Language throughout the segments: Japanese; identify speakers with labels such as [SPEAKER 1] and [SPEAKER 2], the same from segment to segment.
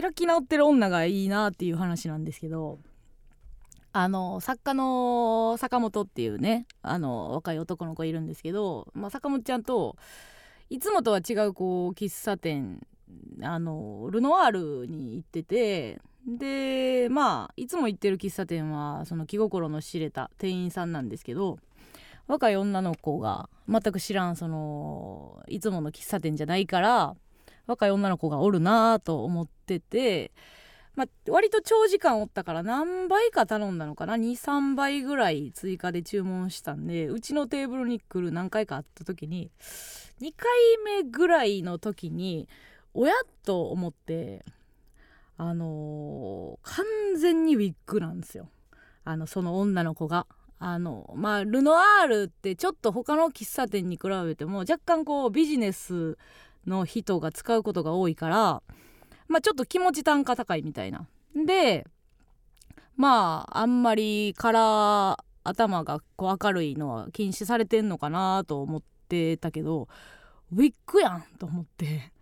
[SPEAKER 1] 開き直ってる女がいいなっていう話なんですけどあの作家の坂本っていうねあの若い男の子いるんですけど、まあ、坂本ちゃんといつもとは違うこう喫茶店あのルノワールに行っててでまあいつも行ってる喫茶店はその気心の知れた店員さんなんですけど若い女の子が全く知らんそのいつもの喫茶店じゃないから若い女の子がおるなぁと思ってて、まあ、割と長時間おったから何倍か頼んだのかな23倍ぐらい追加で注文したんでうちのテーブルに来る何回かあった時に2回目ぐらいの時に親と思ってあのー完全にウィッグなんですよあのその女の子が。あのまあ、ルノアールってちょっと他の喫茶店に比べても若干こうビジネスの人が使うことが多いから、まあ、ちょっと気持ち単価高いみたいな。でまああんまりから頭がこう明るいのは禁止されてんのかなと思ってたけどウィッグやんと思って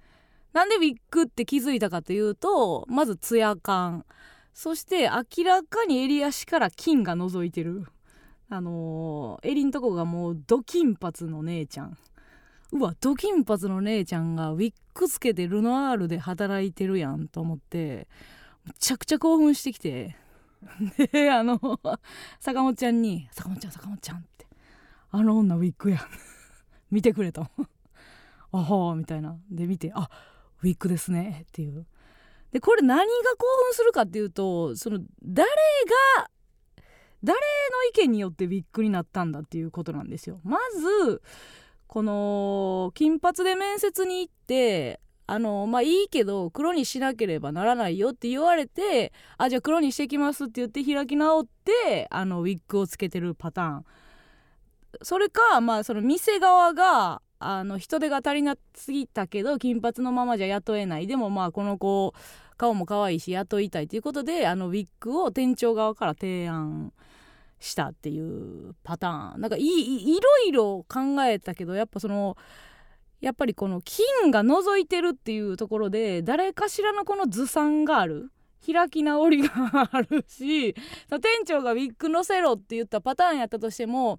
[SPEAKER 1] なんでウィッグって気づいたかというとまずツヤ感そして明らかに襟足から金が覗いてるあのー、襟んとこがもうド金髪の姉ちゃんうわド金髪の姉ちゃんがウィッグつけてルノアールで働いてるやんと思ってむちゃくちゃ興奮してきてであの坂本ちゃんに「坂本ちゃん坂本ちゃん」って「あの女ウィッグやん見てくれ」と「あはあ」みたいなで見て「あウィッグですね」っていうでこれ何が興奮するかっていうとその誰が誰の意見によってウィッグになったんだっていうことなんですよ。まずこの金髪で面接に行ってあのまあいいけど黒にしなければならないよって言われてあじゃあ黒にしてきますって言って開き直ってあのウィッグをつけてるパターンそれかまあその店側があの人手が足りなすぎたけど金髪のままじゃ雇えないでもまあこの子顔も可愛いし雇いたいということであのウィッグを店長側から提案したっていうパターンなんかいいいろいろ考えたけどやっぱそのやっぱりこの金が覗いてるっていうところで誰かしらのこのずさんがある開き直りがあるし店長がウィッグ乗せろって言ったパターンやったとしても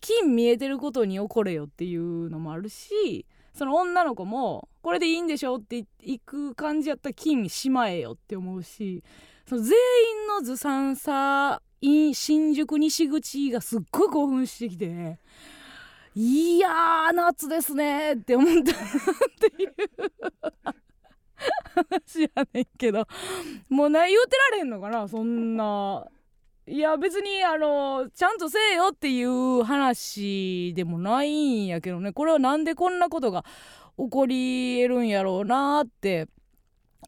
[SPEAKER 1] 金見えてることに怒れよっていうのもあるしその女の子もこれでいいんでしょって行く感じやったら金しまえよって思うしその全員のずさんさ in 新宿西口がすっごい興奮してきて。いやー夏ですねって思ったっていう話やねんけどもう何言うてられへんのかなそんないや別にあのちゃんとせえよっていう話でもないんやけどねこれはなんでこんなことが起こりえるんやろうなって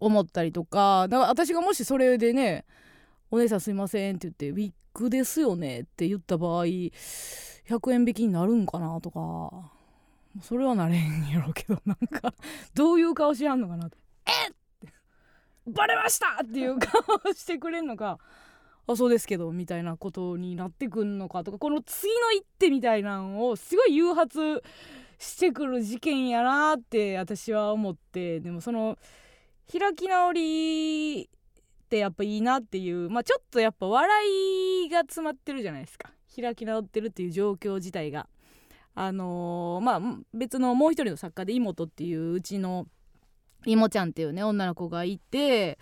[SPEAKER 1] 思ったりとかだから私がもしそれでね「お姉さんすいません」って言って「ウィッグですよね」って言った場合100円引きになるんかなとかそれはなれへんやろうけどなん かどういう顔しはんのかなって「えっ!」バレましたっていう顔をしてくれんのかあそうですけどみたいなことになってくんのかとかこの次の一手みたいなんをすごい誘発してくる事件やなって私は思ってでもその開き直りってやっぱいいなっていうまあちょっとやっぱ笑いが詰まってるじゃないですか開き直ってるっていう状況自体が。あのーまあ別のもう一人の作家で妹っていううちの妹ちゃんっていうね女の子がいて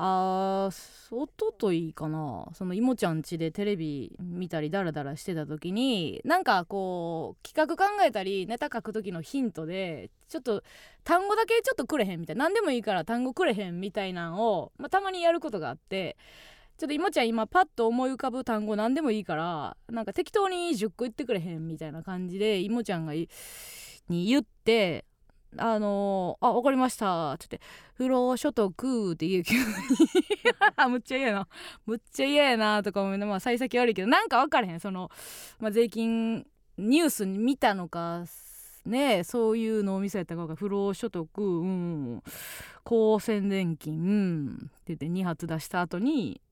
[SPEAKER 1] あーおとといかなその妹ちゃん家でテレビ見たりダラダラしてた時になんかこう企画考えたりネタ書く時のヒントでちょっと単語だけちょっとくれへんみたいな何でもいいから単語くれへんみたいなんを、まあ、たまにやることがあってちょっと妹ちゃん今パッと思い浮かぶ単語何でもいいからなんか適当に10個言ってくれへんみたいな感じで妹ちゃんがいに言ってあのーあ、わかりました。つって、不労所得って言う急に。あ むっちゃ嫌やな。むっちゃ嫌やなとか思いながら、まあ、幸先悪いけど、なんかわかれへん。その、まあ、税金、ニュースに見たのか、ね、そういうのを見せたかが不労所得、うん、高専電金、うん、って言って2発出した後に、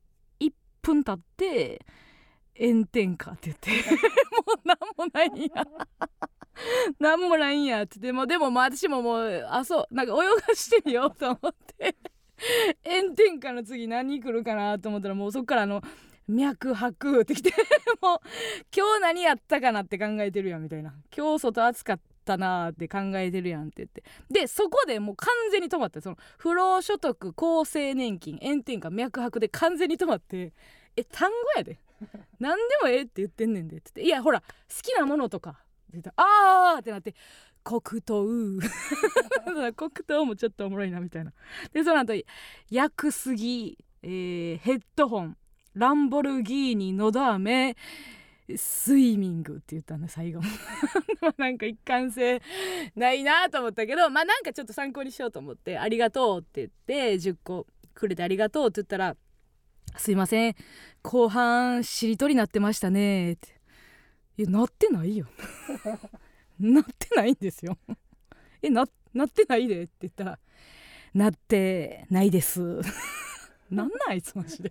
[SPEAKER 1] 1分経って、炎天下って言 って、もうなんもないんや。なんもないんやっつってもうでもまあ私ももうあそうなんか泳がしてみようと思ってなんかの次何来るかなと思ったらもうそっからあの「脈拍」ってき てもう今日何やったかなって考えてるやんみたいな今日外暑かったなーって考えてるやんって言ってでそこでもう完全に止まってその不労所得厚生年金炎天下脈拍で完全に止まって「え単語やで何でもええって言ってんねんで」って言って「いやほら好きなものとか」って言ったら「ああ」ってなって「黒糖」 黒糖もちょっとおもろいなみたいなでその後薬杉、えー、ヘッドホンランボルギーニのど飴スイミングって言ったんだ最後 なんか一貫性ないなと思ったけどまあなんかちょっと参考にしようと思って「ありがとう」って言って10個くれて「ありがとう」って言ったら「すいません後半しりとりなってましたね」って「いやなってないよ なってないんですよえななってないで」って言ったら「なってないです」なんなんあいつマジで。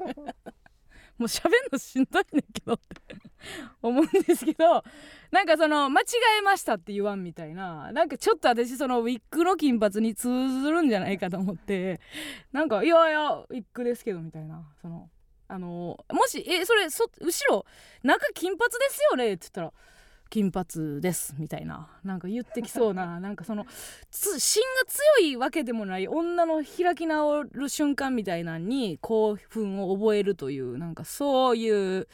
[SPEAKER 1] もう喋んのしんどいねんけどって思うんですけどなんかその間違えましたって言わんみたいななんかちょっと私そのウィッグの金髪に通ずるんじゃないかと思ってなんかいやいやウィッグですけどみたいなそのあのもしえそれそ後ろ中金髪ですよねって言ったら金髪ですみたいななんか言ってきそうななんかそのつ芯が強いわけでもない女の開き直る瞬間みたいなのに興奮を覚えるというなんかそういう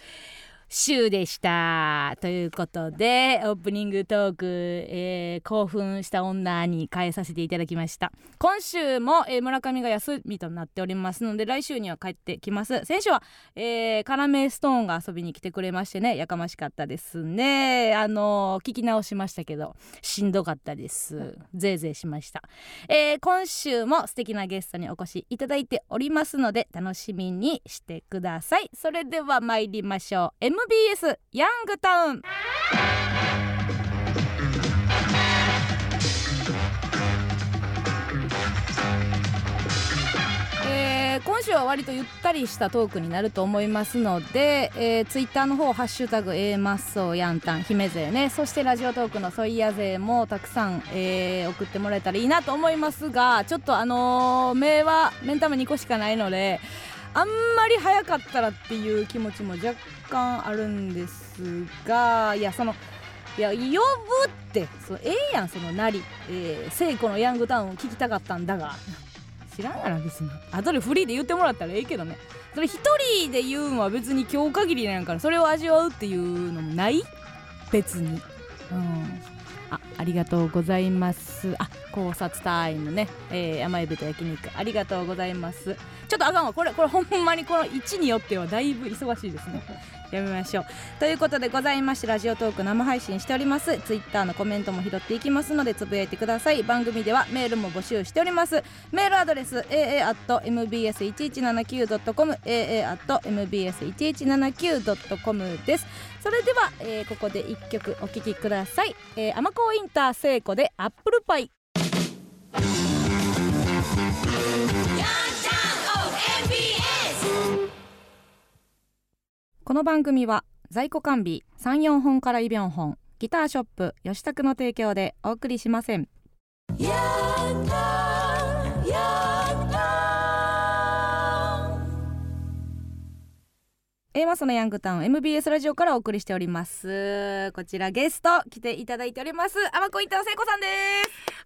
[SPEAKER 1] 週でしたということでオープニングトーク、えー興奮した女に変えさせていただきました今週も、えー村上が休みとなっておりますので来週には帰ってきます先週はえー、カラメストーンが遊びに来てくれましてねやかましかったですねあのー聞き直しましたけどしんどかったですぜいぜいしました、えー今週も素敵なゲストにお越しいただいておりますので楽しみにしてくださいそれでは参りましょう MBS ヤングタウンえー今週は割とゆったりしたトークになると思いますので、えー、ツイッターの方「ハッシュタグ #A マッソヤンタン姫勢ね」そしてラジオトークの「ソイヤ勢」もたくさん、えー送ってもらえたらいいなと思いますがちょっとあのー、目は目ん玉2個しかないのであんまり早かったらっていう気持ちも若干あるんですがいやそのいや呼ぶってそうええやんそのなり、えー、聖子のヤングタウンを聞きたかったんだが知らんやろ別に後でフリーで言ってもらったらええけどねそれ一人で言うんは別に今日限りなんやからそれを味わうっていうのもない別にうんあありがとうございますあ考察タイムね、えー、甘エビと焼肉ありがとうございますちょっとあかんわこれこれほんまにこの位置によってはだいぶ忙しいですねやめましょうということでございましてラジオトーク生配信しておりますツイッターのコメントも拾っていきますのでつぶやいてください番組ではメールも募集しておりますメールアドレス aa.mbs1179.com aa.mbs1179.com ですそれでは、えーここで1曲お聴きください、えー、アマコインター聖子でアップルパイ
[SPEAKER 2] MBS
[SPEAKER 1] この番組は在庫完備34本からイビョン本ギターショップ吉田区の提供でお送りしません
[SPEAKER 2] やったやった
[SPEAKER 1] A マスのヤングタウン MBS ラジオからお送りしておりますこちらゲスト来ていただいておりますアマコインター聖子さんで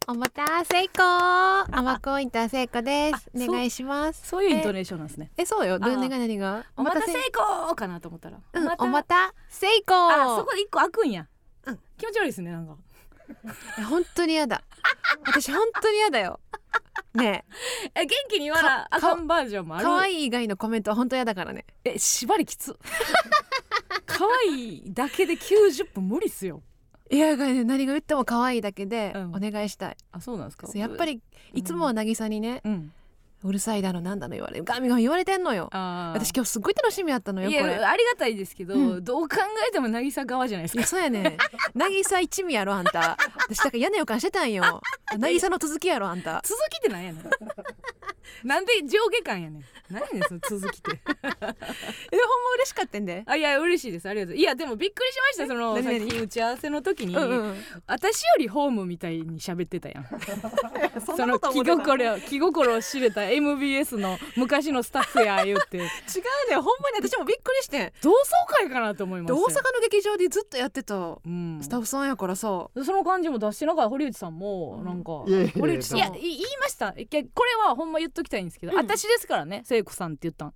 [SPEAKER 3] おまたせいこアマコインターせいこです
[SPEAKER 1] あそう
[SPEAKER 3] お願いします
[SPEAKER 1] すそういうイントネーションなんですね
[SPEAKER 3] えそうよどういう願い何が
[SPEAKER 1] おまた聖
[SPEAKER 3] い
[SPEAKER 1] 子かなと思ったら
[SPEAKER 3] うんおまたせいこ
[SPEAKER 1] あそこで一個開くんや、
[SPEAKER 3] うん
[SPEAKER 1] 気持ち悪いですねなんか
[SPEAKER 3] え本当にやだ私本当にやだよね
[SPEAKER 1] え元気に言わなあ
[SPEAKER 3] か
[SPEAKER 1] かんバージョンも
[SPEAKER 3] え
[SPEAKER 1] ある
[SPEAKER 3] 可愛い以外のコメントは本当やだからね
[SPEAKER 1] え縛りき つ可愛いだけで90分無理っすよ
[SPEAKER 3] いやがね何が言っても可愛いだけで
[SPEAKER 1] うん
[SPEAKER 3] お願いしたい、
[SPEAKER 1] あそうなんですか
[SPEAKER 3] そうやっぱりいつもは渚にね、
[SPEAKER 1] うん
[SPEAKER 3] うるさいだのなんだの言われるガミガミ言われてんのよ
[SPEAKER 1] あー
[SPEAKER 3] 私今日すっごい楽しみやったのよ
[SPEAKER 1] い
[SPEAKER 3] これ
[SPEAKER 1] やありがたいですけど、
[SPEAKER 3] うん
[SPEAKER 1] どう考えても渚側じゃないです
[SPEAKER 3] い
[SPEAKER 1] か
[SPEAKER 3] やそうやね渚一味やろあんた私だから嫌な予感してたんよ渚の続きやろあん た
[SPEAKER 1] 続きってなんやねんなんで上下感やねん何やねんその続き って。
[SPEAKER 3] えほんま嬉しかったんで
[SPEAKER 1] あいや嬉しいですありがとういやでもびっくりしましたその
[SPEAKER 3] 何
[SPEAKER 1] さっ
[SPEAKER 3] 何
[SPEAKER 1] き打ち合わせの時に、
[SPEAKER 3] うんうん
[SPEAKER 1] 私よりホームみたいに喋ってた やんその気
[SPEAKER 3] 違う
[SPEAKER 1] 心 を気心を知れた MBS の昔のスタッフや言うて
[SPEAKER 3] ねほんまに私もびっくりしてん
[SPEAKER 1] 同窓会かなと思いま
[SPEAKER 3] で
[SPEAKER 1] す
[SPEAKER 3] 大阪の劇場でずっとやってた
[SPEAKER 1] うん
[SPEAKER 3] スタッフさんやからさ
[SPEAKER 1] その感じも出してなかった堀内さんもなんか、
[SPEAKER 4] いやいやいや
[SPEAKER 1] 堀内さんいや
[SPEAKER 3] そう
[SPEAKER 1] い言いましたいやこれはほんま言っときたいんですけど、
[SPEAKER 3] うん
[SPEAKER 1] 私ですからね聖子さんって言ったん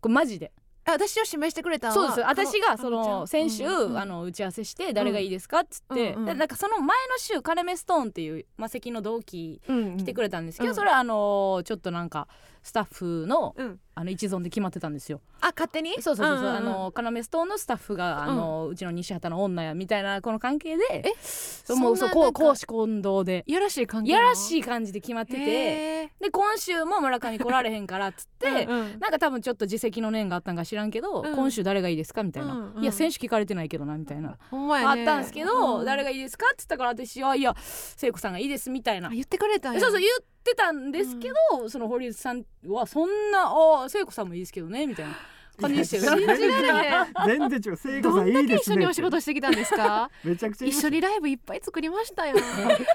[SPEAKER 1] これマジで
[SPEAKER 3] あ私を指名してくれたんは
[SPEAKER 1] そうです
[SPEAKER 3] か
[SPEAKER 1] 私がそ
[SPEAKER 3] かの
[SPEAKER 1] の
[SPEAKER 3] ちゃん
[SPEAKER 1] 先週、
[SPEAKER 3] うんうん
[SPEAKER 1] あの打ち合わせして誰がいいですかっつって、
[SPEAKER 3] うんうん
[SPEAKER 1] でなんかその前の週カルメストーンっていう魔石の同期
[SPEAKER 3] うん
[SPEAKER 1] 来てくれたんですけど、
[SPEAKER 3] うん
[SPEAKER 1] それはあのーちょっとなんかスタッフの
[SPEAKER 3] うん
[SPEAKER 1] あの一存で決まってたんですよ。
[SPEAKER 3] あ勝手に
[SPEAKER 1] そうそうそうそう、
[SPEAKER 3] んんん
[SPEAKER 1] あのカナメストーンのスタッフがあの、うちの西畑の女やみたいなこの関係で
[SPEAKER 3] え
[SPEAKER 1] そうもうそ
[SPEAKER 3] そん
[SPEAKER 1] う
[SPEAKER 3] な
[SPEAKER 1] こ
[SPEAKER 3] な
[SPEAKER 1] うん
[SPEAKER 3] か
[SPEAKER 1] 公私混同で
[SPEAKER 3] いやらしい関係
[SPEAKER 1] やら
[SPEAKER 3] い
[SPEAKER 1] しい感じで決まってて
[SPEAKER 3] て
[SPEAKER 1] で今週も村上来られへんからっつって、
[SPEAKER 3] うん
[SPEAKER 1] なんか多分ちょっと自責の念があったんか知らんけど、
[SPEAKER 3] うん
[SPEAKER 1] 今週誰がいいですかみたいな、
[SPEAKER 3] うんうん
[SPEAKER 1] いや選手聞かれてないけどなみたいな、
[SPEAKER 3] ほんま
[SPEAKER 1] あ
[SPEAKER 3] や
[SPEAKER 1] っ
[SPEAKER 3] ね
[SPEAKER 1] たんですけど、
[SPEAKER 3] うん
[SPEAKER 1] 誰がいいですかって言ったから私はいや聖子さんがいいですみたいな
[SPEAKER 3] あ言ってくれたん
[SPEAKER 1] そう
[SPEAKER 3] や
[SPEAKER 1] そう 言ってたんですけど、その堀内さんはそんな「ああ聖子さんもいいですけどね」みたいな感じでしたよ。
[SPEAKER 3] 信 じられへん
[SPEAKER 4] 全然違う聖子
[SPEAKER 3] ど
[SPEAKER 4] さん
[SPEAKER 3] んだ
[SPEAKER 4] いい
[SPEAKER 3] け
[SPEAKER 4] で
[SPEAKER 3] 一
[SPEAKER 4] す
[SPEAKER 3] 緒
[SPEAKER 4] ね
[SPEAKER 3] に
[SPEAKER 4] っ
[SPEAKER 3] お
[SPEAKER 4] て
[SPEAKER 3] 仕事してきたんですか
[SPEAKER 4] めちゃくちゃいい
[SPEAKER 3] 一緒にライブいっぱい作りま したよ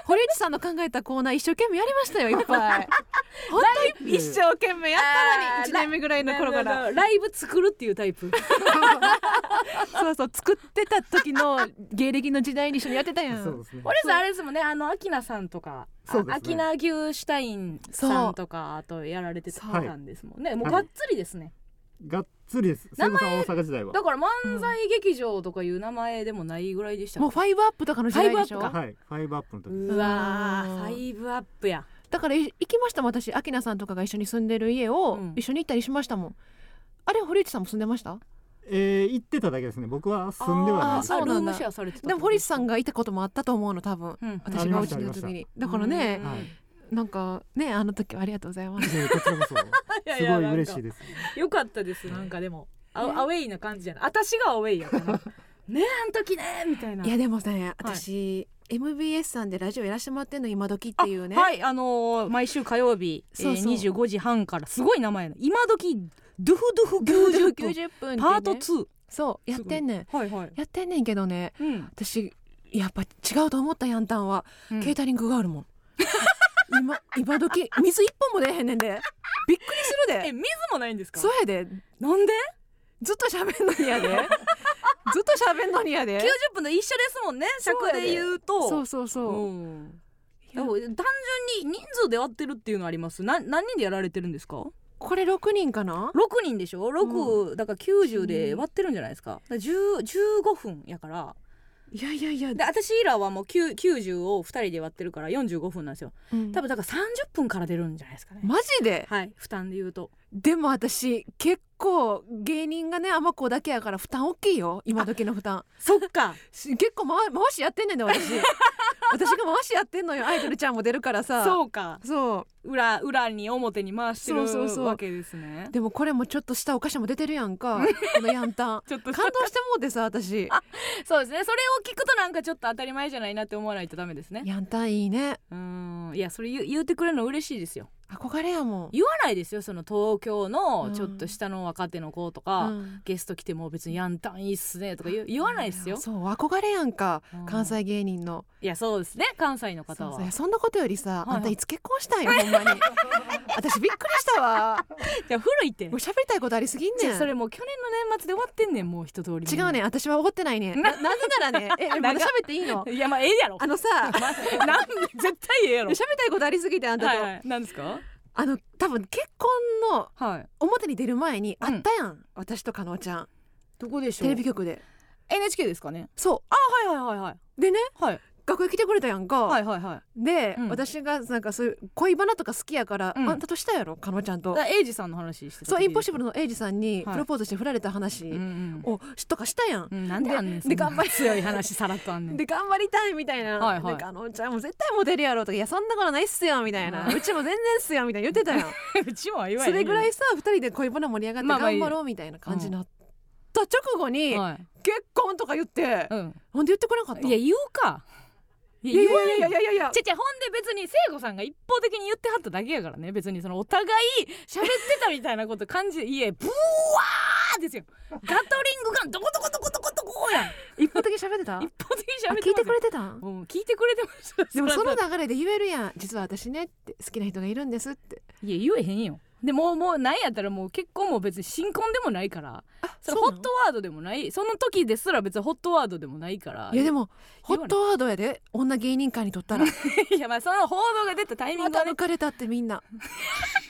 [SPEAKER 3] 堀内さんの考えたコーナー一生懸命やりましたよいっぱい 本当に一生懸命やったの
[SPEAKER 1] あー
[SPEAKER 3] に1年目ぐらいの頃から
[SPEAKER 1] なるほどライブ作るっていうタイプ
[SPEAKER 3] そうそう作ってた時の芸歴の時代に一緒にやってたやん
[SPEAKER 4] そうですね
[SPEAKER 1] 堀内さんあれですもんねあのアキナさんとかあ
[SPEAKER 4] そうですね
[SPEAKER 1] アキナ牛シュタインさんとかあとやられてたんですもんね、もうがっつりですね、
[SPEAKER 4] がっつりです聖子さん大阪時代は
[SPEAKER 1] だから漫才劇場とかいう名前でもないぐらいでした、
[SPEAKER 3] もうファイブアップとかの時代でし
[SPEAKER 1] ファイブアッ
[SPEAKER 3] ょ
[SPEAKER 1] プ
[SPEAKER 4] はいファイブアップの時
[SPEAKER 1] うわー
[SPEAKER 3] うん
[SPEAKER 1] ファイブアップや
[SPEAKER 3] だからい行きましたもん私アキナさんとかが一緒に住んでる家
[SPEAKER 1] う
[SPEAKER 3] を
[SPEAKER 1] ん
[SPEAKER 3] 一緒に行ったりしましたもん、あれ堀内さんも住んでました
[SPEAKER 4] えー、行ってただけですね僕は住んではない
[SPEAKER 3] あ
[SPEAKER 4] です
[SPEAKER 3] そうなんだ
[SPEAKER 1] ルームシェアされてた
[SPEAKER 3] でも堀内さんがいたこともあったと思うの多分
[SPEAKER 1] うん
[SPEAKER 3] 私がお家にいた時にだからね
[SPEAKER 4] はい
[SPEAKER 3] なんかねあの時はありがとうござ います
[SPEAKER 4] いやこちらこそす
[SPEAKER 1] いや
[SPEAKER 4] ごい嬉
[SPEAKER 1] い
[SPEAKER 4] し
[SPEAKER 1] や
[SPEAKER 4] いです
[SPEAKER 1] よかったですなんかでもアアウェイな感じじゃない私がアウェイやから ねえあん時ねみたいない
[SPEAKER 3] やでもね私、MBS さんでラジオやらせてもらってんの今時っていうね、
[SPEAKER 1] はいあのー毎週火曜日
[SPEAKER 3] そうそう
[SPEAKER 1] えー、25時半からすごい名前の今時ドゥフドゥフ90 90
[SPEAKER 3] 90分ってね
[SPEAKER 1] パート2
[SPEAKER 3] そうやってんねん
[SPEAKER 1] はいはい
[SPEAKER 3] やってんねんけどね
[SPEAKER 1] うん、
[SPEAKER 3] 私やっぱ違うと思ったやんたんは、ケータリングがあるもん 今今時水一本も出えへんねんでびっくりする
[SPEAKER 1] え
[SPEAKER 3] で
[SPEAKER 1] 水もないんですか
[SPEAKER 3] そうやで
[SPEAKER 1] なんで
[SPEAKER 3] ずっと喋んのに やでずっと喋んのにやで
[SPEAKER 1] 90分と一緒ですもんね
[SPEAKER 3] そう
[SPEAKER 1] 尺
[SPEAKER 3] やで
[SPEAKER 1] で言うと
[SPEAKER 3] そうそうそう、
[SPEAKER 1] うんでも単純に人数で割ってるっていうのありますな何人でやられてるんですか
[SPEAKER 3] これ6人かな
[SPEAKER 1] 六人でしょ六、だから90で割ってるんじゃないですかだから10 15分やから
[SPEAKER 3] いやいやいや
[SPEAKER 1] で私らはもう9 90を二人で割ってるから45分なんですよ
[SPEAKER 3] うん
[SPEAKER 1] 多分だから30分から出るんじゃないですかね、
[SPEAKER 3] マジで
[SPEAKER 1] はい負担で言うと
[SPEAKER 3] でも私結構芸人がね天子だけやから負担大きいよ今時の負担
[SPEAKER 1] そっか
[SPEAKER 3] し結構回回しやってんねん で私私が回しやってんのよアイドルちゃんも出るからさ
[SPEAKER 1] そうか
[SPEAKER 3] そう
[SPEAKER 1] 裏裏に表に回してる
[SPEAKER 3] そうそうそう
[SPEAKER 1] わけですね
[SPEAKER 3] でもこれもちょっとしたお菓子も出てるやんかこのヤンタン
[SPEAKER 1] ちょっと
[SPEAKER 3] 感動してもうてさ私
[SPEAKER 1] そうですねそれを聞くとなんかちょっと当たり前じゃないなって思わないとダメですね
[SPEAKER 3] ヤンタンいいね
[SPEAKER 1] うーんいやそれ言う言うてくれるの嬉しいですよ
[SPEAKER 3] 憧れやもん、
[SPEAKER 1] 言わないですよその東京
[SPEAKER 3] う
[SPEAKER 1] の
[SPEAKER 3] ん
[SPEAKER 1] ちょっと下の若手の子とか、
[SPEAKER 3] うん
[SPEAKER 1] ゲスト来ても別にやんたんいいっすねとか言う言わないですよ
[SPEAKER 3] そう憧れやんか
[SPEAKER 1] うん
[SPEAKER 3] 関西芸人の
[SPEAKER 1] いやそうですね関西の方
[SPEAKER 3] そう
[SPEAKER 1] は
[SPEAKER 3] そうそんなことよりさ
[SPEAKER 1] いはい
[SPEAKER 3] あんたいつ結婚したんよほんまに 私びっくりしたわ
[SPEAKER 1] いや古いって
[SPEAKER 3] もう喋りたいことありすぎんね
[SPEAKER 1] じゃ
[SPEAKER 3] ん
[SPEAKER 1] あそれもう去年の年末で終わってんねんもう一通り
[SPEAKER 3] 違うねん私は怒ってないねんななぜな らねえまだ喋っていいの
[SPEAKER 1] いやまあええやろ
[SPEAKER 3] あのさ喋
[SPEAKER 1] なん絶対ええやろ
[SPEAKER 3] りたいことありすぎてあんた
[SPEAKER 1] はい
[SPEAKER 3] と、
[SPEAKER 1] はいなんですか
[SPEAKER 3] あの多分結婚の
[SPEAKER 1] はい
[SPEAKER 3] 表に出る前に
[SPEAKER 1] うん
[SPEAKER 3] あったやん、私と加納ちゃん
[SPEAKER 1] どこでし
[SPEAKER 3] テレビ局で
[SPEAKER 1] NHK ですかね
[SPEAKER 3] そ
[SPEAKER 1] あはいはいはいはいはいう
[SPEAKER 3] でね
[SPEAKER 1] はい
[SPEAKER 3] 学園来てくれたやんか、
[SPEAKER 1] はいはいはい
[SPEAKER 3] で、
[SPEAKER 1] うん
[SPEAKER 3] 私がなんかそういう恋バナとか好きやから、
[SPEAKER 1] うん
[SPEAKER 3] あんたとしたやろ加納ちゃん
[SPEAKER 1] だ
[SPEAKER 3] と
[SPEAKER 1] からエイジさんの話してた
[SPEAKER 3] そうインポッシブ
[SPEAKER 1] ル
[SPEAKER 3] ルのエイジさんに
[SPEAKER 1] はい
[SPEAKER 3] プロポーズして振られた話
[SPEAKER 1] うん
[SPEAKER 3] をしとかしたやん、
[SPEAKER 1] うんうんなんであんねん
[SPEAKER 3] で
[SPEAKER 1] そんな
[SPEAKER 3] で頑張り
[SPEAKER 1] 強い話さらっとあんねん
[SPEAKER 3] で頑張りたいみたいな、
[SPEAKER 1] はいはい
[SPEAKER 3] で加納ちゃんも絶対モテるやろとかいやそんなことないっすよみたいな、
[SPEAKER 1] う
[SPEAKER 3] うちも全然っすよみたいな言ってたや ん
[SPEAKER 1] うちも 言わ
[SPEAKER 3] それぐら
[SPEAKER 1] い
[SPEAKER 3] いさ二人で恋バナ盛り上がって
[SPEAKER 1] まあまあいい
[SPEAKER 3] 頑張ろうみたいな感じになった直後に
[SPEAKER 1] はい
[SPEAKER 3] 結婚とか言って
[SPEAKER 1] うん
[SPEAKER 3] なんで言ってくれなかった
[SPEAKER 1] いや言うかい
[SPEAKER 3] いやいやいやいやいやいや
[SPEAKER 1] ちっちゃいほんで別に聖子さんが一方的に言ってはっただけやからね別にそのお互い喋ってたみたいなこと感じでいえブワーですよガトリングガンどこどこどこどこどこやん
[SPEAKER 3] 一方的に喋ってた
[SPEAKER 1] 一方的に
[SPEAKER 3] あ
[SPEAKER 1] 喋って
[SPEAKER 3] 聞いてく
[SPEAKER 1] れ
[SPEAKER 3] れてた
[SPEAKER 1] うん聞いてくれてました
[SPEAKER 3] でもそ
[SPEAKER 1] ら
[SPEAKER 3] の流れで言えるやん実は私ねって好きな人がいるんですって
[SPEAKER 1] いや言えへんよでもうもうなんやったらもう結婚も別に新婚でもないから
[SPEAKER 3] あ
[SPEAKER 1] それホットワードでもないその時ですら別にホットワードでもないから
[SPEAKER 3] いやでもホ
[SPEAKER 1] 言わな
[SPEAKER 3] ッ
[SPEAKER 1] い
[SPEAKER 3] トワードやで女芸人界にとったら
[SPEAKER 1] いやまあその報道が出たタイミン
[SPEAKER 3] ま
[SPEAKER 1] グ
[SPEAKER 3] た
[SPEAKER 1] がね
[SPEAKER 3] 抜かれたってみんな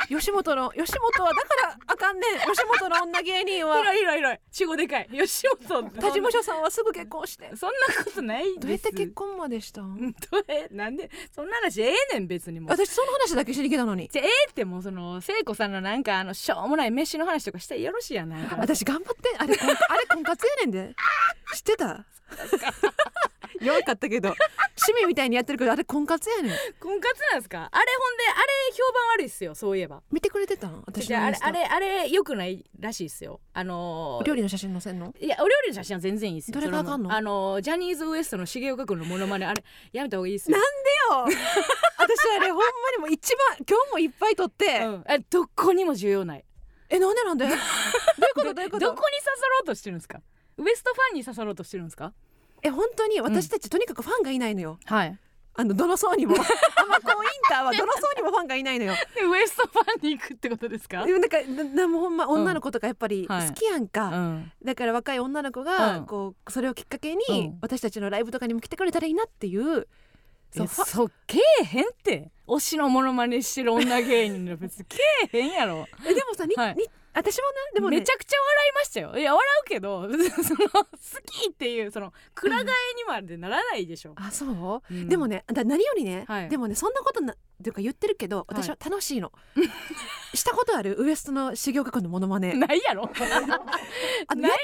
[SPEAKER 3] 吉本の吉本はだからあかんねん吉本の女芸 人は
[SPEAKER 1] 広い広い広い死後でかい吉 本
[SPEAKER 3] 他事務所さんはすぐ結婚して
[SPEAKER 1] そんなことないです
[SPEAKER 3] どうやって結婚までしたん
[SPEAKER 1] どれなんでそんな話ええねん別にもう
[SPEAKER 3] 私その話だけしに来たのに
[SPEAKER 1] じゃええってもうその聖子さんのなんかあのしょうもない飯の話とかしたらよろしいやん なんか
[SPEAKER 3] 私頑張ってあれこんあれ婚 活やねんで知って た弱かったけど趣味みたいにやってるけどあれ婚活やねん
[SPEAKER 1] 婚活なんですかあれほんであれ評判悪いっすよそういえば
[SPEAKER 3] 見てくれてたん私
[SPEAKER 1] じ
[SPEAKER 3] の
[SPEAKER 1] ゃああ
[SPEAKER 3] イン
[SPEAKER 1] れ
[SPEAKER 3] スタ
[SPEAKER 1] あれあれ良くないらしいっすよあの
[SPEAKER 3] お
[SPEAKER 1] ー
[SPEAKER 3] 料理の写真載せんの
[SPEAKER 1] いやお料理の写真は全然いいっすよ
[SPEAKER 3] どれがあかんの
[SPEAKER 1] そあのージャニーズウエストの重岡君のモノマネあれやめた方がいいっすよ
[SPEAKER 3] なんでよ私あれほんまにもう一番今日もいっぱい撮って、
[SPEAKER 1] うん、えどこにも重要ない
[SPEAKER 3] えなんでなんでどういうことどういうこ
[SPEAKER 1] どこに
[SPEAKER 3] と
[SPEAKER 1] 刺さろうとしてるんですかウエストファンに刺さろうとしてるんですか
[SPEAKER 3] え本当に私たちとにかくファンがいないのよ
[SPEAKER 1] はい
[SPEAKER 3] あのどの層にもアマコンインターはどの層にもファンがいないのよ
[SPEAKER 1] で ウエストファンに行くってことですか
[SPEAKER 3] でもなんかななもうほんま女の子とかやっぱり
[SPEAKER 1] はい
[SPEAKER 3] 好きやんか、
[SPEAKER 1] うん
[SPEAKER 3] だから若い女の子が、
[SPEAKER 1] うん
[SPEAKER 3] こうそれをきっかけ
[SPEAKER 1] う
[SPEAKER 3] に
[SPEAKER 1] ん
[SPEAKER 3] 私たちのライブとかにも来てくれたらいいなっていう、
[SPEAKER 1] い
[SPEAKER 3] そう
[SPEAKER 1] や
[SPEAKER 3] ファ
[SPEAKER 1] そうけえへんって推しのモノマネしてる女芸人の別にけえへんやろ
[SPEAKER 3] えでもさに、
[SPEAKER 1] はい
[SPEAKER 3] に私もなでもね
[SPEAKER 1] めちゃくちゃ笑いましたよいや笑うけど その好きっていうそのくら替えにまでならないでしょ、
[SPEAKER 3] あそ
[SPEAKER 1] う
[SPEAKER 3] う、
[SPEAKER 1] ん
[SPEAKER 3] でもねだ何よりね、
[SPEAKER 1] はい
[SPEAKER 3] でもねそんなことなっていうか言ってるけど私は 楽しいの、したことあるウエストの修行学校のモノマネ
[SPEAKER 1] ないやろ、
[SPEAKER 3] あの
[SPEAKER 1] ない
[SPEAKER 3] やっ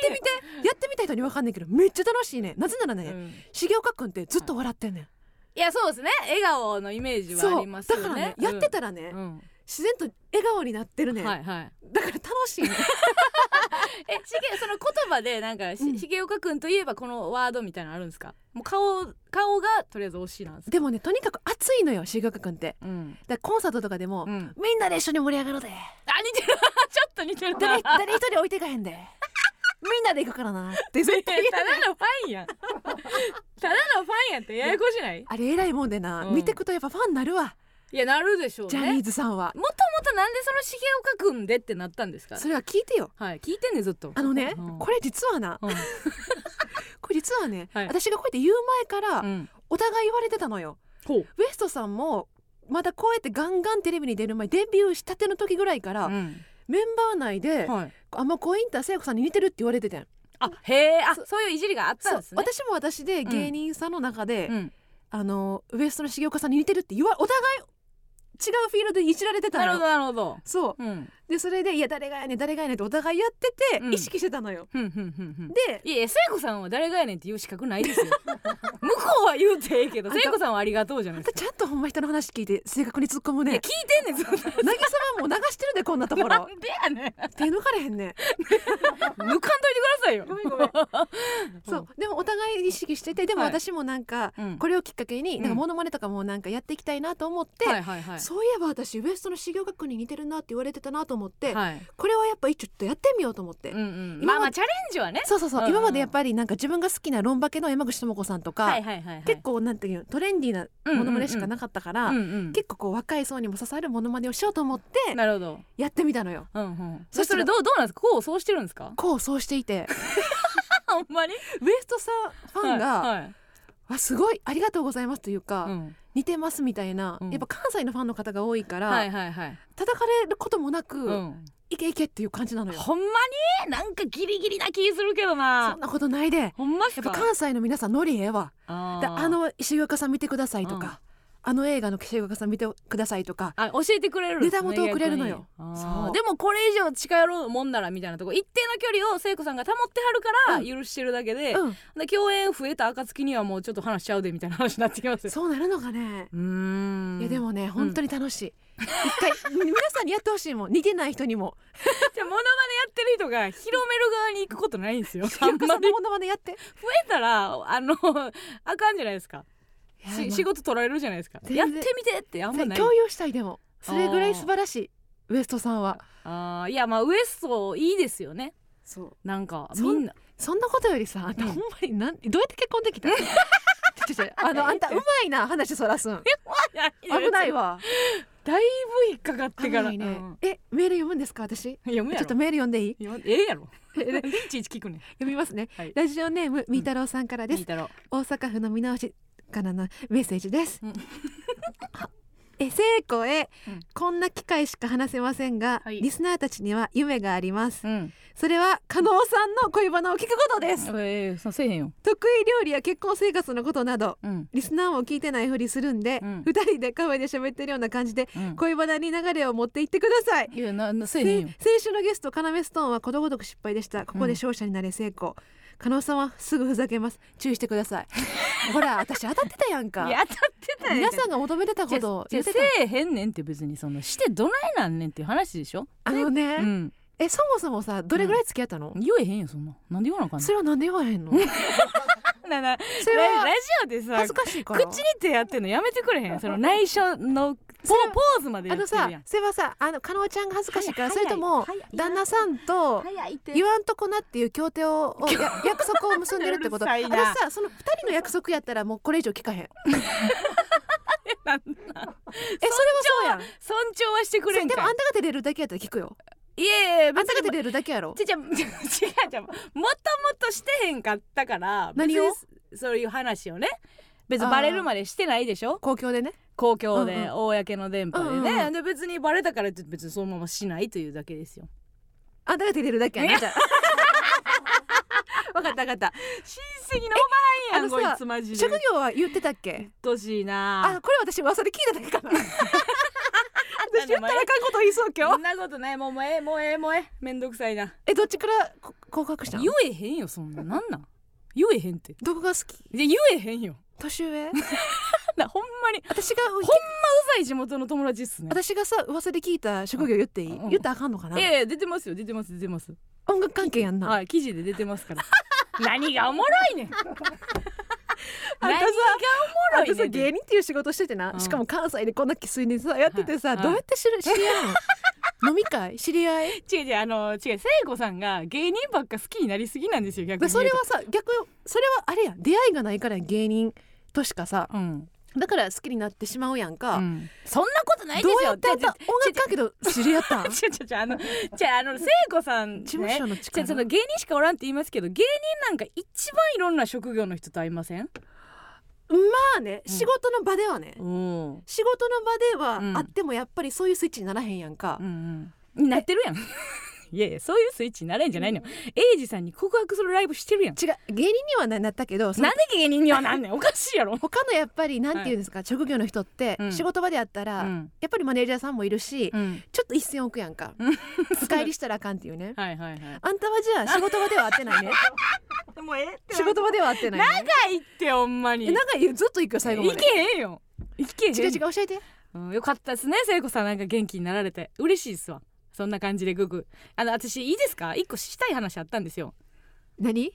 [SPEAKER 3] てみてやってみた人に分かんないけどめっちゃ楽しいねなぜなら
[SPEAKER 1] う
[SPEAKER 3] ね、
[SPEAKER 1] ん
[SPEAKER 3] 重岡君ってずっと笑ってんねん、
[SPEAKER 1] いやそうですね笑顔のイメージはあ
[SPEAKER 3] そ
[SPEAKER 1] り
[SPEAKER 3] う
[SPEAKER 1] ま
[SPEAKER 3] だ
[SPEAKER 1] す
[SPEAKER 3] か
[SPEAKER 1] よね
[SPEAKER 3] らね、やってたらね、
[SPEAKER 1] うんうん
[SPEAKER 3] 自然と笑顔になってるね、
[SPEAKER 1] はいはい
[SPEAKER 3] だから楽 しいね
[SPEAKER 1] えしげその言葉でなんかし
[SPEAKER 3] うん
[SPEAKER 1] 重岡君といえばこのワードみたいなのあるんですかもう顔顔がとりあえず推しなんですか、
[SPEAKER 3] でもねとにかく熱いのよ重岡君って
[SPEAKER 1] うん
[SPEAKER 3] だからコンサートとかでも、
[SPEAKER 1] うん、
[SPEAKER 3] みんなで一緒に盛り上がろうで
[SPEAKER 1] あ似てる ちょっと似てるな
[SPEAKER 3] 誰誰一人置いてかへんでみんなで行くからなって絶対言 う
[SPEAKER 1] ただのファンやん ただのファンやってややこしない
[SPEAKER 3] あれ偉いもんでな、
[SPEAKER 1] うん
[SPEAKER 3] 見てくとやっぱファンになるわ
[SPEAKER 1] いやなるでしょう
[SPEAKER 3] ジャニ
[SPEAKER 1] ね
[SPEAKER 3] ーズさんは、
[SPEAKER 1] もともとなんでその重岡くんでってなったんですか
[SPEAKER 3] それは聞いてよ
[SPEAKER 1] はい聞いてんねずっと
[SPEAKER 3] あのね、
[SPEAKER 1] うん
[SPEAKER 3] これ実はな
[SPEAKER 1] うん
[SPEAKER 3] これ実はね、
[SPEAKER 1] はい
[SPEAKER 3] 私がこうやって言う前から、
[SPEAKER 1] うん
[SPEAKER 3] お互い言われてたのよ
[SPEAKER 1] ほう
[SPEAKER 3] ウエストさんもまだこうやってガンガンテレビに出る前デビューしたての時ぐらいから、
[SPEAKER 1] うん
[SPEAKER 3] メンバー内で、
[SPEAKER 1] はい
[SPEAKER 3] あんまこうインター聖子さんに似てるって言われててん
[SPEAKER 1] あへえあ
[SPEAKER 3] そ
[SPEAKER 1] そういういじりがあったんですね
[SPEAKER 3] そう私も私で芸人さんの中で、
[SPEAKER 1] うん
[SPEAKER 3] あのウエストの重岡さんに似てるって言わお互い違うフィールドでいじられてたの
[SPEAKER 1] な
[SPEAKER 3] よ
[SPEAKER 1] るほどなるほど
[SPEAKER 3] そう
[SPEAKER 1] うん
[SPEAKER 3] でそれで「いや誰がやねん誰がやねん」ってお互いやってて、
[SPEAKER 1] うん
[SPEAKER 3] 意識してたのよ
[SPEAKER 1] ふんふんふんふん
[SPEAKER 3] で
[SPEAKER 1] いや聖子さんは誰がやねんって言う資格ないですよ 向こうは言うてええけど
[SPEAKER 3] あん
[SPEAKER 1] 聖
[SPEAKER 3] た
[SPEAKER 1] 子さんはありがとうじゃな
[SPEAKER 3] あ
[SPEAKER 1] い
[SPEAKER 3] ん
[SPEAKER 1] で
[SPEAKER 3] た
[SPEAKER 1] すか
[SPEAKER 3] ちゃんとほんま人の話聞いて正確に突っ込む
[SPEAKER 1] いや
[SPEAKER 3] ね
[SPEAKER 1] 聞いてんねんずっ
[SPEAKER 3] 渚はもう流してるでこんなと
[SPEAKER 1] と
[SPEAKER 3] こ
[SPEAKER 1] な
[SPEAKER 3] ろ
[SPEAKER 1] んでやねん
[SPEAKER 3] 手抜かれへんねん
[SPEAKER 1] 抜かんといてくださいよ
[SPEAKER 3] ごめんごめん そうでもお互い意識しててでも
[SPEAKER 1] はい
[SPEAKER 3] 私もなんか、
[SPEAKER 1] うん
[SPEAKER 3] これをきっかけに
[SPEAKER 1] ん
[SPEAKER 3] なんかモノマネとかもなんかやっていきたいなと思って、
[SPEAKER 1] はいはいはい
[SPEAKER 3] そういえば私ウエストの修行学に似てるなって言われてたなと思って、
[SPEAKER 1] はい
[SPEAKER 3] これはやっぱ一応ちょっとやってみようと思って、
[SPEAKER 1] うんうん、
[SPEAKER 3] 今
[SPEAKER 1] まあ
[SPEAKER 3] ま
[SPEAKER 1] まあチャレンジはね
[SPEAKER 3] そうそうそう、
[SPEAKER 1] うんうん
[SPEAKER 3] 今までやっぱりなんか自分が好きなロンバケの山口智子さんとか、
[SPEAKER 1] はいはいはい、はい、
[SPEAKER 3] 結構なんていうのトレンディーなものまねしかなかったから、
[SPEAKER 1] うんうん、
[SPEAKER 3] 結構こう若い層にも刺さるものまねをしようと思って
[SPEAKER 1] なるほど、
[SPEAKER 3] やってみたのよ。
[SPEAKER 1] うんうん、
[SPEAKER 3] そ
[SPEAKER 1] そ
[SPEAKER 3] し
[SPEAKER 1] そ
[SPEAKER 3] たら
[SPEAKER 1] れどうどうなんですかこうそうしてるんです か
[SPEAKER 3] こうそうして いて
[SPEAKER 1] ほんまに
[SPEAKER 3] ウエストさんファンが、
[SPEAKER 1] はいはい
[SPEAKER 3] わすごいありがとうございますというか、
[SPEAKER 1] うん、
[SPEAKER 3] 似てますみたいな、
[SPEAKER 1] うん
[SPEAKER 3] やっぱ関西のファンの方が多いから、
[SPEAKER 1] はいはいはい、
[SPEAKER 3] 叩かれることもなく、
[SPEAKER 1] うん、
[SPEAKER 3] いけいけっていう感じなのよ。
[SPEAKER 1] ほんまになんかギリギリな気するけど
[SPEAKER 3] そ
[SPEAKER 1] なん
[SPEAKER 3] なことないでやっ
[SPEAKER 1] ほんまっす
[SPEAKER 3] ぱ
[SPEAKER 1] か
[SPEAKER 3] 関西の皆さんノリええわ。
[SPEAKER 1] あ
[SPEAKER 3] で
[SPEAKER 1] ー
[SPEAKER 3] あの石岡さん見てくださいとか、あの映画の石岡さん見てくださいとか
[SPEAKER 1] あ教えてくれるんですね
[SPEAKER 3] ネタ元をくれるのよ
[SPEAKER 1] 逆に
[SPEAKER 3] そう
[SPEAKER 1] あーでもこれ以上近寄るもんならみたいなとこ一定の距離を聖子さんが保ってはるから許してるだけで,、
[SPEAKER 3] うん
[SPEAKER 1] で共演増えた暁にはもうちょっと話しちゃうでみたいな話になってきますよ
[SPEAKER 3] そうなるのかね。
[SPEAKER 1] うーん
[SPEAKER 3] いやで もね本当に楽しい。一回 皆さんにやってほしいもん。逃げない人にも。
[SPEAKER 1] じゃあモノマネやってる人が広める側に行くことないんですよあん
[SPEAKER 3] 岡
[SPEAKER 1] ま
[SPEAKER 3] さん
[SPEAKER 1] り
[SPEAKER 3] のものまねやって。
[SPEAKER 1] 増えたらあのあかんじゃないですか
[SPEAKER 3] や
[SPEAKER 1] し
[SPEAKER 3] まあ
[SPEAKER 1] 仕事取られるじゃないですか
[SPEAKER 3] 全
[SPEAKER 1] や
[SPEAKER 3] 然
[SPEAKER 1] ってみてってあんまない
[SPEAKER 3] 共有したいでもそれぐらい素晴らしいウエストさんは
[SPEAKER 1] あーいやまあウエストいいですよね
[SPEAKER 3] そう
[SPEAKER 1] なんか
[SPEAKER 3] そ
[SPEAKER 1] み
[SPEAKER 3] ん
[SPEAKER 1] んな
[SPEAKER 3] そんなことよりさあんた
[SPEAKER 1] うん
[SPEAKER 3] ほんまになんどうやって結婚で きたちょちょちょあのあんたうまいな話そらすん危ない
[SPEAKER 1] わ
[SPEAKER 3] わ
[SPEAKER 1] だいぶ引っかかって
[SPEAKER 3] 危
[SPEAKER 1] か
[SPEAKER 3] な
[SPEAKER 1] ら
[SPEAKER 3] いね、
[SPEAKER 1] うん
[SPEAKER 3] えメール読むんですか私
[SPEAKER 1] 読むや
[SPEAKER 3] ちょっ
[SPEAKER 1] ろ
[SPEAKER 3] とメール読んでいい
[SPEAKER 1] 読んええやろ
[SPEAKER 3] え
[SPEAKER 1] いちいち聞くね
[SPEAKER 3] 読みますね、
[SPEAKER 1] はい
[SPEAKER 3] ラジオネームみーたろうさんからです
[SPEAKER 1] みー、たろ
[SPEAKER 3] 大阪府の見直しからのメッセージです、
[SPEAKER 1] うん
[SPEAKER 3] え成功へ、
[SPEAKER 1] うん
[SPEAKER 3] こんな機会しか話せませんが、
[SPEAKER 1] はい
[SPEAKER 3] リスナーたちには夢があります、
[SPEAKER 1] うん
[SPEAKER 3] それは加納さんの恋バナを聞くことです
[SPEAKER 1] ええそうせえへんよ
[SPEAKER 3] 得意料理や結婚生活のことなど
[SPEAKER 1] うん
[SPEAKER 3] リスナーも聞いてないふりするんで、
[SPEAKER 1] う
[SPEAKER 3] 二
[SPEAKER 1] ん
[SPEAKER 3] 人でカフェで喋ってるような感じで
[SPEAKER 1] うん
[SPEAKER 3] 恋バナに流れを持っていってください
[SPEAKER 1] いやななせえへん
[SPEAKER 3] 先
[SPEAKER 1] よ
[SPEAKER 3] 週のゲストカナメストーンはことごとく失敗でしたここで勝者になれ成功、加納さんはすぐふざけます注意してく ださいほら私当たってたやんか
[SPEAKER 1] いや当たってた
[SPEAKER 3] 皆
[SPEAKER 1] ん
[SPEAKER 3] さんが求めてたことを
[SPEAKER 1] じ
[SPEAKER 3] 言
[SPEAKER 1] ゃ
[SPEAKER 3] って
[SPEAKER 1] せ
[SPEAKER 3] た
[SPEAKER 1] えへんねんって別にそのしてどないなんねんっていう話でしょ
[SPEAKER 3] あのね、
[SPEAKER 1] うん
[SPEAKER 3] えそもそもさどれぐらい付き合ったの、
[SPEAKER 1] 言えへんよそんななんで言わなあかんの
[SPEAKER 3] それはなんで言わへんの
[SPEAKER 1] なな
[SPEAKER 3] それ
[SPEAKER 1] ラ
[SPEAKER 3] は
[SPEAKER 1] ジオでさ
[SPEAKER 3] 恥ずかしいから
[SPEAKER 1] 口に手やってんのやめてくれへんその内緒のポポーズまでや
[SPEAKER 3] あ
[SPEAKER 1] って
[SPEAKER 3] の
[SPEAKER 1] るやん
[SPEAKER 3] さそれはさあの加納ちゃんが恥ずかしいからそ
[SPEAKER 1] 早い
[SPEAKER 3] れとも
[SPEAKER 1] 早い
[SPEAKER 3] 旦那さんと
[SPEAKER 2] 早いって
[SPEAKER 3] 言わんとこなっていう協定ををや約束を結んでるってこと
[SPEAKER 1] うるさい
[SPEAKER 3] 私
[SPEAKER 1] な
[SPEAKER 3] さその二人の約束やったらもうこれ以上聞 かへんえ
[SPEAKER 1] なんなん
[SPEAKER 3] それはそうやん
[SPEAKER 1] 尊重はしてく
[SPEAKER 3] そ
[SPEAKER 1] れ
[SPEAKER 3] うんでも
[SPEAKER 1] か
[SPEAKER 3] あん
[SPEAKER 1] い
[SPEAKER 3] たが出れるだけやったら聞くよ
[SPEAKER 1] いやいや
[SPEAKER 3] あん
[SPEAKER 1] 別
[SPEAKER 3] たが出
[SPEAKER 1] に
[SPEAKER 3] れるだけやろ
[SPEAKER 1] ちちゃ違う違う違うもともとしてへんかったから
[SPEAKER 3] 何を
[SPEAKER 1] 別にそういう話をね別にバレるまでしてないでしょ
[SPEAKER 3] 公共でね
[SPEAKER 1] 公共で、
[SPEAKER 3] うんうん
[SPEAKER 1] 公の電波でね、
[SPEAKER 3] うんうん
[SPEAKER 1] で別にバレたからって別にそのまましないというだけですよ
[SPEAKER 3] あんたが出れるだけや
[SPEAKER 1] い
[SPEAKER 3] ね
[SPEAKER 1] や
[SPEAKER 3] じゃあわかったわかった
[SPEAKER 1] 親戚のおば
[SPEAKER 3] えあのさ
[SPEAKER 1] マジ
[SPEAKER 3] 職業は言ってたっけ
[SPEAKER 1] としいな
[SPEAKER 3] あこれ私噂で聞いただけ かな私言ったらあかんこと言いそ う今
[SPEAKER 1] そ
[SPEAKER 3] 日
[SPEAKER 1] んなことないもうもうええもうええもうええめんどくさいな
[SPEAKER 3] えどっちからこ告白したの
[SPEAKER 1] 言えへんよそんななんなん言えへんって
[SPEAKER 3] どこが好き
[SPEAKER 1] いや言えへんよ
[SPEAKER 3] 年上
[SPEAKER 1] なほんまにう
[SPEAKER 3] 私が
[SPEAKER 1] んざい地元の友達っすね
[SPEAKER 3] 私がさ噂で聞いた職業言っていい、
[SPEAKER 1] うん
[SPEAKER 3] 言ったらあかんのかな、
[SPEAKER 1] いやいや出てますよ出てます出てます
[SPEAKER 3] 音楽関係やんな、
[SPEAKER 1] はい記事で出てますから 何がおもろいねん何がおもろ
[SPEAKER 3] 私さ
[SPEAKER 1] いね
[SPEAKER 3] 芸
[SPEAKER 1] ん
[SPEAKER 3] 人っていう仕事しててな、
[SPEAKER 1] うん
[SPEAKER 3] しかも関西でこんな生粋にさやっててさ、
[SPEAKER 1] はい
[SPEAKER 3] どうやって知る知り合うの 飲み会知り合い
[SPEAKER 1] 違う違うあの違う聖子さんが芸人ばっか好きになりすぎなんですよ逆
[SPEAKER 3] で
[SPEAKER 1] に
[SPEAKER 3] それはさ逆それはあれや出会いがないから芸人としかさ
[SPEAKER 1] うん、
[SPEAKER 3] だから好きになってしまうやんか、
[SPEAKER 1] うんそんなことないです
[SPEAKER 3] ど
[SPEAKER 1] よ
[SPEAKER 3] うやってあんた音楽関係と知り 合ったん
[SPEAKER 1] ちょちょちょあのじゃあの聖子さんね
[SPEAKER 3] 事務所の
[SPEAKER 1] じゃ
[SPEAKER 3] 力
[SPEAKER 1] あその芸人しかおらんって言いますけど芸人なんか一番いろんな職業の人と会いません
[SPEAKER 3] まあね、仕事の場ではね、
[SPEAKER 1] うん
[SPEAKER 3] 仕事の場で
[SPEAKER 1] うん
[SPEAKER 3] はあってもやっぱりそういうスイッチにならへんやんか、
[SPEAKER 1] うんなってるやん いやいやそういうスイッチになれんじゃないのよエイジさんに告白するライブしてるやん
[SPEAKER 3] 違う芸人にはななったけどその
[SPEAKER 1] なんで芸人にはなんねんおかしいや ろ
[SPEAKER 3] 他のやっぱりなんていうんですか、職業の人って、
[SPEAKER 1] うん
[SPEAKER 3] 仕事場であったら、
[SPEAKER 1] うん
[SPEAKER 3] やっぱりマネージャーさんもいるし、
[SPEAKER 1] うん
[SPEAKER 3] ちょっと一線置くやんか使いりしたらあかんっていうね
[SPEAKER 1] はいはいはい
[SPEAKER 3] あんたはじゃあ仕事場では会ってな いね
[SPEAKER 1] もうええって
[SPEAKER 3] 仕事場では会ってない、ね、
[SPEAKER 1] 長いってほんまに
[SPEAKER 3] えなんか言うずっと行くよ最後ま
[SPEAKER 1] い
[SPEAKER 3] で
[SPEAKER 1] けへんよいけへん
[SPEAKER 3] 違う違う教えて
[SPEAKER 1] うん、よかったですね聖子さんなんか元気になられて嬉しいですわそんな感じでググあの私いいですか一個したい話あったんですよ
[SPEAKER 3] 何一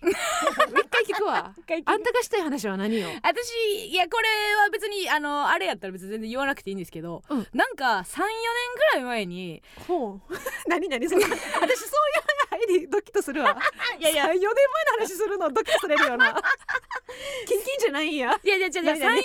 [SPEAKER 3] 回聞くわ
[SPEAKER 1] 回聞く
[SPEAKER 3] あんたがしたい話は何よ
[SPEAKER 1] 私いやこれは別にあのあれやったら別に全然言わなくていいんですけど、
[SPEAKER 3] うん
[SPEAKER 1] なんか34年ぐらい前に
[SPEAKER 3] ほう 何何そんな私そういう入りドキッとするわ
[SPEAKER 1] いやいや
[SPEAKER 3] 4年前の話するのドキッとすれる よなキンキンじゃないんや
[SPEAKER 1] いやいやいやいや34
[SPEAKER 3] 何々
[SPEAKER 1] 年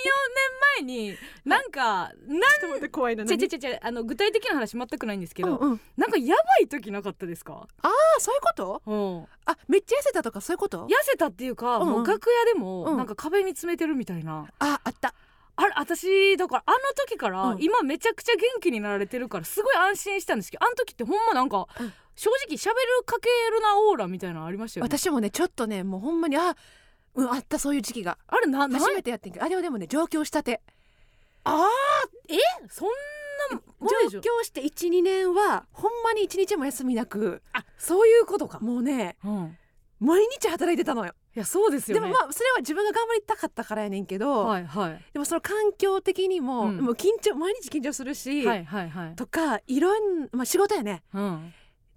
[SPEAKER 1] 前になんかなん
[SPEAKER 3] ちょっと待って怖いな
[SPEAKER 1] ちゃちゃ
[SPEAKER 3] 何
[SPEAKER 1] ちゃちゃあの具体的な話全くないんですけ
[SPEAKER 3] う
[SPEAKER 1] ど、
[SPEAKER 3] んうん
[SPEAKER 1] なんかやばい時なかったですか、
[SPEAKER 3] あそういうこと
[SPEAKER 1] うん、
[SPEAKER 3] あめっちゃ痩せたとかそういうこと
[SPEAKER 1] 痩せたっていうか、
[SPEAKER 3] うんうん
[SPEAKER 1] もう楽屋でも、
[SPEAKER 3] うん
[SPEAKER 1] なんか壁に詰めてるみたいな
[SPEAKER 3] ああった
[SPEAKER 1] あれ私だからあの時から、
[SPEAKER 3] うん
[SPEAKER 1] 今めちゃくちゃ元気になられてるからすごい安心したんですけどあの時ってほんまなんか、
[SPEAKER 3] うん
[SPEAKER 1] 正直喋るかけるなオーラみたいなのありましたよね
[SPEAKER 3] 私もねちょっとねもうほんまにあうんあったそういう時期が
[SPEAKER 1] あれなな
[SPEAKER 3] 初めてやってんけどあれはでもね上京したてあ
[SPEAKER 1] そんなもんでし
[SPEAKER 3] 上
[SPEAKER 1] ょ
[SPEAKER 3] 京して12年はほんまに一日も休みなく
[SPEAKER 1] あそういうことか、
[SPEAKER 3] もうね
[SPEAKER 1] うん、い
[SPEAKER 3] 毎日働いてたのよ
[SPEAKER 1] やそうです
[SPEAKER 3] で
[SPEAKER 1] よ
[SPEAKER 3] も
[SPEAKER 1] ね
[SPEAKER 3] まあそれは自分が頑張りたかったからやねんけど、
[SPEAKER 1] はいはい
[SPEAKER 3] でもその環境的にも、
[SPEAKER 1] うん
[SPEAKER 3] もう緊張毎日緊張するし、
[SPEAKER 1] はいはいはい、
[SPEAKER 3] とかいろんまあ仕事やね
[SPEAKER 1] うん、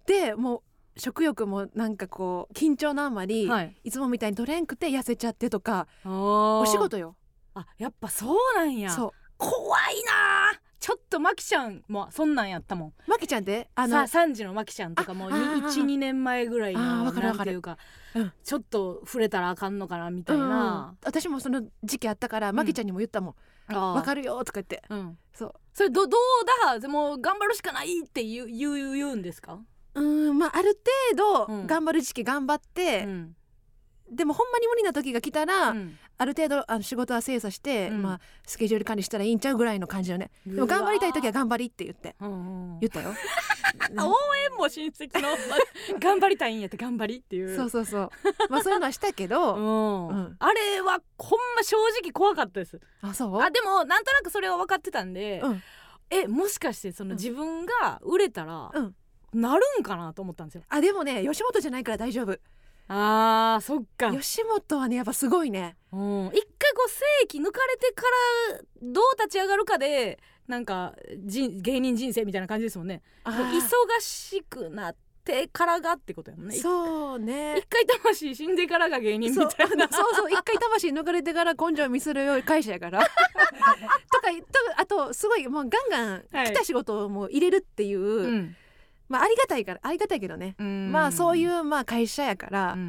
[SPEAKER 3] でもう食欲もなんかこう緊張のあまり、、
[SPEAKER 1] はいい
[SPEAKER 3] つもみたいに取れんくて痩せちゃってとか
[SPEAKER 1] お
[SPEAKER 3] お仕事よ
[SPEAKER 1] あやっぱそうなんや
[SPEAKER 3] そ
[SPEAKER 1] 怖いなちょっとマキちゃんもそんなんやったもん
[SPEAKER 3] うマキちゃんってあの
[SPEAKER 1] さ3時のマキちゃんとかも
[SPEAKER 3] ああー
[SPEAKER 1] 12年前ぐらいの
[SPEAKER 3] あー
[SPEAKER 1] な
[SPEAKER 3] わかるわ
[SPEAKER 1] ん
[SPEAKER 3] か
[SPEAKER 1] て
[SPEAKER 3] る
[SPEAKER 1] いうか
[SPEAKER 3] うん
[SPEAKER 1] ちょっと触れたらあかんのかなみたい
[SPEAKER 3] うん
[SPEAKER 1] な、
[SPEAKER 3] 私もその時期あったからマキちゃんにも言ったもん「わ、
[SPEAKER 1] わ
[SPEAKER 3] か
[SPEAKER 1] る
[SPEAKER 3] るよ」とか言って
[SPEAKER 1] うん
[SPEAKER 3] そう
[SPEAKER 1] それどどうだもう頑張るしかないって言う言う言うんですか、
[SPEAKER 3] うんまあある程
[SPEAKER 1] うん
[SPEAKER 3] 度頑張る時期頑張っ
[SPEAKER 1] う
[SPEAKER 3] て、
[SPEAKER 1] ん
[SPEAKER 3] でもほんまに無理な時が来たら、
[SPEAKER 1] うん
[SPEAKER 3] ある程度あの仕事は精査して、
[SPEAKER 1] うん
[SPEAKER 3] まあ、スケジュール管理したらいいんちゃうぐらいの感じよねでも頑張りたい時は頑張りって言って
[SPEAKER 1] うんうん、
[SPEAKER 3] 言った よ
[SPEAKER 1] あ応援も親戚 の 頑張りたいんやって頑張りっていう
[SPEAKER 3] そうそうそうまあそういうのはしたけ
[SPEAKER 1] う
[SPEAKER 3] ど、
[SPEAKER 1] ん
[SPEAKER 3] うん
[SPEAKER 1] あれはほんま正直怖かったです
[SPEAKER 3] あそう
[SPEAKER 1] あでもなんとなくそれは分かってたんで、
[SPEAKER 3] うん
[SPEAKER 1] えもしかしてその自分が売れたら、
[SPEAKER 3] うん
[SPEAKER 1] なるんかなと思ったんですよ
[SPEAKER 3] あでもね吉本じゃないから大丈夫
[SPEAKER 1] あーそっか、うん、一
[SPEAKER 3] 吉本はねやっぱすごいね
[SPEAKER 1] 回こう正規抜かれてからどう立ち上がるかでなんか人芸人人生みたいな感じですもんね
[SPEAKER 3] あ
[SPEAKER 1] 忙
[SPEAKER 3] ー
[SPEAKER 1] しくなってからがってことやもんね一
[SPEAKER 3] そうね
[SPEAKER 1] 回魂死んでからが芸人み
[SPEAKER 3] そう
[SPEAKER 1] たいな
[SPEAKER 3] あのそうそう一回魂抜かれてから根性見せるよう会社やか らとかとあとすごいもうガンガ
[SPEAKER 1] は
[SPEAKER 3] ン
[SPEAKER 1] い
[SPEAKER 3] 来た仕事をもう入れるっていう、
[SPEAKER 1] うん
[SPEAKER 3] まあありがたいからありがたいけどね、
[SPEAKER 1] うん
[SPEAKER 3] まあそういううまあ会社やから、
[SPEAKER 1] んうん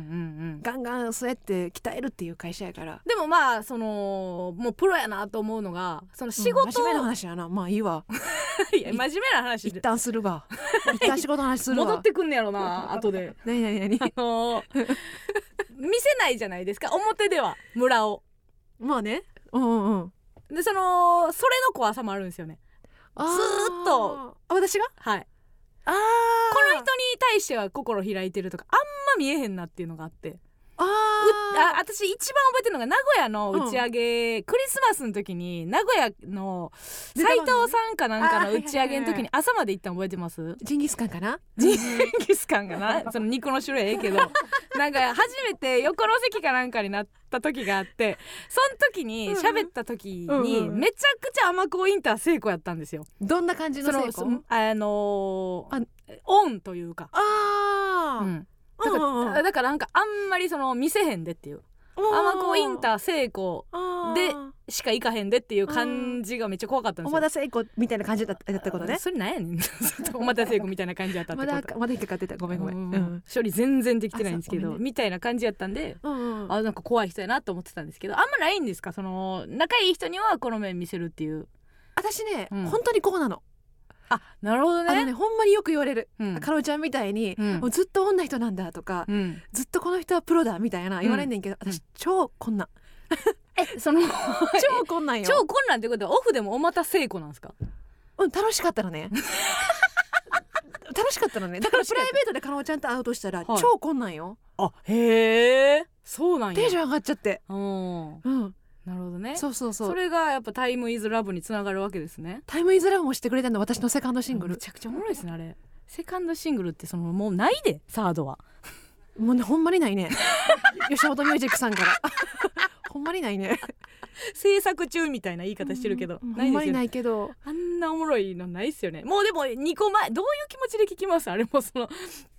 [SPEAKER 1] うん
[SPEAKER 3] ガンガンそうやって鍛えるっていう会社やから
[SPEAKER 1] でもまあそのもうプロやなと思うのがその仕事を、
[SPEAKER 3] うん真面目な話やなまあい いわ
[SPEAKER 1] いや真面目な話
[SPEAKER 3] 一
[SPEAKER 1] で
[SPEAKER 3] 旦するわ一旦仕事の話するわ
[SPEAKER 1] 戻ってくんねやろ な後で
[SPEAKER 3] 何何 何
[SPEAKER 1] あのー見せないじゃないですか表では村を
[SPEAKER 3] まあねうんうんうん
[SPEAKER 1] でそのそれの怖さもあるんですよね
[SPEAKER 3] あ
[SPEAKER 1] ずーっと
[SPEAKER 3] あ私が
[SPEAKER 1] はい
[SPEAKER 3] あー
[SPEAKER 1] この人に対しては心開いてるとかあんま見えへんなっていうのがあって
[SPEAKER 3] あ
[SPEAKER 1] う
[SPEAKER 3] ー
[SPEAKER 1] あ私一番覚えてるのが名古屋の打ち上げ、クリスマスの時に名古屋の
[SPEAKER 3] 出
[SPEAKER 1] 斎
[SPEAKER 3] てますね
[SPEAKER 1] 藤さんかなんかの打ち上げの
[SPEAKER 3] あはいはいはい
[SPEAKER 1] 時に朝まで行ったの覚えてます
[SPEAKER 3] ジンギスカンかな
[SPEAKER 1] ジンギスカンが なその肉の種類ええけどなんか初めて横の席かなんかになった時があってその時に喋った時
[SPEAKER 3] うんうんう
[SPEAKER 1] に
[SPEAKER 3] んうん
[SPEAKER 1] めちゃくちゃ甘子インター聖子やったんですよ。
[SPEAKER 3] どんな感じの
[SPEAKER 1] そ
[SPEAKER 3] 成
[SPEAKER 1] の
[SPEAKER 3] 功
[SPEAKER 1] そあのーオンというか。
[SPEAKER 3] あ
[SPEAKER 1] う
[SPEAKER 3] ー
[SPEAKER 1] んだから,、
[SPEAKER 3] うんうんうん
[SPEAKER 1] だからなんかあんまりその見せへんでっていう甘子インター聖子
[SPEAKER 3] ー
[SPEAKER 1] でしか行かへんでっていう感じがめっちゃ怖かったんで
[SPEAKER 3] お
[SPEAKER 1] すよ。
[SPEAKER 3] まだ成功みたいな感じだっただったことね
[SPEAKER 1] それなんやねん ちょっとおまたせいこみたいな感じやったってこ
[SPEAKER 3] ま
[SPEAKER 1] と
[SPEAKER 3] だまだ引っかかってたごめんごめん
[SPEAKER 1] う
[SPEAKER 3] うん
[SPEAKER 1] 処理全然できてないんですけ
[SPEAKER 3] あそう
[SPEAKER 1] ど、
[SPEAKER 3] ごめんね
[SPEAKER 1] みたいな感じやったんで
[SPEAKER 3] うんうん
[SPEAKER 1] あなんか怖い人やなと思ってたんですけどあんまないんですかその仲いい人にはこの面見せるっていう
[SPEAKER 3] 私ね
[SPEAKER 1] うん
[SPEAKER 3] 本当にこうなの
[SPEAKER 1] あなるほど
[SPEAKER 3] あの
[SPEAKER 1] ね
[SPEAKER 3] ねほんまによく言われる
[SPEAKER 1] うん
[SPEAKER 3] カロちゃんみたいに
[SPEAKER 1] うん
[SPEAKER 3] もうずっと女人なんだとか
[SPEAKER 1] うん
[SPEAKER 3] ずっとこの人はプロだみたいな言われんねんけど
[SPEAKER 1] うん
[SPEAKER 3] 私超こんなん
[SPEAKER 1] え その
[SPEAKER 3] 超こんなんよ
[SPEAKER 1] 超混乱ってことはオフでもおまた聖子なんですか
[SPEAKER 3] うん楽しかったの ね楽しかったのねだから
[SPEAKER 1] 楽し
[SPEAKER 3] プ
[SPEAKER 1] かった
[SPEAKER 3] ライベートでカロちゃんと会うとしたら
[SPEAKER 1] はい
[SPEAKER 3] 超こんなんよ
[SPEAKER 1] あへえそうなんや
[SPEAKER 3] テンション上がっちゃって
[SPEAKER 1] うん
[SPEAKER 3] うん
[SPEAKER 1] なるほどねそ
[SPEAKER 3] そうそうそう
[SPEAKER 1] れがやっぱタイムイズラブにつながるわけですね
[SPEAKER 3] タイムイズラブもしてくれたの私のセカンドシング
[SPEAKER 1] め
[SPEAKER 3] ル
[SPEAKER 1] ちゃくちゃおもろいですねあれセカンドシングルってそのもうないでサードは
[SPEAKER 3] もうねほんまにないね 吉本ミュージックさんから ほんまにないね
[SPEAKER 1] 制作中みたいな言い方してるけど、
[SPEAKER 3] うん
[SPEAKER 1] な
[SPEAKER 3] ほ
[SPEAKER 1] い
[SPEAKER 3] ん
[SPEAKER 1] で
[SPEAKER 3] ますに
[SPEAKER 1] よ
[SPEAKER 3] な
[SPEAKER 1] ね
[SPEAKER 3] いけど
[SPEAKER 1] あんなおもろいのないっすよねもうでも2個前どういう気持ちで聞きますあれもその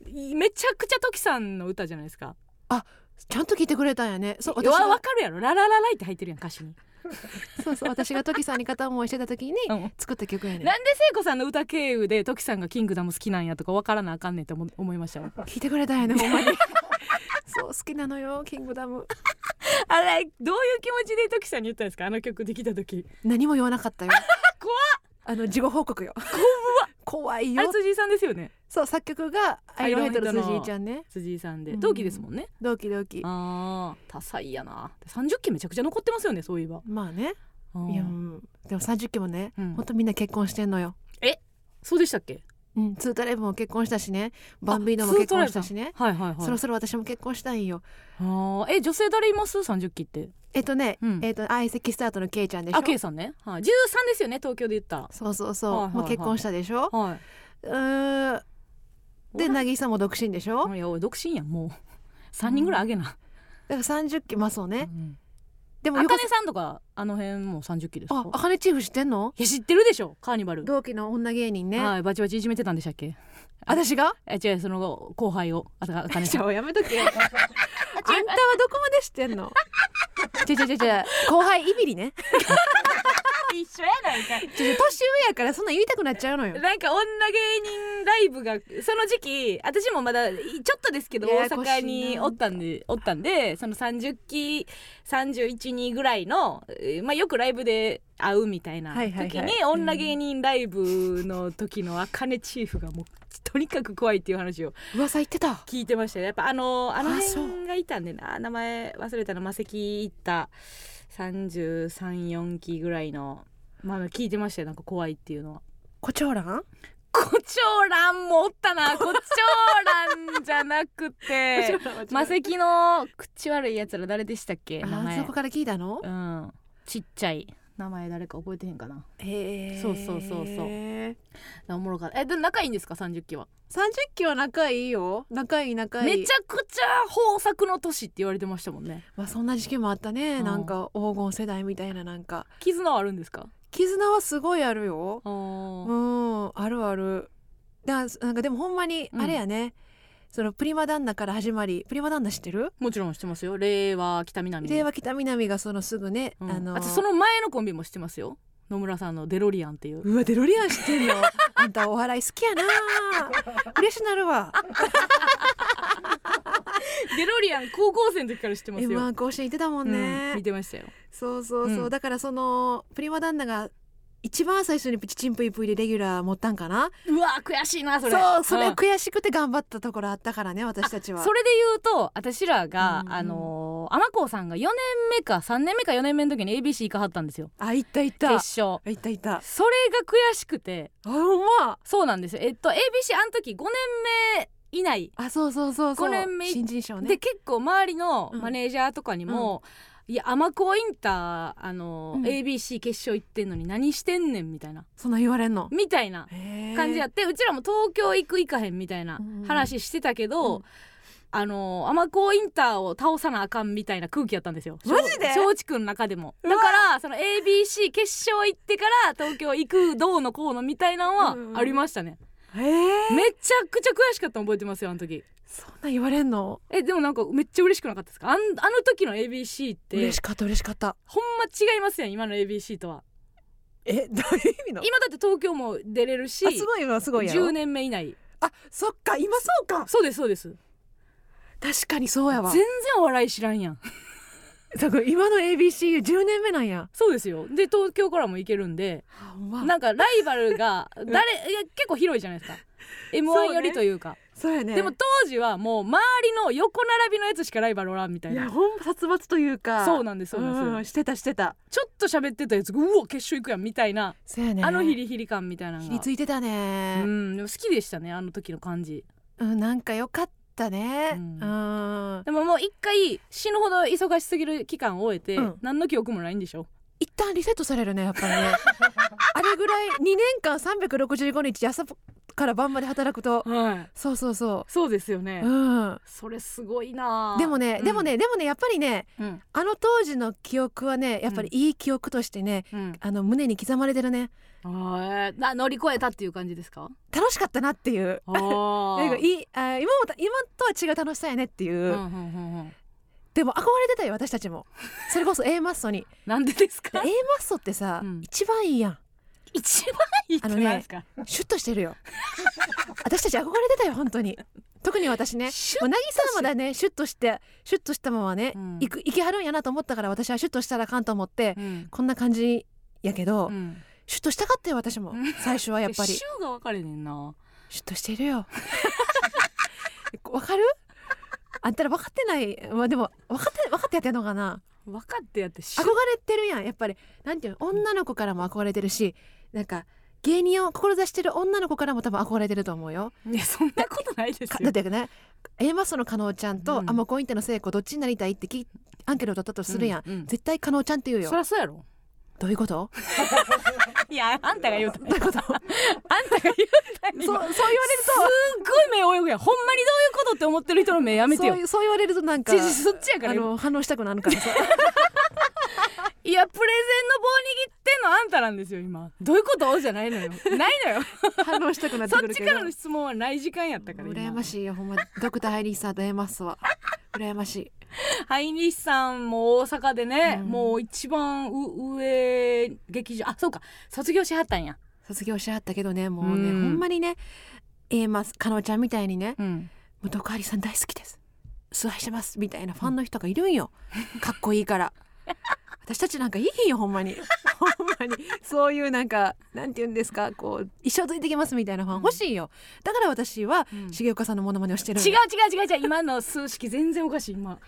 [SPEAKER 1] いめちゃくちゃ時さんの歌じゃないですか
[SPEAKER 3] ちゃんと聞いてくれたんやねそう
[SPEAKER 1] わ
[SPEAKER 3] 私
[SPEAKER 1] わ
[SPEAKER 3] は
[SPEAKER 1] かるやろラララライって入ってるやん歌詞に、
[SPEAKER 3] そうそう私がトキさんに片思いして た時に
[SPEAKER 1] うん
[SPEAKER 3] 作った曲やね
[SPEAKER 1] なんで聖子さんの歌経由で時さんが「キングダム」好きなんやとかわからなあかんねんって思思いましたわ
[SPEAKER 3] 聞いてくれたんやねほんまに そう好きなのよキングダム
[SPEAKER 1] あれどういう気持ちで時さんに言ったんですかあの曲できた時
[SPEAKER 3] 何も言わなかったよ
[SPEAKER 1] 怖っ
[SPEAKER 3] あの事後報告よ怖い
[SPEAKER 1] あれ
[SPEAKER 3] よ
[SPEAKER 1] 辻井さんですよね
[SPEAKER 3] そう作曲がアイロンヘッドの辻井ちゃんね
[SPEAKER 1] 辻井さんで
[SPEAKER 3] うん
[SPEAKER 1] 同期ですもんね、
[SPEAKER 3] 同期同期
[SPEAKER 1] あー多彩やな30期めちゃくちゃ残ってますよねそういえば、
[SPEAKER 3] まあね
[SPEAKER 1] うん
[SPEAKER 3] いやうんでも30期もね、
[SPEAKER 1] うん
[SPEAKER 3] ほんとみんな結婚してんのよ
[SPEAKER 1] そうでしたっけ
[SPEAKER 3] うん、ツートライブも結婚したしねバンビーノも結婚したしね
[SPEAKER 1] はいはいはい
[SPEAKER 3] そろそろ私も結婚したいんよ
[SPEAKER 1] ああ、え、女性誰います三十期って。
[SPEAKER 3] えっとね、
[SPEAKER 1] うん
[SPEAKER 3] えっと相席スタートのケイちゃんでしょ
[SPEAKER 1] あ、けいさんね。はい、十三ですよね、東京で言った
[SPEAKER 3] そうそうそう、
[SPEAKER 1] はいはいはい
[SPEAKER 3] もう結婚したでしょ
[SPEAKER 1] ら。はい。
[SPEAKER 3] うーんで渚も独身でしょだか
[SPEAKER 1] いや、俺独身やん、もう。 三人ぐらいあげな。
[SPEAKER 3] ら30期まあそうね、
[SPEAKER 1] うん
[SPEAKER 3] でも
[SPEAKER 1] あ
[SPEAKER 3] よ
[SPEAKER 1] か
[SPEAKER 3] か
[SPEAKER 1] ねさんとか、あの辺も三十期ですか。
[SPEAKER 3] ああかねチーフ知ってんの
[SPEAKER 1] いや、知ってるでしょカーニバル。
[SPEAKER 3] 同期の女芸人ね、
[SPEAKER 1] はい、バチバチいじめてたんでしたっけ。
[SPEAKER 3] 私が
[SPEAKER 1] え、違う、その後後輩を、あ、あかね
[SPEAKER 3] じ
[SPEAKER 1] さ
[SPEAKER 3] ゃ
[SPEAKER 1] ん。
[SPEAKER 3] あやめとけあんたはどこまで知ってんのちょちょちょちょ後輩イビリね
[SPEAKER 1] 一緒やないかい
[SPEAKER 3] ちょちょ年上やからそんなん言いたくなっちゃう のよ
[SPEAKER 1] なんか女芸人ライブがその時期私もまだいちょっとですけど
[SPEAKER 3] や
[SPEAKER 1] 大
[SPEAKER 3] やこしいな
[SPEAKER 1] 阪におったんでおったんでその30期31人ぐらいの、えーまあ、よくライブで会うみたいな
[SPEAKER 3] はい
[SPEAKER 1] 時に、
[SPEAKER 3] はいはい
[SPEAKER 1] 女芸人ライブの時のあかねチーフがもうとにかく怖いっていう話を
[SPEAKER 3] 噂言ってた
[SPEAKER 1] 聞いてましたよやっぱあのあの
[SPEAKER 3] あそう
[SPEAKER 1] 辺がいたんでな名前忘れたのマセキ行った334期ぐらいの、まあ、聞いてましたよなんか怖いっていうのは。
[SPEAKER 3] 胡蝶蘭
[SPEAKER 1] 胡蝶蘭もおった な胡蝶蘭じゃなくてマセキの口悪いやつら誰でしたっけ
[SPEAKER 3] あ
[SPEAKER 1] 名前
[SPEAKER 3] そこから聞いたの
[SPEAKER 1] うんちっちゃい名前誰か覚えてへんかな
[SPEAKER 3] へえ
[SPEAKER 1] そうそうそうそう
[SPEAKER 3] 30
[SPEAKER 1] おもろかったえでも仲いいんですか30期は、
[SPEAKER 3] 期は仲いいよ仲いい仲いい
[SPEAKER 1] めちゃくちゃ豊作の年って言われてましたもんね
[SPEAKER 3] まあそんな時期もあったね、
[SPEAKER 1] うん
[SPEAKER 3] なんか黄金世代みたいななんか
[SPEAKER 1] 絆はあるんですか
[SPEAKER 3] 絆はすごいあるようんあるあるだからなんかでもほんまに
[SPEAKER 1] うん
[SPEAKER 3] あれやね、そのプリマ旦那から始まりプリマ旦那知ってる
[SPEAKER 1] もちろん知ってますよ令和北南
[SPEAKER 3] 令和北南がそのすぐね、
[SPEAKER 1] うん
[SPEAKER 3] あの
[SPEAKER 1] あとその前のコンビも知ってますよ野村さんのデロリアンっていう
[SPEAKER 3] うわデロリアン知ってんの あんたお笑い好きやな嬉しなるわ
[SPEAKER 1] デロリアン高校生の時から知ってますよ、
[SPEAKER 3] M1 甲子園行ってたもんね、
[SPEAKER 1] うん見てましたよ
[SPEAKER 3] そうそうそう、
[SPEAKER 1] うん
[SPEAKER 3] だからそのプリマ旦那が一番最初にプチチンプイプイでレギュラー持ったんかな
[SPEAKER 1] うわ悔しいなそれ
[SPEAKER 3] そうそれ
[SPEAKER 1] ん
[SPEAKER 3] 悔しくて頑張ったところあったからね私たちは
[SPEAKER 1] それで言うと私らが、
[SPEAKER 3] うんうん
[SPEAKER 1] あのー天子さんが4年目か3年目か4年目の時に ABC 行かはったんですよ
[SPEAKER 3] あいったいっ
[SPEAKER 1] 決
[SPEAKER 3] た
[SPEAKER 1] 勝
[SPEAKER 3] いたいたあ
[SPEAKER 1] それが悔しくて
[SPEAKER 3] ほんま
[SPEAKER 1] そうなんですよえっと ABC あの時5年目以内
[SPEAKER 3] あそうそうそうそう
[SPEAKER 1] 五年目
[SPEAKER 3] 新人賞ね
[SPEAKER 1] で結構周りの
[SPEAKER 3] うん
[SPEAKER 1] マネージャーとかにも「いや天子インター、あのー
[SPEAKER 3] うん
[SPEAKER 1] ABC 決勝行ってんのに何してんねん」みたいな
[SPEAKER 3] そんな言われんの
[SPEAKER 1] みたいな感じや
[SPEAKER 3] っ
[SPEAKER 1] ってうちらも東京行く行かへんみたいな
[SPEAKER 3] うんうん
[SPEAKER 1] 話してたけ
[SPEAKER 3] う
[SPEAKER 1] ど
[SPEAKER 3] ん
[SPEAKER 1] あの天子インターを倒さなあかんみたいな空気やったんですよ
[SPEAKER 3] マジで
[SPEAKER 1] しょ松竹の中でもだからその ABC 決勝行ってから東京行くどうのこうのみたいなのは
[SPEAKER 3] うんうん
[SPEAKER 1] ありましたね
[SPEAKER 3] へえ
[SPEAKER 1] めちゃくちゃ悔しかったの覚えてますよあの時
[SPEAKER 3] そんな言われんの
[SPEAKER 1] えでもなんかめっちゃ嬉しくなかったですかあんあの時の ABC って
[SPEAKER 3] 嬉しかった嬉しかった
[SPEAKER 1] ほんま違いますやん今の ABC とは
[SPEAKER 3] えどういう意味の
[SPEAKER 1] 今だって東京も出れるし
[SPEAKER 3] あすごいわすごいやろ
[SPEAKER 1] 10年目以内
[SPEAKER 3] あそっか今そうか
[SPEAKER 1] そうですそうです
[SPEAKER 3] 確かにそうやわ
[SPEAKER 1] 全然お笑い知らんやん
[SPEAKER 3] そうか今の ABC10 年目なんや
[SPEAKER 1] そうですよで東京からも行けるんで
[SPEAKER 3] あほんま
[SPEAKER 1] なんかライバル が誰いや結構広いじゃないですか m
[SPEAKER 3] そう
[SPEAKER 1] 1
[SPEAKER 3] ね
[SPEAKER 1] よりというか
[SPEAKER 3] そうやね
[SPEAKER 1] でも当時はもう周りの横並びのやつしかライバルおらんみたい
[SPEAKER 3] いや
[SPEAKER 1] な
[SPEAKER 3] ほんま殺伐というか
[SPEAKER 1] そうなんですそうなん
[SPEAKER 3] ん
[SPEAKER 1] です
[SPEAKER 3] してたしてた
[SPEAKER 1] ちょっと喋ってたやつがうわ決勝行くやんみたいな
[SPEAKER 3] そうやね
[SPEAKER 1] あのヒリヒリ感みたいなの
[SPEAKER 3] ひ
[SPEAKER 1] が
[SPEAKER 3] りついてたね
[SPEAKER 1] うんでも好きでしたねあの時の感じ
[SPEAKER 3] うん、なんか良かったね。
[SPEAKER 1] う
[SPEAKER 3] うんん。
[SPEAKER 1] でももう一回死ぬほど忙しすぎる期間を終えて
[SPEAKER 3] うん
[SPEAKER 1] 何の記憶もないんでしょ
[SPEAKER 3] 一旦リセットされるね、やっぱり ね。あれぐらい、二年間三百六十五日朝から晩まで働くと。
[SPEAKER 1] はい
[SPEAKER 3] そうそうそ
[SPEAKER 1] そうですよね
[SPEAKER 3] う。うん。
[SPEAKER 1] それすごいなあ
[SPEAKER 3] でもね、
[SPEAKER 1] うん
[SPEAKER 3] でもね、でもね、やっぱりね、
[SPEAKER 1] うん
[SPEAKER 3] あの当時の記憶はね、やっぱりいい記憶としてね。
[SPEAKER 1] うん
[SPEAKER 3] あの胸に刻まれてるね。
[SPEAKER 1] あーな乗り越えたっていう感じですか
[SPEAKER 3] 楽しかったなっていう。
[SPEAKER 1] あ ー
[SPEAKER 3] なんかいい、あ、今もた、今とは違う楽しさやねっていう。
[SPEAKER 1] うんうんうんうん
[SPEAKER 3] でも憧れてたよ、私たちも。それこそ A マッ ソに。
[SPEAKER 1] なんでです
[SPEAKER 3] で
[SPEAKER 1] か
[SPEAKER 3] A マッソってさ、
[SPEAKER 1] うん
[SPEAKER 3] 一番いいやん。
[SPEAKER 1] 一番いいって
[SPEAKER 3] あの
[SPEAKER 1] なん
[SPEAKER 3] ね
[SPEAKER 1] ですか、
[SPEAKER 3] シュッとしてるよ私たち憧れてたよ本当に特に私ね
[SPEAKER 1] シュッ
[SPEAKER 3] もう渚はまだねシュッとしてシュッとしたままね、
[SPEAKER 1] うん
[SPEAKER 3] 行く行きはるんやなと思ったから私はシュッとしたらあかんと思って、
[SPEAKER 1] うん
[SPEAKER 3] こんな感じやけど、
[SPEAKER 1] うん
[SPEAKER 3] シュッとしたかったよ私も、
[SPEAKER 1] うん
[SPEAKER 3] 最初はやっぱり
[SPEAKER 1] え週が分かれねんな
[SPEAKER 3] シュッとしてるよ わかるあんたら分かってないまあでも分かって分かってやってんのかな
[SPEAKER 1] 分かってやってシュ
[SPEAKER 3] 憧れてるやんやっぱりなんていうの女の子からも憧れてるしなんか芸人を志してる女の子からも多分憧れてると思うよ
[SPEAKER 1] いやそんなことないです
[SPEAKER 3] かだ
[SPEAKER 1] よ
[SPEAKER 3] ってね A マッソの加納ちゃんと、
[SPEAKER 1] うん
[SPEAKER 3] アマコインテの聖子どっちになりたいってきアンケート取ったとするやん、
[SPEAKER 1] うんうん
[SPEAKER 3] 絶対加納ちゃんって言うよ
[SPEAKER 1] そりゃそうやろ
[SPEAKER 3] どういうこと
[SPEAKER 1] いやあんたが言うた
[SPEAKER 3] どういうこと
[SPEAKER 1] あんたが言うた
[SPEAKER 3] そうそう言われる
[SPEAKER 1] すっごい目泳ぐやんほんまにどういうことって思ってる人の目やめ
[SPEAKER 3] と
[SPEAKER 1] てよ
[SPEAKER 3] そうそう言われるとなんか
[SPEAKER 1] ちょちょそっちやから
[SPEAKER 3] あ
[SPEAKER 1] 今
[SPEAKER 3] の反応したくなるからさ
[SPEAKER 1] いやプレゼンの棒握ってんのあんたなんですよ今どういうことじゃないのよないのよ
[SPEAKER 3] 反応したくなって
[SPEAKER 1] そ
[SPEAKER 3] く
[SPEAKER 1] っ
[SPEAKER 3] る
[SPEAKER 1] ち
[SPEAKER 3] けど
[SPEAKER 1] からの質問はない時間やったから今
[SPEAKER 3] 羨ましいよほんまドクターハイリーさんと A マッソは羨ましい
[SPEAKER 1] ハイニシさんも大阪でね、
[SPEAKER 3] うん
[SPEAKER 1] もう一番う上劇場あそうか卒業しはったんや、
[SPEAKER 3] 卒業しはったけどねもうね、
[SPEAKER 1] うん
[SPEAKER 3] ほんまにねえー、まあ加納ちゃんみたいにね
[SPEAKER 1] うん、
[SPEAKER 3] 武藤かわりさん大好きです崇拝してますみたいなファンの人がいる んよかっこいいから私たちなんかいいよほんま にほんまにそういうなんかなんて言うんですかこう一生ついてきますみたいなファン欲しいよだから私は
[SPEAKER 1] うん
[SPEAKER 3] 重岡さんのモノマネをしてる
[SPEAKER 1] 違う
[SPEAKER 3] の
[SPEAKER 1] 違う違う違う今の数式全然おかしい 今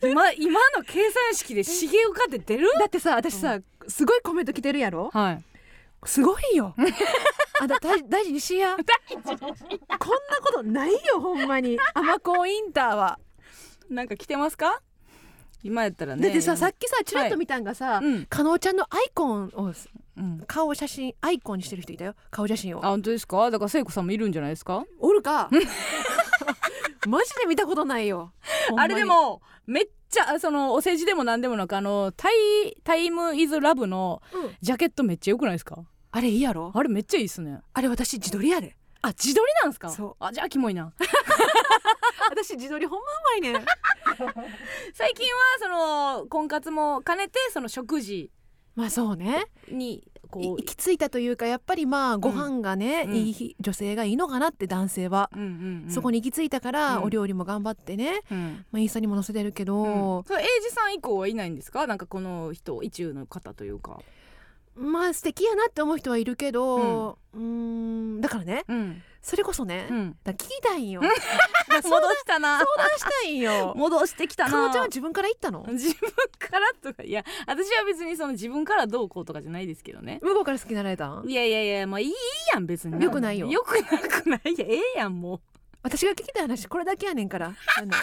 [SPEAKER 1] 今今の計算式で重岡って出る
[SPEAKER 3] だってさ私さ、すごいコメント来てるやろ
[SPEAKER 1] はい
[SPEAKER 3] すごいよあだ大 大事にしやこんなことないよほんまに甘子インターは、
[SPEAKER 1] なんか来てますか今やったらね
[SPEAKER 3] だってささっきさちらっと見たんがさ、
[SPEAKER 1] うん、
[SPEAKER 3] 加納ちゃんのアイコンを
[SPEAKER 1] うん、
[SPEAKER 3] 顔写真アイコンにしてる人いたよ顔写真
[SPEAKER 1] あ
[SPEAKER 3] を
[SPEAKER 1] 本当ですかだから聖子さんもいるんじゃないですか
[SPEAKER 3] おるか マジで見たことないよほんま
[SPEAKER 1] あ
[SPEAKER 3] に
[SPEAKER 1] れでもめっちゃあそのお世辞でも何でもなくあのタイ「タイムイズラブの
[SPEAKER 3] うん
[SPEAKER 1] ジャケットめっちゃ良くないですか
[SPEAKER 3] あれいいやろ
[SPEAKER 1] あれめっちゃいいっすね
[SPEAKER 3] あれ私自撮りやで
[SPEAKER 1] あ自撮りなんですか
[SPEAKER 3] そう
[SPEAKER 1] あじゃあキモい な
[SPEAKER 3] 私自撮りほんまうまいねん
[SPEAKER 1] 最近はその婚活も兼ねてその食事
[SPEAKER 3] まあそうね
[SPEAKER 1] に
[SPEAKER 3] い
[SPEAKER 1] こ
[SPEAKER 3] 行き着いたというかやっぱりまあご飯がね、
[SPEAKER 1] うん
[SPEAKER 3] いい日女性がいいのかなって男性は、
[SPEAKER 1] う、うんうんうん
[SPEAKER 3] そこに行き着いたから、
[SPEAKER 1] うん
[SPEAKER 3] お料理も頑張ってね、
[SPEAKER 1] うん
[SPEAKER 3] まあ、インスタにも載せてるけど、
[SPEAKER 1] うん、それ英二さん以降はいないんですかなんかこの人意中の方というか
[SPEAKER 3] まあ素敵やなって思う人はいるけどうーんだからね
[SPEAKER 1] うん
[SPEAKER 3] それこそね、
[SPEAKER 1] うん
[SPEAKER 3] だから聞きたいんよ
[SPEAKER 1] うん
[SPEAKER 3] だから相
[SPEAKER 1] 戻
[SPEAKER 3] 談
[SPEAKER 1] したな
[SPEAKER 3] 相談したいんよ
[SPEAKER 1] 戻してきた
[SPEAKER 3] か
[SPEAKER 1] な
[SPEAKER 3] のちゃんは自分から言ったの
[SPEAKER 1] 自分からとかいや私は別にその自分からどうこうとかじゃないですけどね
[SPEAKER 3] 向こうから好きになられたん
[SPEAKER 1] いやいやいやまあいいいいやん別に
[SPEAKER 3] よくないよ
[SPEAKER 1] よくなくないいやええやんも
[SPEAKER 3] 私が聞きたい話これだけやねんから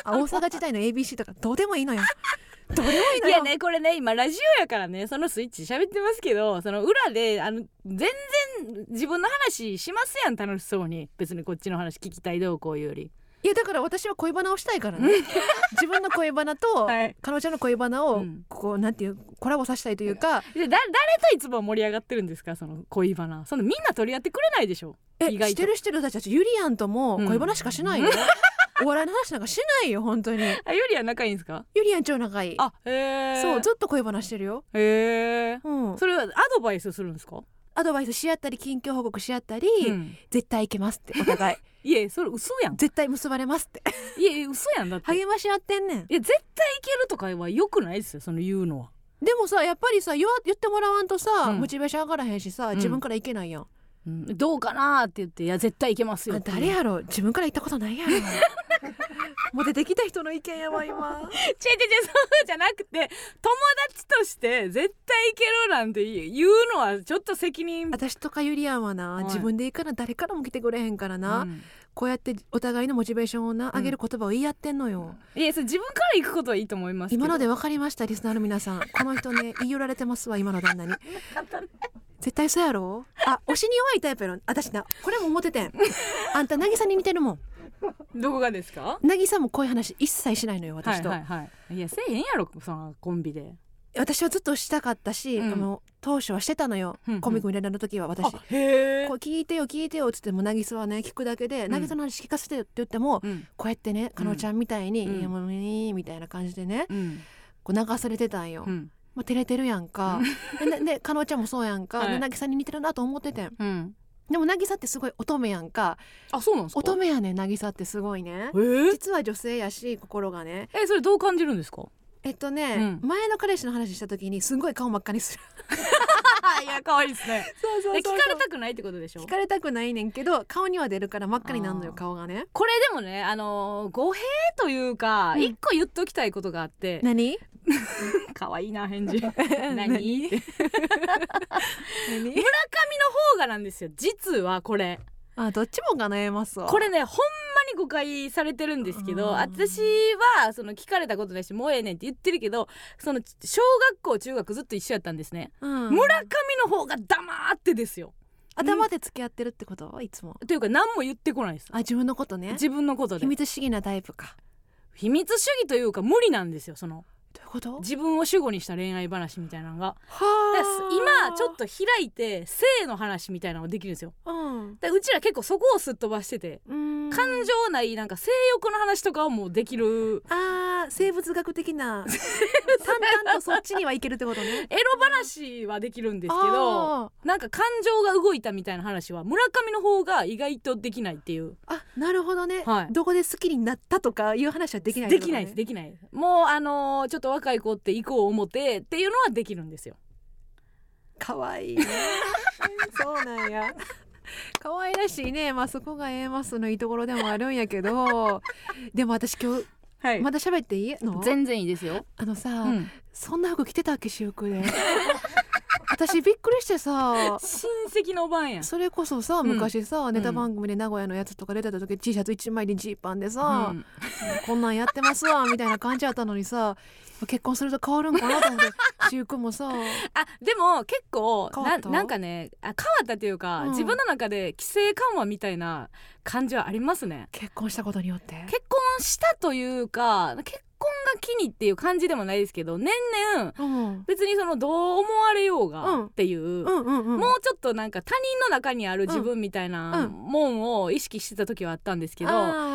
[SPEAKER 3] あの 青坂時代の ABC とかどうでもいいのよどうでもいいうの
[SPEAKER 1] い
[SPEAKER 3] よ
[SPEAKER 1] やねこれね今ラジオやからねそのスイッチ喋ってますけどその裏であの全然自分の話しますやん楽しそうに別にこっちの話聞きたいどうこうより
[SPEAKER 3] いやだから私は恋バナをしたいからね自分の恋バナと、
[SPEAKER 1] はい
[SPEAKER 3] 彼女の恋バナ
[SPEAKER 1] う
[SPEAKER 3] を
[SPEAKER 1] ん
[SPEAKER 3] こうなんていうコラボさせたいというか、
[SPEAKER 1] でだ誰といつも盛り上がってるんですかその恋バナそのみんな取り合ってくれないでしょ
[SPEAKER 3] え
[SPEAKER 1] 意外と
[SPEAKER 3] してるしてる私たちユリアンとも
[SPEAKER 1] うん
[SPEAKER 3] 恋バナしかしな いよ、お笑いの話なんかしないよ本当に
[SPEAKER 1] あよりは仲いいんですか
[SPEAKER 3] ユリアン超仲いい
[SPEAKER 1] あへえ
[SPEAKER 3] そうずっと恋バナしてるよ、
[SPEAKER 1] へえ
[SPEAKER 3] うん、
[SPEAKER 1] それはアドバイスするんですか、
[SPEAKER 3] アドバイスし合ったり近況報告し合ったり、
[SPEAKER 1] うん
[SPEAKER 3] 絶対いけますってお 互い
[SPEAKER 1] いやそれ嘘やん
[SPEAKER 3] 絶対結ばれますって
[SPEAKER 1] いやいや嘘やんだって、い、
[SPEAKER 3] 励まし合ってんねん
[SPEAKER 1] や絶対いけるとかはよくないですよその言うのは
[SPEAKER 3] でもさやっぱりさ言わ言ってもらわんとさ、
[SPEAKER 1] うん
[SPEAKER 3] モチベーション上がらへんしさ
[SPEAKER 1] ん
[SPEAKER 3] 自分からいけないやん、
[SPEAKER 1] どうかなって言って「いや絶対いけますよ」
[SPEAKER 3] あ誰やろ自分から言ったこ とないやろもう出てきた人の意見や わ今
[SPEAKER 1] 違う違う違うそうじゃなくて友達として絶対いけるなんて言うのはちょっと責任
[SPEAKER 3] 私とかゆりやんはな、
[SPEAKER 1] はい
[SPEAKER 3] 自分でいいから誰からも来てくれへんからな、
[SPEAKER 1] うん
[SPEAKER 3] こうやってお互いのモチベーションをな
[SPEAKER 1] うん
[SPEAKER 3] 上げる言葉を言い合ってんのよ、
[SPEAKER 1] いやそう自分から行くことはいいと思いますけど
[SPEAKER 3] 今ので分かりましたリスナーの皆さんこの人ね言い寄られてますわ今の旦那に絶対そうやろあ推しに弱いタイプやろ私なこれも思っててんあんた渚に似てるもん
[SPEAKER 1] どこがですか
[SPEAKER 3] 渚もこういう話一切しないのよ
[SPEAKER 1] は
[SPEAKER 3] 私
[SPEAKER 1] い
[SPEAKER 3] と、
[SPEAKER 1] はいはいいやせえへんやろそのコンビで
[SPEAKER 3] 私はずっとしたかったし、
[SPEAKER 1] うん
[SPEAKER 3] あの当初はしてたのよ、
[SPEAKER 1] うんうん
[SPEAKER 3] コミックに連絡の時は私、
[SPEAKER 1] へえ
[SPEAKER 3] こう聞いてよ聞いてよっつっても渚はね聞くだけで、
[SPEAKER 1] ん
[SPEAKER 3] 渚の話聞かせてよって言っても、
[SPEAKER 1] うん
[SPEAKER 3] こうやってね加納ちゃんみたいに「
[SPEAKER 1] うん
[SPEAKER 3] いやもういい」みたいな感じでね、
[SPEAKER 1] うん
[SPEAKER 3] こう流されてたんよ、
[SPEAKER 1] うん
[SPEAKER 3] まあ、照れてるやんかででで加納ちゃんもそうやんか、
[SPEAKER 1] はい
[SPEAKER 3] で渚に似てるなと思っててん
[SPEAKER 1] うん
[SPEAKER 3] でも渚ってすごい乙女やんか
[SPEAKER 1] あそうなんですか
[SPEAKER 3] 乙女やねん渚ってすごいね
[SPEAKER 1] え
[SPEAKER 3] 実は女性やし心がね
[SPEAKER 1] えそれどう感じるんですか
[SPEAKER 3] えっとね、
[SPEAKER 1] うん
[SPEAKER 3] 前の彼氏の話した時にすんごい顔真っ赤にする
[SPEAKER 1] いや可愛いですね
[SPEAKER 3] そうそ
[SPEAKER 1] 聞かれたくないってことでしょ
[SPEAKER 3] 聞かれたくないねんけど顔には出るから真っ赤になるのよ
[SPEAKER 1] あー
[SPEAKER 3] 顔がね
[SPEAKER 1] これでもねあのー語弊というか
[SPEAKER 3] うん
[SPEAKER 1] 一個言っときたいことがあって
[SPEAKER 3] 何
[SPEAKER 1] 可愛いな返事 何って
[SPEAKER 3] 何
[SPEAKER 1] 方がなんですよ実はこれ
[SPEAKER 3] あどっちも叶えますわ
[SPEAKER 1] これねほんまに誤解されてるんですけ
[SPEAKER 3] う
[SPEAKER 1] ど
[SPEAKER 3] ん
[SPEAKER 1] 私はその聞かれたことないしもうええねんって言ってるけどその小学校中学ずっと一緒やったんですね
[SPEAKER 3] うん
[SPEAKER 1] 村上の方が黙ってですよ
[SPEAKER 3] 頭で付き合ってるってこといつも
[SPEAKER 1] というか何も言ってこないです
[SPEAKER 3] あ自分のことね
[SPEAKER 1] 自分のことで
[SPEAKER 3] 秘密主義なタイプか
[SPEAKER 1] 秘密主義というか無理なんですよその
[SPEAKER 3] どういうこと
[SPEAKER 1] 自分を主語にした恋愛話みたいなのがだから
[SPEAKER 3] は
[SPEAKER 1] 今ちょっと開いて性の話みたいなのができるんですよ
[SPEAKER 3] とうん
[SPEAKER 1] だからうちら結構そこをすっ飛ばしてて
[SPEAKER 3] うん
[SPEAKER 1] 感情ないなんか性欲の話とかはもうできる
[SPEAKER 3] あな生物学 的な淡々とそっちには行けるってことね。
[SPEAKER 1] エロ話はできるんですけど
[SPEAKER 3] あ
[SPEAKER 1] なんか感情が動いたみたいな話は村上の方が意外とできないっていう
[SPEAKER 3] ーあなるほどね、
[SPEAKER 1] はい
[SPEAKER 3] どこで好きになったとかいう話はできないって
[SPEAKER 1] で
[SPEAKER 3] こと
[SPEAKER 1] き
[SPEAKER 3] ね、
[SPEAKER 1] ないですできないですもうあのーちょっと若い子って行こう思ってっていうのはできるんですよ
[SPEAKER 3] 可 愛いねそうなんや可愛らしいねまあそこが A マスのいいところでもあるんやけどでも私今日
[SPEAKER 1] は
[SPEAKER 3] まだ喋っていいの
[SPEAKER 1] 全然いいですよ、
[SPEAKER 3] あのさ、
[SPEAKER 1] うん、
[SPEAKER 3] そんな服着てたっけ私服で私びっくりしてさ
[SPEAKER 1] 親戚の番やん
[SPEAKER 3] それこそさ
[SPEAKER 1] うん
[SPEAKER 3] 昔さ、ネタ番組で名古屋のやつとか出てた時、T シャツ1枚でジーパンでさ、
[SPEAKER 1] うん
[SPEAKER 3] こんなんやってますわ みたいな感じやったのにさ結婚すると変わるんかなと思 って私服もさ
[SPEAKER 1] あでも結構
[SPEAKER 3] 変わ
[SPEAKER 1] な
[SPEAKER 3] った
[SPEAKER 1] なんかねあ変わったというか、
[SPEAKER 3] うん
[SPEAKER 1] 自分の中で規制緩和みたいな感じはありますね
[SPEAKER 3] 結婚したことによって
[SPEAKER 1] 結婚したというか結婚が気にっていう感じでもないですけど年々
[SPEAKER 3] うん
[SPEAKER 1] 別にそのどう思われようが
[SPEAKER 3] うん
[SPEAKER 1] っていう、
[SPEAKER 3] うんうんうん
[SPEAKER 1] もうちょっとなんか他人の中にある自分みたいな
[SPEAKER 3] うん
[SPEAKER 1] もんを意識してた時はあったんですけど、
[SPEAKER 3] あ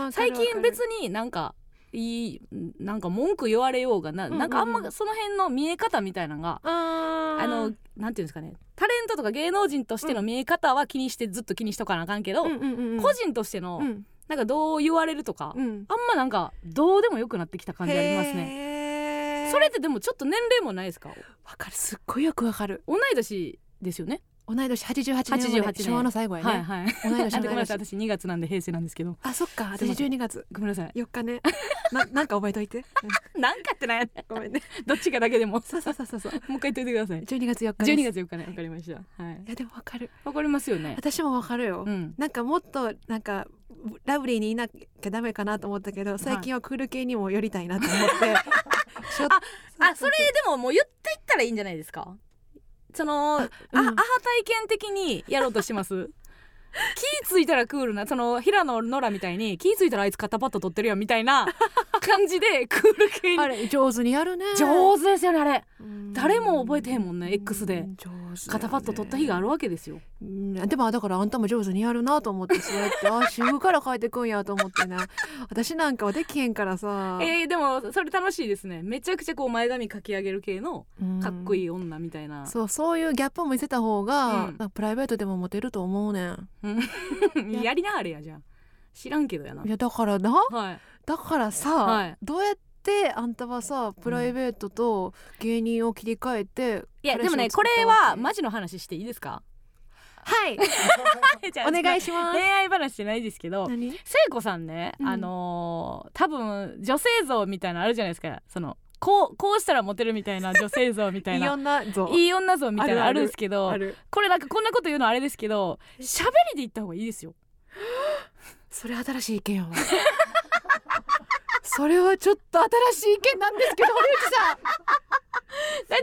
[SPEAKER 3] ー
[SPEAKER 1] 最
[SPEAKER 3] わかるわか
[SPEAKER 1] 近
[SPEAKER 3] る
[SPEAKER 1] 別になんかいいなんか文句言われようがな,、
[SPEAKER 3] うんうん
[SPEAKER 1] なんかあんまその辺の見え方みたいなのが
[SPEAKER 3] あ
[SPEAKER 1] あの
[SPEAKER 3] の
[SPEAKER 1] なんていうんですかねタレントとか芸能人としての見え方は気にしてずっと気にしとかなあかんけど、個人としての、
[SPEAKER 3] うん
[SPEAKER 1] なんかどう言われるとか、
[SPEAKER 3] うん
[SPEAKER 1] あんまなんかどうでもよくなってきた感じありますね。
[SPEAKER 3] ね
[SPEAKER 1] それってでもちょっと年齢もないですか
[SPEAKER 3] わかるすっごいよくわかる
[SPEAKER 1] 同い年ですよね。
[SPEAKER 3] 同い年88年生ま
[SPEAKER 1] 88
[SPEAKER 3] れ
[SPEAKER 1] 年
[SPEAKER 3] 昭和の最後や
[SPEAKER 1] はい
[SPEAKER 3] ね
[SPEAKER 1] はい。
[SPEAKER 3] 同い年
[SPEAKER 1] あご
[SPEAKER 3] 同
[SPEAKER 1] め
[SPEAKER 3] い
[SPEAKER 1] んなさい
[SPEAKER 3] 年
[SPEAKER 1] 私2月なんで平成なんですけど
[SPEAKER 3] あそっか
[SPEAKER 1] すい
[SPEAKER 3] 私
[SPEAKER 1] ません
[SPEAKER 3] 12月
[SPEAKER 1] ごめんなさい。
[SPEAKER 3] 4日ねななんか覚えといて
[SPEAKER 1] なんかってなんや ね
[SPEAKER 3] ごめんね
[SPEAKER 1] どっちかだけでも
[SPEAKER 3] そうそうそうそうそう
[SPEAKER 1] もう一回言っといてください。
[SPEAKER 3] 12月4日です
[SPEAKER 1] 12月4日ねわかりました。はい
[SPEAKER 3] い。やでもわかる
[SPEAKER 1] わかりますよね。
[SPEAKER 3] 私もわかるよ、
[SPEAKER 1] うん。
[SPEAKER 3] なんかもっとなんかラブリーにいなきゃダメかなと思ったけど最近はクール系にも寄りたいなと思って、 ちょっと
[SPEAKER 1] あそれでももう言っていったらいいんじゃないですか。そ のあ、
[SPEAKER 3] う
[SPEAKER 1] ア
[SPEAKER 3] ん
[SPEAKER 1] ハ体験的にやろうとして ます。気ついたらクールなその平野ノラみたいに気ついたらあいつ肩パッド取ってるよみたい な感じでクール系に
[SPEAKER 3] あれ上手にやるね
[SPEAKER 1] 上手ですよねあれ
[SPEAKER 3] うん
[SPEAKER 1] 誰も覚えてへんもんね X で
[SPEAKER 3] うん上手だよね
[SPEAKER 1] 肩パッド取った日があるわけですよ
[SPEAKER 3] うんでもだからあんたも上手にやるなと思ってそうやってあ主婦から変えてくんやと思ってな私なんかはできへんからさ、
[SPEAKER 1] えー、でもそれ楽しいですねめちゃくちゃこう前髪かき上げる系の
[SPEAKER 3] うん
[SPEAKER 1] かっこいい女みたいな、
[SPEAKER 3] そうそういうギャップも見せた方が、
[SPEAKER 1] うん
[SPEAKER 3] なんかプライベートでもモテると思うねん や
[SPEAKER 1] やりなあれやじゃあ知らんけどやない
[SPEAKER 3] やだからな
[SPEAKER 1] はい
[SPEAKER 3] だからさ、
[SPEAKER 1] はい
[SPEAKER 3] どうやってあんたはさプライベートと芸人を切り替えて、
[SPEAKER 1] いやでもねこれはマジの話していいです か
[SPEAKER 3] はいお願いします
[SPEAKER 1] 恋愛話じゃないですけど
[SPEAKER 3] 何
[SPEAKER 1] 聖子さんね、
[SPEAKER 3] うん
[SPEAKER 1] あのー多分女性像みたいなのあるじゃないですかそのこうこうしたらモテるみたいな女性像みた い
[SPEAKER 3] い
[SPEAKER 1] な
[SPEAKER 3] ろんな像
[SPEAKER 1] いい女像みたいなのあるんですけど
[SPEAKER 3] ある
[SPEAKER 1] これなんかこんなこと言うのあれですけど喋りで言った方がいいですよ
[SPEAKER 3] それ新しい意見やわそれはちょっと新しい意見なんですけど堀内さ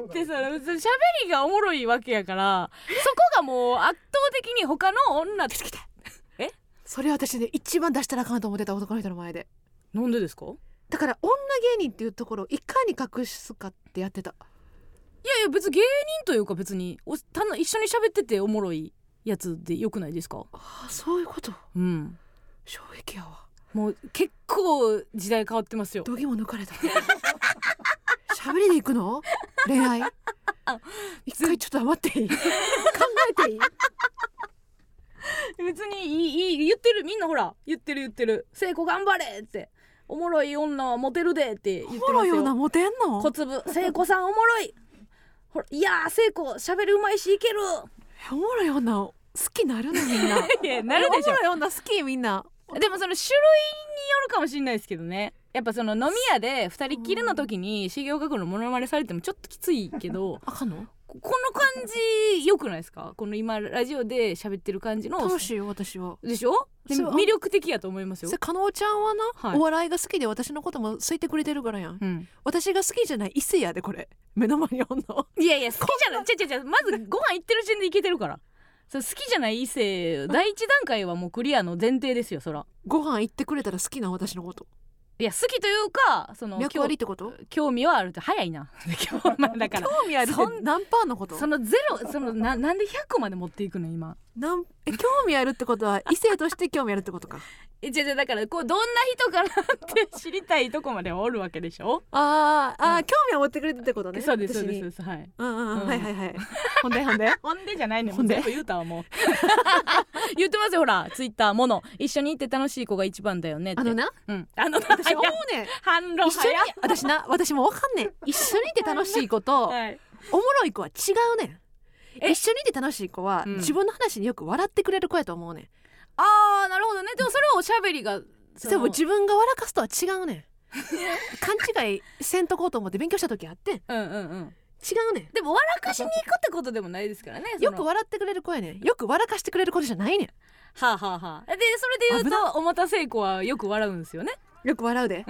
[SPEAKER 3] ん
[SPEAKER 1] だってさ喋りがおもろいわけやからそこがもう圧倒的に他の女つきた
[SPEAKER 3] それ私ね一番出したらあかんと思ってた男の人の前で
[SPEAKER 1] なんでですかい
[SPEAKER 3] だから女芸人っていうところをいかに隠すかってやってた
[SPEAKER 1] やいや別に芸人というか別におたの一緒に喋ってておもろいやつでよくないですか
[SPEAKER 3] あそういうこと
[SPEAKER 1] うん
[SPEAKER 3] 衝撃やわ
[SPEAKER 1] もう結構時代変わってますよ
[SPEAKER 3] どぎも抜かれた喋りで行くの恋愛一回ちょっと黙っていい考えていい
[SPEAKER 1] 別にいいいい言ってるみんなほら言ってる言ってる「聖子頑張れ!」って「おもろい女はモテるで」って言って
[SPEAKER 3] おも
[SPEAKER 1] ま
[SPEAKER 3] ろ
[SPEAKER 1] す
[SPEAKER 3] いような
[SPEAKER 1] よ
[SPEAKER 3] モテんの
[SPEAKER 1] 小粒聖子さんおもろいほらいやー聖子喋るうまいしいける
[SPEAKER 3] おもろいような好きなるのみん な
[SPEAKER 1] いや
[SPEAKER 3] なおもろいような好きみんな
[SPEAKER 1] でもその種類によるかもしれないですけどねやっぱその飲み屋で二人っきりの時に修行学のモノマネされてもちょっときついけど
[SPEAKER 3] あかんの
[SPEAKER 1] ここの感じ良くないですかこの今ラジオで喋ってる感じの
[SPEAKER 3] 楽しいよ私は
[SPEAKER 1] でしょで
[SPEAKER 3] そう
[SPEAKER 1] 魅力的やと思いますよ
[SPEAKER 3] それ、加納ちゃんはな、
[SPEAKER 1] はい
[SPEAKER 3] お笑いが好きで私のことも好いてくれてるからやん
[SPEAKER 1] うん、
[SPEAKER 3] 私が好きじゃない異性やでこれ目の前におんの
[SPEAKER 1] いやいや好きじゃないちゃちゃちゃまずご飯行ってる時点でいけてるからそう好きじゃない異性第一段階はもうクリアの前提ですよそら
[SPEAKER 3] ご飯行ってくれたら好きな私のこと
[SPEAKER 1] いや好きというかその
[SPEAKER 3] 脈割りってこと
[SPEAKER 1] 興興味はあるって早いな 興味だから
[SPEAKER 3] 興味あるって
[SPEAKER 1] そん
[SPEAKER 3] 何パーのこと
[SPEAKER 1] そのゼロそのななんで100個まで持っていくの今
[SPEAKER 3] なんえ興味あるって ことは異性として興味あるってことか
[SPEAKER 1] えじゃじゃだからこうどんな人かなって知りたいとこまではおるわけでしょ。
[SPEAKER 3] あーあー、興味を持ってくれてってこと ね
[SPEAKER 1] そうですそうですそう
[SPEAKER 3] 私に
[SPEAKER 1] ですはい。
[SPEAKER 3] うんうん、
[SPEAKER 1] う
[SPEAKER 3] うんん、はいはい はいほんでほんで
[SPEAKER 1] ほんでじゃないねも
[SPEAKER 3] ほ
[SPEAKER 1] うん
[SPEAKER 3] で
[SPEAKER 1] 全部言うたわもう 言ってますよほらツイッターもの一緒に行って楽しい子が一番だよねって
[SPEAKER 3] あのな
[SPEAKER 1] うん、あの
[SPEAKER 3] 私思うねん
[SPEAKER 1] 反論
[SPEAKER 3] 一緒に
[SPEAKER 1] 早っ
[SPEAKER 3] 私な私もわかんねん一緒にいて楽しい子と
[SPEAKER 1] はい、
[SPEAKER 3] おもろい子は違うねん
[SPEAKER 1] え
[SPEAKER 3] 一緒にいて楽しい子は、
[SPEAKER 1] うん
[SPEAKER 3] 自分の話によく笑ってくれる子やと思うねん
[SPEAKER 1] ああなるほどねでもそれはおしゃべりがそ
[SPEAKER 3] でも
[SPEAKER 1] の
[SPEAKER 3] 自分が笑かすとは違うねん勘違いせんとこうと思って勉強した時あってん違
[SPEAKER 1] うんうんうん
[SPEAKER 3] うね
[SPEAKER 1] でも笑かしに行くってことでもないですからね
[SPEAKER 3] んよく
[SPEAKER 1] は
[SPEAKER 3] 笑ってくれる子やねんよく笑かしてくれる子じゃないね
[SPEAKER 1] あ、はあはあ、でそれで
[SPEAKER 3] 危
[SPEAKER 1] 言うとお待たせい子はよく笑うんですよね
[SPEAKER 3] んよく笑 うで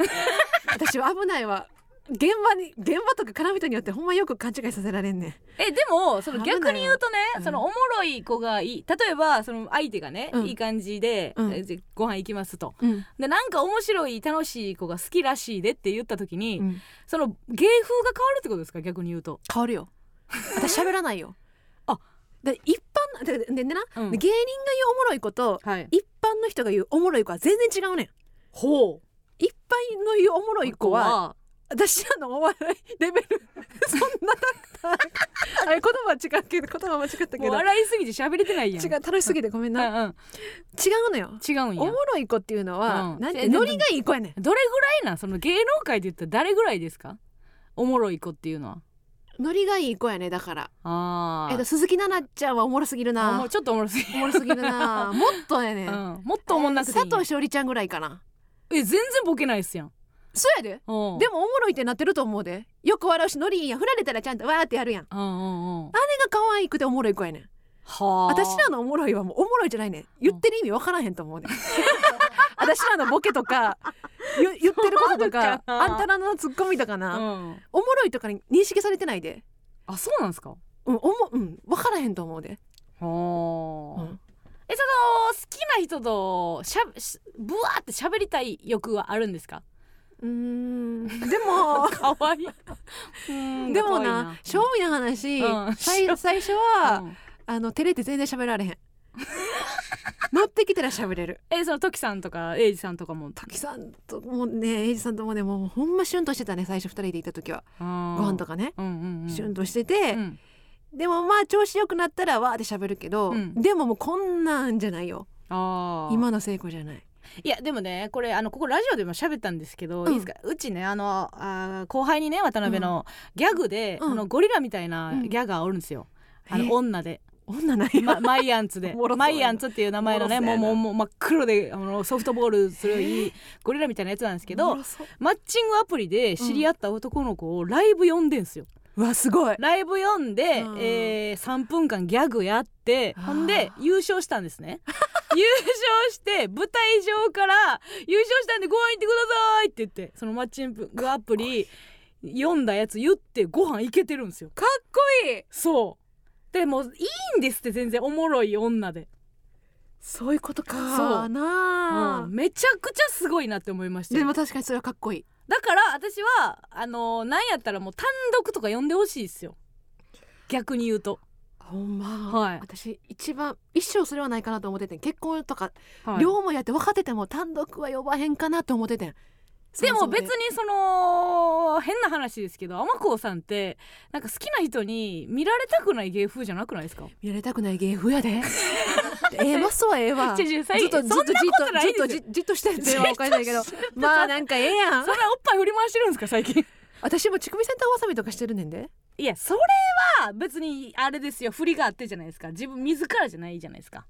[SPEAKER 3] 私は危ないわ現場に現場とか絡み人によってほんまよく勘違いさせられんねん
[SPEAKER 1] えでもその
[SPEAKER 3] 危ない
[SPEAKER 1] 逆に言うとね、
[SPEAKER 3] うん
[SPEAKER 1] そのおもろい子がいい例えばその相手がね、
[SPEAKER 3] うん
[SPEAKER 1] いい感じで、
[SPEAKER 3] うん
[SPEAKER 1] えじゃご飯行きますと
[SPEAKER 3] うん、
[SPEAKER 1] でなんか面白い楽しい子が好きらしいでって言った時に、
[SPEAKER 3] うん、
[SPEAKER 1] その芸風が変わるってことですか逆に言うと、
[SPEAKER 3] 変わるよ私喋らないよ
[SPEAKER 1] あ
[SPEAKER 3] で一般でででな、
[SPEAKER 1] うん
[SPEAKER 3] 芸人が言うおもろい子と
[SPEAKER 1] はい、
[SPEAKER 3] 一般の人が言うおもろい子は全然違うねん
[SPEAKER 1] ほう
[SPEAKER 3] 一般の言うおもろい子は私らのお笑いレベル そんなだったあれ言葉は違うけど言葉間違ったけ
[SPEAKER 1] もう
[SPEAKER 3] ど
[SPEAKER 1] 笑いすぎて喋れてないやん
[SPEAKER 3] 違う楽しすぎてごめ
[SPEAKER 1] う
[SPEAKER 3] んな違
[SPEAKER 1] んうん
[SPEAKER 3] うのよ
[SPEAKER 1] 違うんや
[SPEAKER 3] おもろい子っていうのは、
[SPEAKER 1] うん
[SPEAKER 3] なんて
[SPEAKER 1] えでも
[SPEAKER 3] ノリがいい子やねん
[SPEAKER 1] どれぐらいなんその芸能界で言ったら誰ぐらいですかおもろい子っていうのは
[SPEAKER 3] ノリがいい子やねだから
[SPEAKER 1] あ
[SPEAKER 3] えっと
[SPEAKER 1] ー
[SPEAKER 3] 鈴木奈々ちゃんはおもろすぎる
[SPEAKER 1] あも
[SPEAKER 3] な
[SPEAKER 1] うちょっとおもろすぎ
[SPEAKER 3] おもろすぎ るなもっとやね、
[SPEAKER 1] うんんもっとおもんなくていい
[SPEAKER 3] 佐藤勝利ちゃんぐらいかな
[SPEAKER 1] え全然ボケないっすやん
[SPEAKER 3] そうやで
[SPEAKER 1] うん
[SPEAKER 3] でもおもろいってなってると思うでよく笑うしノリいいやん振られたらちゃんとわーってやるやんあ
[SPEAKER 1] うんうんうんは
[SPEAKER 3] れが可愛くておもろい子やねん
[SPEAKER 1] あ
[SPEAKER 3] 私らのおもろいはもうおもろいじゃないねん言ってる意味わからへんと思 うねん私らのボケとかゆ言ってることとか
[SPEAKER 1] そうなのかな
[SPEAKER 3] あんたらのツッコミとかな、
[SPEAKER 1] うん
[SPEAKER 3] おもろいとかに認識されてないで、
[SPEAKER 1] あそうなんですかは
[SPEAKER 3] うんおもうん、分からへんと思うで、
[SPEAKER 1] あ、
[SPEAKER 3] うん
[SPEAKER 1] えその好きな人としゃしぶわーって喋りたい欲はあるんですか
[SPEAKER 3] うーんで も
[SPEAKER 1] 可愛いうーん
[SPEAKER 3] でも
[SPEAKER 1] 可愛い
[SPEAKER 3] な正味な話、
[SPEAKER 1] うん
[SPEAKER 3] 最 最初
[SPEAKER 1] う
[SPEAKER 3] は、
[SPEAKER 1] ん
[SPEAKER 3] あの照れて全然喋ら れへん乗ってきたら喋れる
[SPEAKER 1] えそのトキさんとかエイジさんとかも
[SPEAKER 3] 滝さんともうねエイジさんともねもうほんまシュンとしてたね最初2人でいた時は
[SPEAKER 1] ご
[SPEAKER 3] ご飯と
[SPEAKER 1] か
[SPEAKER 3] かね、
[SPEAKER 1] うんうんうん
[SPEAKER 3] シュンとしてて、
[SPEAKER 1] うん
[SPEAKER 3] でもまあ調子良くなったらわーって喋るけど、
[SPEAKER 1] うん
[SPEAKER 3] でももうこんなんじゃないよ
[SPEAKER 1] あー
[SPEAKER 3] 今の聖子じゃない
[SPEAKER 1] いやでもねこれあのここラジオでも喋ったんですけど、
[SPEAKER 3] うん
[SPEAKER 1] いいですかうちねあのあー後輩にね渡辺のギャグで、
[SPEAKER 3] うん
[SPEAKER 1] あのゴリラみたいな
[SPEAKER 3] うん
[SPEAKER 1] ギャガーおるんですよ、あ
[SPEAKER 3] え
[SPEAKER 1] の女で、
[SPEAKER 3] 女ない
[SPEAKER 1] ま
[SPEAKER 3] よ、
[SPEAKER 1] マイアンツで
[SPEAKER 3] お もろそうやな
[SPEAKER 1] マイアンツっていう名前のね
[SPEAKER 3] おもろ
[SPEAKER 1] も
[SPEAKER 3] そううや
[SPEAKER 1] も
[SPEAKER 3] な
[SPEAKER 1] うもう真っ黒であのソフトボールするいいゴリラみたいなやつなんですけ
[SPEAKER 3] おも
[SPEAKER 1] ど
[SPEAKER 3] ろそう
[SPEAKER 1] マッチングアプリで知り合った男の子をライブ呼んでんすよ、
[SPEAKER 3] うわすごい
[SPEAKER 1] ライブ呼んで、
[SPEAKER 3] うん
[SPEAKER 1] えー3分間ギャグやって
[SPEAKER 3] あー
[SPEAKER 1] ほんで優勝したんですね 優勝して舞台上から「優勝したんでご飯行ってください」って言ってそのマッチングアプリ読んだやつ言ってご飯行けてるんですよ
[SPEAKER 3] かっこいい
[SPEAKER 1] そうでもういいんですって全然おもろい女で、
[SPEAKER 3] そういうことか
[SPEAKER 1] そう
[SPEAKER 3] なあ、
[SPEAKER 1] うんめちゃくちゃすごいなって思いました
[SPEAKER 3] で
[SPEAKER 1] よ
[SPEAKER 3] も確かにそれはかっこいい
[SPEAKER 1] だから私はあのーなんやったらもう単独とか呼んでほしいですよ逆に言うと、
[SPEAKER 3] ほんま、
[SPEAKER 1] はい
[SPEAKER 3] 私一番一生それはないかなと思っててん結婚とか、
[SPEAKER 1] はい
[SPEAKER 3] 両思いやって分かってても単独は呼ばへんかなと思っててん
[SPEAKER 1] でも別
[SPEAKER 3] そそ
[SPEAKER 1] にその変な話ですけど天子さんってなんか好きな人に見られたくない芸風じゃなくないですか
[SPEAKER 3] 見られたくない芸風 やでええわそうはええわ
[SPEAKER 1] 違う違う最
[SPEAKER 3] ずっとずっ
[SPEAKER 1] そ
[SPEAKER 3] と
[SPEAKER 1] ん
[SPEAKER 3] じ
[SPEAKER 1] な
[SPEAKER 3] っ
[SPEAKER 1] ことないですよ
[SPEAKER 3] とじっとじじっとしてる電話おかしない けど
[SPEAKER 1] そん
[SPEAKER 3] まあなんかええやん
[SPEAKER 1] なおっぱい振り回してるんですか最近
[SPEAKER 3] 私も乳首センターわさびとかしてるねんで
[SPEAKER 1] いやそれは別にあれですよ振りがあってじゃないですか自分自らじゃないじゃないですか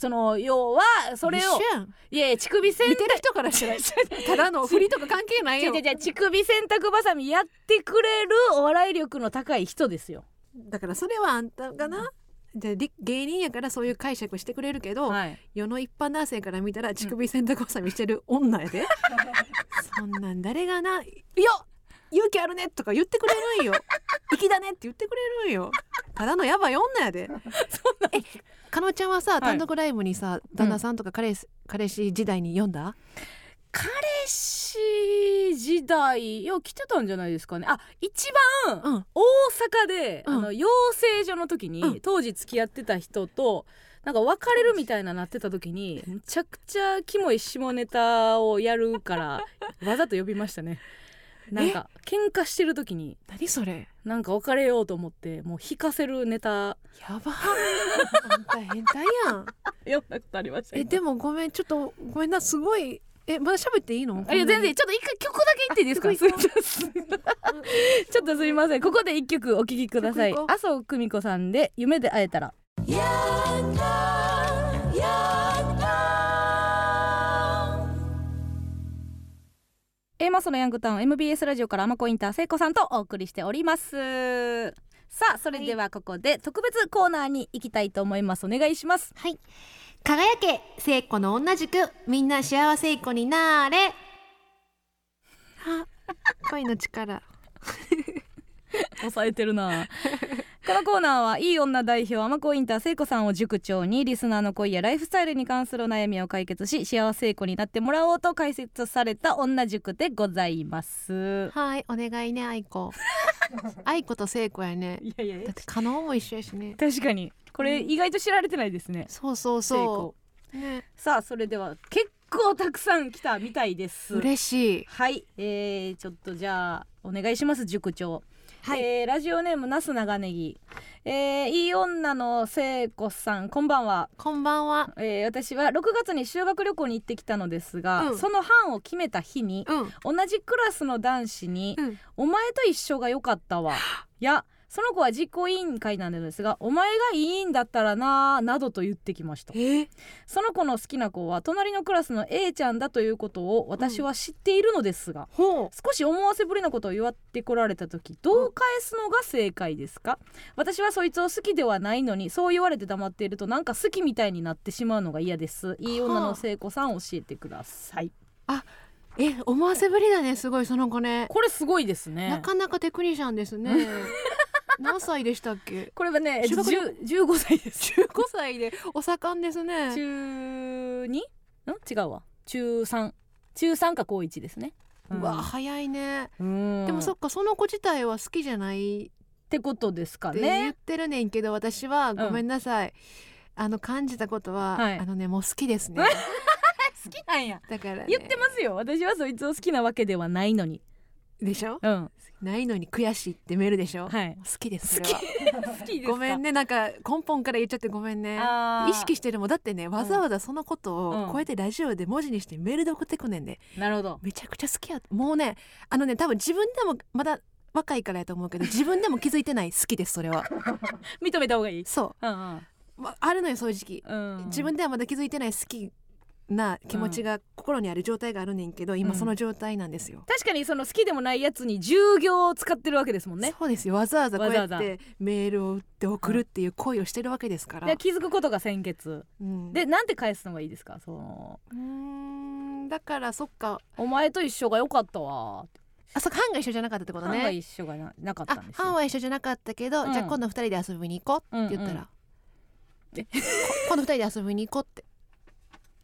[SPEAKER 1] その要はそれを
[SPEAKER 3] 一緒やん
[SPEAKER 1] いやいや乳首せん
[SPEAKER 3] 見てる人からしたらただの振りとか関係ない
[SPEAKER 1] 違う
[SPEAKER 3] よ
[SPEAKER 1] 違う違う乳首洗濯ばさみやってくれるお笑い力の高い人ですよ
[SPEAKER 3] だからそれはあんたがなじゃあり芸人やからそういう解釈してくれるけど、
[SPEAKER 1] はい
[SPEAKER 3] 世の一般男性から見たら乳首洗濯ばさみしてる 女やでそんなん誰がな「よ勇気あるね」とか言ってくれるんよ「粋だね」って言ってくれるんよただのやばい女 やでえかのちゃんはさ単独ライブにさ、旦那さんとか彼,、彼氏時代に読んだ
[SPEAKER 1] 彼氏時代いや来てたんじゃないですかねあ一番
[SPEAKER 3] うん
[SPEAKER 1] 大阪で、
[SPEAKER 3] うん
[SPEAKER 1] あの養成所の時に、
[SPEAKER 3] うん
[SPEAKER 1] 当時付き合ってた人となんか別れるみたいななってた時にめちゃくちゃキモい下ネタをやるから わざと呼びましたねなんか喧嘩してる時に
[SPEAKER 3] 何それ
[SPEAKER 1] なんか別れようと思ってもう引かせるネタ
[SPEAKER 3] やばあんた変態や ん
[SPEAKER 1] 読んだことありました
[SPEAKER 3] えでもごめんちょっとごめんなすごいえまだ喋っていいの
[SPEAKER 1] いや全然ちょっと一回曲だけ言っていいですか
[SPEAKER 3] あ曲行こ
[SPEAKER 1] すいませんちょっとすい ませんここで一曲お聴きください
[SPEAKER 3] 曲行こう
[SPEAKER 1] 麻生久美子さんで「夢で会えたら」
[SPEAKER 2] Yata, yata.
[SPEAKER 1] A マスのヤングタウン MBS ラジオからアマコインター聖子さんとお送りしておりますさあそれではここで特別コーナーに行きたいと思いますお願いします
[SPEAKER 5] はい。輝け、聖子の女塾、みんな幸せい子になーれ。
[SPEAKER 3] 恋の力
[SPEAKER 1] 抑えてるなこのコーナーはいい女代表アマコインター聖子さんを塾長にリスナーの恋やライフスタイルに関するお悩みを解決し幸せい子になってもらおうと解説された女塾でございます
[SPEAKER 3] はいお願いね愛 子愛子と聖子やね
[SPEAKER 1] いやいや
[SPEAKER 3] だって加納も一緒やしね
[SPEAKER 1] 確かにこれ意外と知られてないですね、
[SPEAKER 3] そうそう
[SPEAKER 1] 聖
[SPEAKER 3] そ
[SPEAKER 1] 子
[SPEAKER 3] う、ね、
[SPEAKER 1] さあそれでは結構たくさん来たみたいです
[SPEAKER 3] 嬉しい
[SPEAKER 1] はい、えー、ちょっとじゃあお願いします塾長
[SPEAKER 5] はい
[SPEAKER 1] えーラジオネームなす長ネギ、えー、いい女の聖子さんこんばんは
[SPEAKER 3] こんばんは
[SPEAKER 1] えー私は6月に修学旅行に行ってきたのですが、
[SPEAKER 3] うん
[SPEAKER 1] その班を決めた日に、
[SPEAKER 3] うん
[SPEAKER 1] 同じクラスの男子に「
[SPEAKER 3] うん
[SPEAKER 1] お前と一緒が良かったわ」や「その子は実行委員会なのですがお前がいいんだったらな」などと言ってきました
[SPEAKER 3] え
[SPEAKER 1] その子の好きな子は隣のクラスの A ちゃんだということを私は知っているのですが、
[SPEAKER 3] ほ
[SPEAKER 1] 少し思わせぶりなことを言わってこられた時どう返すのが正解ですか私はそいつを好きではないのにそう言われて黙っているとなんか好きみたいになってしまうのが嫌ですいい女の聖子さん教えてください、
[SPEAKER 3] うえ思わせぶりだねすごいその子ね
[SPEAKER 1] これすごいですね
[SPEAKER 3] なかなかテクニシャンですね 何歳でしたっけ
[SPEAKER 1] これはね
[SPEAKER 3] 修学旅
[SPEAKER 1] 10 15歳です
[SPEAKER 3] 15歳でお盛んですね
[SPEAKER 1] 中 2? ん違うわ中3中3か高1ですね
[SPEAKER 3] うわ早いね
[SPEAKER 1] うん
[SPEAKER 3] でもそっかその子自体は好きじゃない
[SPEAKER 1] ってことですか
[SPEAKER 3] って言っ
[SPEAKER 1] ね
[SPEAKER 3] てるねんけど、私はごめんなさい、あの感じたことは、
[SPEAKER 1] はい
[SPEAKER 3] あのねもう好きですね
[SPEAKER 1] 好きなんや
[SPEAKER 3] だから、ね、
[SPEAKER 1] 言ってますよ私はそいつを好きなわけではないのに
[SPEAKER 3] でしょ
[SPEAKER 1] うん
[SPEAKER 3] ないのに悔しいってメールでしょ、
[SPEAKER 1] はい
[SPEAKER 3] もう好きですそれは
[SPEAKER 1] 好きですか
[SPEAKER 3] ごめんねなんか根本から言っちゃってごめんね
[SPEAKER 1] あー
[SPEAKER 3] 意識してるもんだってねわざわざそのこと
[SPEAKER 1] うん
[SPEAKER 3] をこうやってラジオで文字にしてメールで送ってくんねんで、
[SPEAKER 1] なるほど
[SPEAKER 3] めちゃくちゃ好きやもうねあのね多分自分でもまだ若いからやと思うけど自分でも気づいてない好きです それは
[SPEAKER 1] 認めた方がいい
[SPEAKER 3] そ
[SPEAKER 1] うん
[SPEAKER 3] う、まあるのよそういう時期
[SPEAKER 1] うん、
[SPEAKER 3] 自分ではまだ気づいてない好きな気持ちが心にある状態があるねんけど、
[SPEAKER 1] う
[SPEAKER 3] 今
[SPEAKER 1] ん
[SPEAKER 3] その状態なんですよ、
[SPEAKER 1] 確かにその好きでもないやつに従業を使ってるわけですもんね
[SPEAKER 3] そうですよわざわざこうやっ
[SPEAKER 1] わざ
[SPEAKER 3] てメールを打って送るっていう恋をしてるわけですから、
[SPEAKER 1] で気づくことが先決
[SPEAKER 3] うん
[SPEAKER 1] でなんて返すのがいいですかその
[SPEAKER 3] うーんだからそっか
[SPEAKER 1] お前と一緒が良かったわって
[SPEAKER 3] あそっか班が一緒じゃなかったってこと
[SPEAKER 1] 班が
[SPEAKER 3] ね
[SPEAKER 1] 一緒がななかった
[SPEAKER 3] あ
[SPEAKER 1] んです
[SPEAKER 3] 班
[SPEAKER 1] よ
[SPEAKER 3] は一緒じゃなかったけど、
[SPEAKER 1] うん
[SPEAKER 3] じゃあ今度二人で遊びに行こうって言ったら、
[SPEAKER 1] うんうんえ
[SPEAKER 3] こ今度二人で遊びに行こうって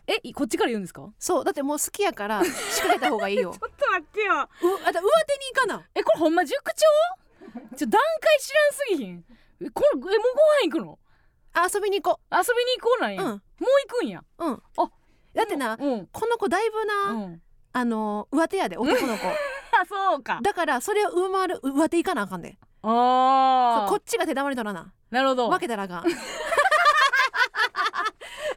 [SPEAKER 1] えいこっちから言うんですか
[SPEAKER 3] そうだってもう好きやから仕掛けた方がいい よう
[SPEAKER 1] ょっと待ってよ
[SPEAKER 3] あと上手に行かな
[SPEAKER 1] えこれほんま塾長ちょ段階知らんすぎひんえこれえもうご飯行くの
[SPEAKER 3] あ遊びに行こ
[SPEAKER 1] 遊びに行こうなん
[SPEAKER 3] う
[SPEAKER 1] や、
[SPEAKER 3] う
[SPEAKER 1] もうん行くんや
[SPEAKER 3] うん
[SPEAKER 1] あ
[SPEAKER 3] だってな、
[SPEAKER 1] うん
[SPEAKER 3] この子だいぶ
[SPEAKER 1] う
[SPEAKER 3] な、
[SPEAKER 1] ん
[SPEAKER 3] あの上手やで 男の子
[SPEAKER 1] あそうか
[SPEAKER 3] だからそれを上回る上手いかなあかんでそ
[SPEAKER 1] あ
[SPEAKER 3] うこっちが手玉に取らな
[SPEAKER 1] あなるほど
[SPEAKER 3] 分けたらあ かん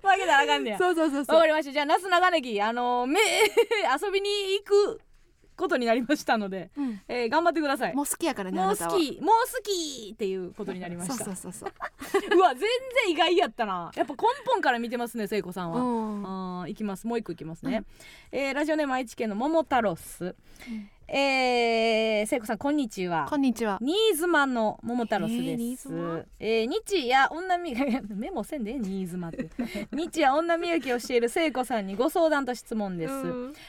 [SPEAKER 1] わけならあかんねや
[SPEAKER 3] そうそうそう
[SPEAKER 1] わ
[SPEAKER 3] そ
[SPEAKER 1] か
[SPEAKER 3] う
[SPEAKER 1] りましたじゃあなす長ネギあのーめ 遊びに行くことになりましたので、
[SPEAKER 3] うん
[SPEAKER 1] えー頑張ってください
[SPEAKER 3] も
[SPEAKER 1] も
[SPEAKER 3] う好きやから
[SPEAKER 1] う
[SPEAKER 3] ねあなたは
[SPEAKER 1] 好きもう好きっていうことになりました
[SPEAKER 3] そうそうそうそう
[SPEAKER 1] うわ全然意外やったなやっぱ根本から見てますね聖子さんは、
[SPEAKER 3] うん
[SPEAKER 1] あーいきますもう一個いきますね、えーラジオネーム愛知県の桃太郎ス、えー聖子さんこんにちは
[SPEAKER 3] こんにちは
[SPEAKER 1] 新妻の桃太郎ス
[SPEAKER 3] えー
[SPEAKER 1] で
[SPEAKER 3] 新
[SPEAKER 1] す。
[SPEAKER 3] 妻
[SPEAKER 1] えー日夜女み メモせんで新妻って。日夜女みゆきをしている聖子さんにご相談と質問です。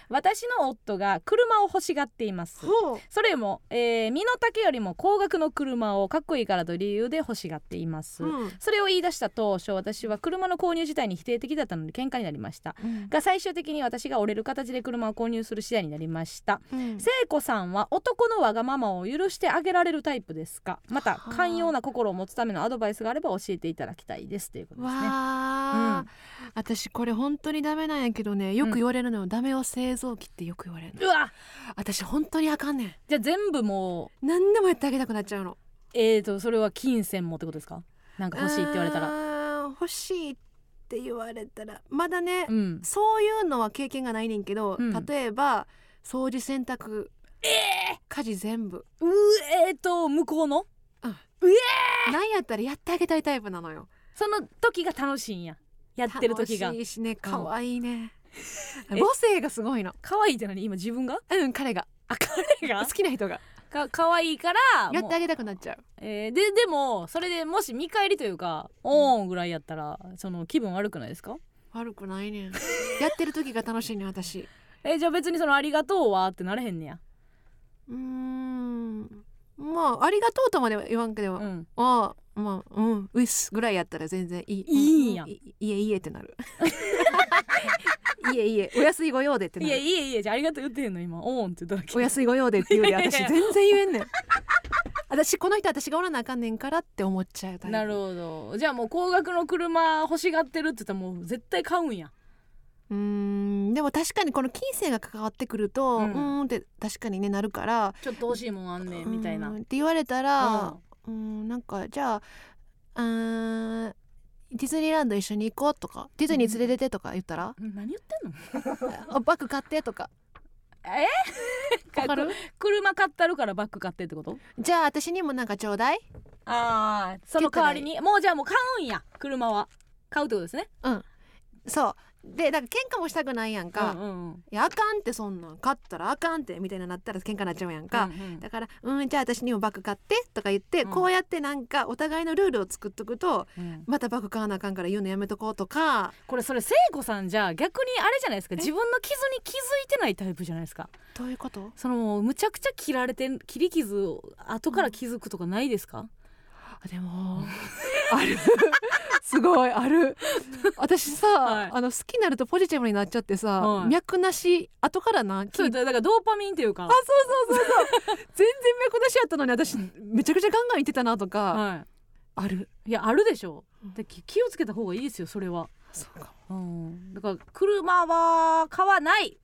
[SPEAKER 1] 私の夫が車を欲しがっています。
[SPEAKER 3] ほう
[SPEAKER 1] それも、えー身の丈よりも高額の車をかっこいいからという理由で欲しがっています。
[SPEAKER 3] うん
[SPEAKER 1] それを言い出した当初私は車の購入自体に否定的だったので喧嘩になりましたが最終的に私が折れる形で車を購入する次第になりました
[SPEAKER 3] うん
[SPEAKER 1] 聖聖子さんは男のわがままを許してあげられるタイプですかまた
[SPEAKER 3] はあ
[SPEAKER 1] 寛容な心を持つためのアドバイスがあれば教えていただきたいですということですね
[SPEAKER 3] わあ、
[SPEAKER 1] うん
[SPEAKER 3] 私これ本当にダメなんやけどねよく言われるのよ、ダメを製造機ってよく言われるの
[SPEAKER 1] うわ
[SPEAKER 3] 私本当にあかんね
[SPEAKER 1] じゃあ全部も
[SPEAKER 3] ん何でもやってあげたくなっちゃうの
[SPEAKER 1] うえーとそれは金銭もってことですかなんか欲しいって言われたら
[SPEAKER 3] ら欲しいって言われたらまだね、
[SPEAKER 1] うん
[SPEAKER 3] そういうのは経験がないねんけど、
[SPEAKER 1] うん
[SPEAKER 3] 例えば掃除洗濯、家事全部
[SPEAKER 1] うえーと向こうの
[SPEAKER 3] なんやったらやってあげたいタイプなのよ
[SPEAKER 1] その時が楽しいんややってる時が
[SPEAKER 3] 楽しいしね可愛い ね、
[SPEAKER 1] うん
[SPEAKER 3] 母性がすごいの
[SPEAKER 1] 可愛いって何今自分が
[SPEAKER 3] うん彼が
[SPEAKER 1] あ彼が
[SPEAKER 3] 好きな人が
[SPEAKER 1] か可愛いから
[SPEAKER 3] やってあ
[SPEAKER 1] もう
[SPEAKER 3] げたくなっちゃう
[SPEAKER 1] えーででもそれでもし見返りというかおーんぐらいやったらその気分悪くないですか
[SPEAKER 3] 悪くないねんやってる時が楽しいねん私
[SPEAKER 1] えーじゃあ別にそのありがとうはってなれへんねや
[SPEAKER 3] うーんまあありがとうとまでは言わんけど、
[SPEAKER 1] うん
[SPEAKER 3] ああまあうんうっすぐらいやったら全然いい
[SPEAKER 1] いいんや
[SPEAKER 3] ういいえいいえってなる いえいえお安いご用でってない
[SPEAKER 1] や
[SPEAKER 3] る
[SPEAKER 1] いやいやじゃあありがとう言ってへんの今おーんって言っただけ
[SPEAKER 3] お安いご用でっていうより 私
[SPEAKER 1] いやいや
[SPEAKER 3] 全然言えんねん私この人私がおらなあかんねんからって思っちゃうタイプ
[SPEAKER 1] なるほどじゃあもう高額の車欲しがってるって言ったらもう絶対買うんや
[SPEAKER 3] うーんでも確かにこの金銭が関わってくると、
[SPEAKER 1] う
[SPEAKER 3] うんーん、って確かにねなるから
[SPEAKER 1] ちょっと欲しいもんあんねんみたいうな
[SPEAKER 3] ーんって言われたら、
[SPEAKER 1] うん
[SPEAKER 3] うーんなんかじゃあうーんディズニーランド一緒に行こうとかディズニー連れててとか言ったら、
[SPEAKER 1] 何言ってんの
[SPEAKER 3] あバッグ買ってとかわかる
[SPEAKER 1] 車買ったるからバッグ買ってってこと
[SPEAKER 3] じゃあ私にもなんかちょうだい
[SPEAKER 1] ああその代わりにもうじゃあもう買うんや車は買うってことですね
[SPEAKER 3] そうでだから喧嘩もしたくないやんか、
[SPEAKER 1] うん
[SPEAKER 3] い
[SPEAKER 1] うんうん
[SPEAKER 3] やあかんってそんなん買ったらあかんってみたいななったら喧嘩なっちゃうやんか、
[SPEAKER 1] うんうん
[SPEAKER 3] だから「うんじゃあ私にもバッグ買って」とか言って、
[SPEAKER 1] うん
[SPEAKER 3] こうやってなんかお互いのルールを作っとくと
[SPEAKER 1] うん
[SPEAKER 3] またバッグ買わなあかんから言うのやめとこうとか
[SPEAKER 1] これそれ聖子さんじゃあ逆にあれじゃないですか自分の傷に気づいてないタイプじゃないですか
[SPEAKER 3] どういうこと
[SPEAKER 1] そのむちゃくちゃ切られて切り傷を後から気づくとかないですか、
[SPEAKER 3] あでもあるすごいある私さ、
[SPEAKER 1] はい
[SPEAKER 3] あの好きになるとポジティブになっちゃってさ、
[SPEAKER 1] はい
[SPEAKER 3] 脈なし後からな聞い
[SPEAKER 1] そうだだからドーパミンというか
[SPEAKER 3] あそうそうそうそう全然脈なしやったのに私めちゃくちゃガンガン言ってたなとか、
[SPEAKER 1] は
[SPEAKER 3] ある
[SPEAKER 1] い、いやあるでしょで気気をつけた方がいいですよそれは、
[SPEAKER 3] そうか
[SPEAKER 1] うん、だから車は買わない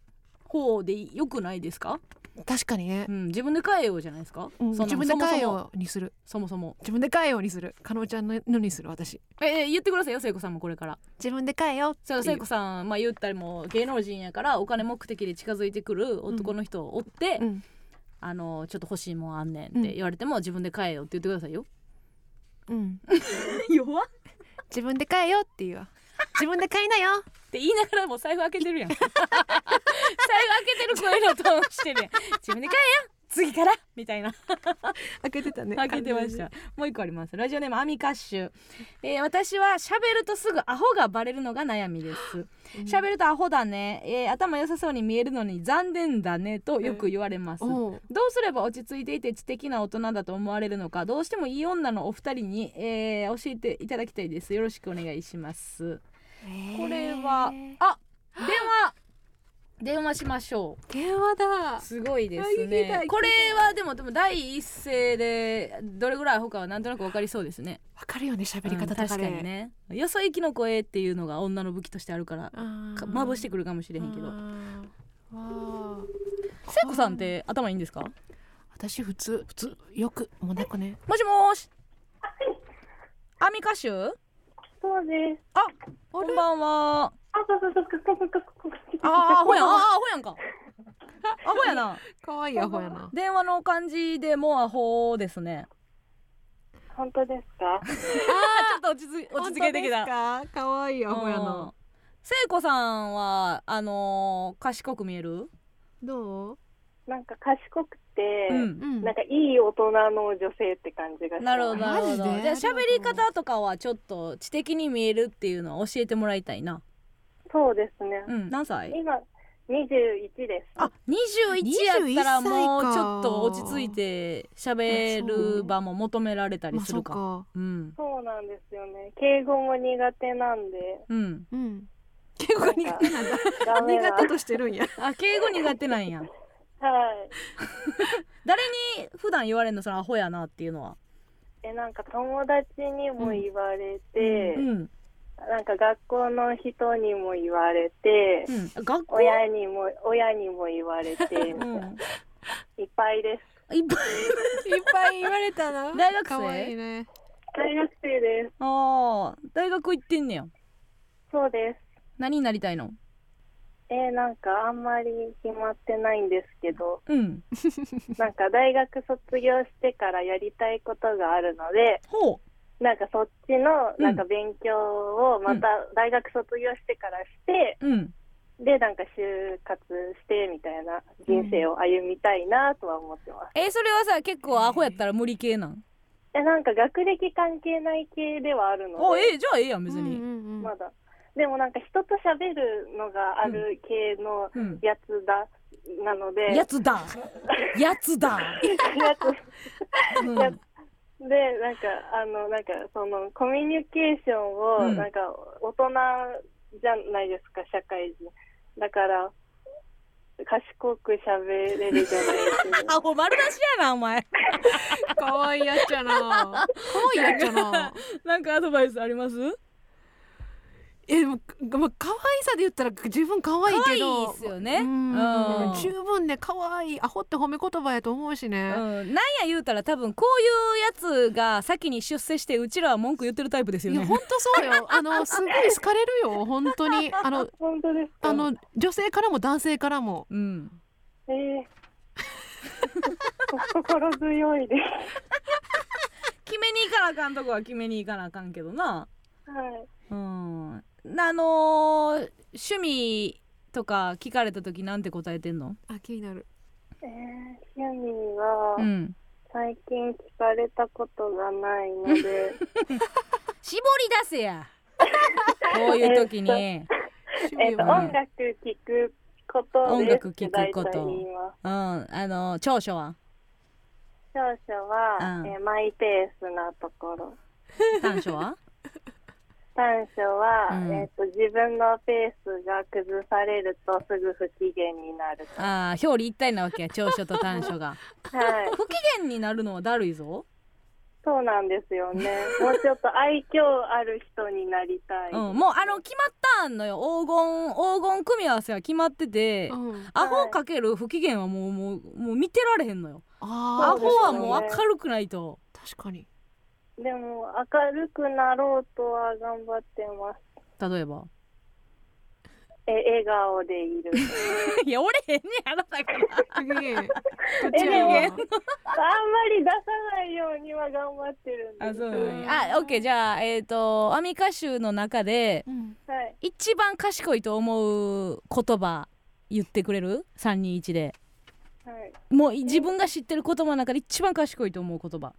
[SPEAKER 1] 方でよくないですか、
[SPEAKER 3] 確かにね
[SPEAKER 1] う、ん、自分で買えようじゃないですか、
[SPEAKER 3] うん
[SPEAKER 1] そんな
[SPEAKER 3] 自分で変えようにする
[SPEAKER 1] そもそも
[SPEAKER 3] 自分で変えようにする加納ちゃんののにする私
[SPEAKER 1] そもそもええ言ってくださいよ聖子さんもこれから
[SPEAKER 3] 自分で変えよう
[SPEAKER 1] そう聖子さんまあ言ったりも芸能人やからお金目的で近づいてくる男の人を追って、
[SPEAKER 3] うん
[SPEAKER 1] あのちょっと欲しいもんあんねんって言われても、自分で買えよって言ってくださいよ
[SPEAKER 3] うん
[SPEAKER 1] 弱っ
[SPEAKER 3] 自分で変えようっていうわ自分で変えなよ
[SPEAKER 1] って言いながらもう財布開けてるやん財布開けてる声のトーンしてるやん自分で買えよ次からみたいな
[SPEAKER 3] 開けてたね
[SPEAKER 1] 開けてましたもう一個ありますラジオネームアミカッシュ、えー私は喋るとすぐアホがバレるのが悩みです喋るとアホだね、えー頭良さそうに見えるのに残念だねとよく言われます、
[SPEAKER 3] おう
[SPEAKER 1] どうすれば落ち着いていて知的な大人だと思われるのかどうしてもいい女のお二人に、えー教えていただきたいですよろしくお願いしますこれはあ電話電話しましょ
[SPEAKER 3] 電話
[SPEAKER 1] う
[SPEAKER 3] だ
[SPEAKER 1] すごいで
[SPEAKER 3] あ聞
[SPEAKER 1] す
[SPEAKER 3] きたい聞きた
[SPEAKER 1] ね
[SPEAKER 3] い
[SPEAKER 1] これはでもでも第一声でどれぐらいアホかはなんとなくわかりそうですね
[SPEAKER 3] わかるよね喋り
[SPEAKER 1] う
[SPEAKER 3] 方
[SPEAKER 1] ん
[SPEAKER 3] と
[SPEAKER 1] 確
[SPEAKER 3] か
[SPEAKER 1] か
[SPEAKER 3] で、
[SPEAKER 1] にねよそ行きの声っていうのが女の武器としてあるから
[SPEAKER 3] あ
[SPEAKER 1] か
[SPEAKER 3] ー
[SPEAKER 1] まぶしてくるかもしれへんけ
[SPEAKER 3] あ
[SPEAKER 1] ど
[SPEAKER 3] ーわー
[SPEAKER 1] 聖子さんって頭いいんですか
[SPEAKER 3] 私普通普通よくもう猫ね
[SPEAKER 1] もしもーしアミカシュ
[SPEAKER 6] そうです。
[SPEAKER 1] あ、こんばんは。
[SPEAKER 6] あ、そうそうそう、そうそうそう
[SPEAKER 1] あー、アホやん、あー、アホや んか。アホやな。
[SPEAKER 3] 可愛いアホやな
[SPEAKER 1] 電話の感じでもうアホですね。
[SPEAKER 6] 本当です か。
[SPEAKER 1] ちょっと落ち着い落ち着けてきた。
[SPEAKER 3] た可愛いアホや
[SPEAKER 1] うん
[SPEAKER 3] な。
[SPEAKER 1] 聖子さんはあのー賢く見える？
[SPEAKER 3] どう
[SPEAKER 6] なんか賢くて、
[SPEAKER 1] うん。
[SPEAKER 3] ん
[SPEAKER 6] なんかいい大人の女性って感じがします
[SPEAKER 1] なるほどなるほど。じ
[SPEAKER 3] マジで
[SPEAKER 1] ゃあ喋り方とかはちょっと知的に見えるっていうのは教えてもらいたいな。
[SPEAKER 6] そうですね。
[SPEAKER 1] うん。何歳？
[SPEAKER 6] 今二十一です。
[SPEAKER 1] あ、二十一やったら
[SPEAKER 3] 21歳か
[SPEAKER 1] もうちょっと落ち着いて喋る場も求められたり
[SPEAKER 3] まあ
[SPEAKER 1] す
[SPEAKER 3] そ
[SPEAKER 1] る
[SPEAKER 3] う
[SPEAKER 1] か。
[SPEAKER 3] か
[SPEAKER 1] うん。
[SPEAKER 6] そうなんですよね。敬語も苦手なんで。
[SPEAKER 1] うん。
[SPEAKER 3] うん結構苦手なんだ
[SPEAKER 6] ダメな
[SPEAKER 3] 苦手としてるんや
[SPEAKER 1] あ敬語苦手なんや
[SPEAKER 6] はい。
[SPEAKER 1] 誰に普段言われるのそのアホやなっていうのは、
[SPEAKER 6] え、なんか友達にも言われて、
[SPEAKER 1] うん
[SPEAKER 6] なんか学校の人にも言われて、
[SPEAKER 1] うん、学校
[SPEAKER 6] 親にも、親にも言われて、
[SPEAKER 1] うん
[SPEAKER 6] いっぱいです。
[SPEAKER 1] いっぱい
[SPEAKER 3] いっぱい言われたな
[SPEAKER 1] 大学生
[SPEAKER 3] かわいいね
[SPEAKER 6] 大学生です。
[SPEAKER 1] ああ大学行ってんねや
[SPEAKER 6] そうです。
[SPEAKER 1] 何になりたいの
[SPEAKER 6] えーなんかあんまり決まってないんですけ ど、
[SPEAKER 1] うん
[SPEAKER 6] なんか大学卒業してからやりたいことがあるので、
[SPEAKER 1] ほ
[SPEAKER 6] なんかそっちの
[SPEAKER 1] うん
[SPEAKER 6] なんか勉強をまた大学卒業してからして、
[SPEAKER 1] ううん
[SPEAKER 6] でなんか就活してみたいな人生を歩みたいなとは思ってます。
[SPEAKER 1] えーそれはさ結構アホやったら無理系なん
[SPEAKER 6] えなんか学歴関係ない系ではあるの
[SPEAKER 1] あ
[SPEAKER 6] で、
[SPEAKER 1] えーじゃあええやん別
[SPEAKER 3] うん
[SPEAKER 1] に
[SPEAKER 3] うんうん
[SPEAKER 6] まだ。でもなんか人と喋るのがある系の
[SPEAKER 1] うん
[SPEAKER 6] やつだ、なので、
[SPEAKER 1] やつだやつだ、
[SPEAKER 6] やつ
[SPEAKER 1] うん、
[SPEAKER 6] やでなんかあのなんかそのコミュニケーションを、
[SPEAKER 1] うん
[SPEAKER 6] なんか大人じゃないですか社会人だから賢く喋れるじゃないです か
[SPEAKER 1] アホ丸出しやなお前
[SPEAKER 3] かわいいやっちゃなかわいいやっちゃな
[SPEAKER 1] なんかアドバイスあります
[SPEAKER 3] えでもかまあ可愛さで言ったら十分可愛い
[SPEAKER 1] 可愛
[SPEAKER 3] け
[SPEAKER 1] い
[SPEAKER 3] ど
[SPEAKER 1] っすよね
[SPEAKER 3] うん
[SPEAKER 1] うん
[SPEAKER 3] 十分ね可愛いアホって褒め言葉やと思うしね、
[SPEAKER 1] うん、なんや言うたら多分こういうやつが先に出世してうちらは文句言ってるタイプですよ
[SPEAKER 3] いや
[SPEAKER 1] ね
[SPEAKER 3] 本当そうよあのすごい好かれるよ本当にあの
[SPEAKER 6] 本当ですか
[SPEAKER 3] あの女性からも男性からも
[SPEAKER 1] うん
[SPEAKER 6] ええ 心強いで
[SPEAKER 1] 決めに行かなあかんとこは決めに行かなあかんけどな
[SPEAKER 6] すはい
[SPEAKER 1] うんなあのー趣味とか聞かれた時なんて答えてんの
[SPEAKER 3] あ気になる
[SPEAKER 6] ええ趣味は
[SPEAKER 1] うん
[SPEAKER 6] 最近聞かれたことがないの で
[SPEAKER 1] 絞り出せ やこういう時に
[SPEAKER 3] 趣
[SPEAKER 6] え
[SPEAKER 3] 味
[SPEAKER 6] っと
[SPEAKER 3] は
[SPEAKER 6] 音楽聞くこと
[SPEAKER 1] 音
[SPEAKER 6] です
[SPEAKER 1] 楽聞くこと
[SPEAKER 6] 大体言います
[SPEAKER 1] うんあのー長所は
[SPEAKER 6] 長所は、
[SPEAKER 1] うん
[SPEAKER 6] えーマイペースなところ
[SPEAKER 1] 短所は
[SPEAKER 6] 短所は、
[SPEAKER 1] うん
[SPEAKER 6] えー、と自分のペースが崩されるとすぐ不機嫌になる
[SPEAKER 1] ああ表裏一体なわけや長所と短所 が
[SPEAKER 6] はい
[SPEAKER 1] 不機嫌になるのはだるいぞ
[SPEAKER 6] そうなんですよねもうちょっと愛嬌ある人になりたい、
[SPEAKER 1] うん、もうあの決まったんのよ黄金黄金組み合わせは決まってて、
[SPEAKER 3] うん、
[SPEAKER 1] アホかける不機嫌はもうもうもう見てられへんのよア
[SPEAKER 3] あ
[SPEAKER 1] ホはもう明るくないと
[SPEAKER 3] ー確かに
[SPEAKER 6] でも明るくなろうとは頑張ってます
[SPEAKER 1] 例えば
[SPEAKER 6] え笑顔でいる
[SPEAKER 1] いや俺へんねやろだから
[SPEAKER 3] 不機嫌どっ
[SPEAKER 6] え
[SPEAKER 3] ちやろ
[SPEAKER 6] でもあんまり出さないようには頑張ってるんです
[SPEAKER 1] あそうなんやあオッケーじゃあえっ、とアミ歌手の中で
[SPEAKER 3] うん
[SPEAKER 6] はい
[SPEAKER 1] 一番賢いと思う言葉言ってくれる321で
[SPEAKER 6] はい
[SPEAKER 1] もうい自分が知ってる言葉の中で一番賢いと思う言葉
[SPEAKER 6] は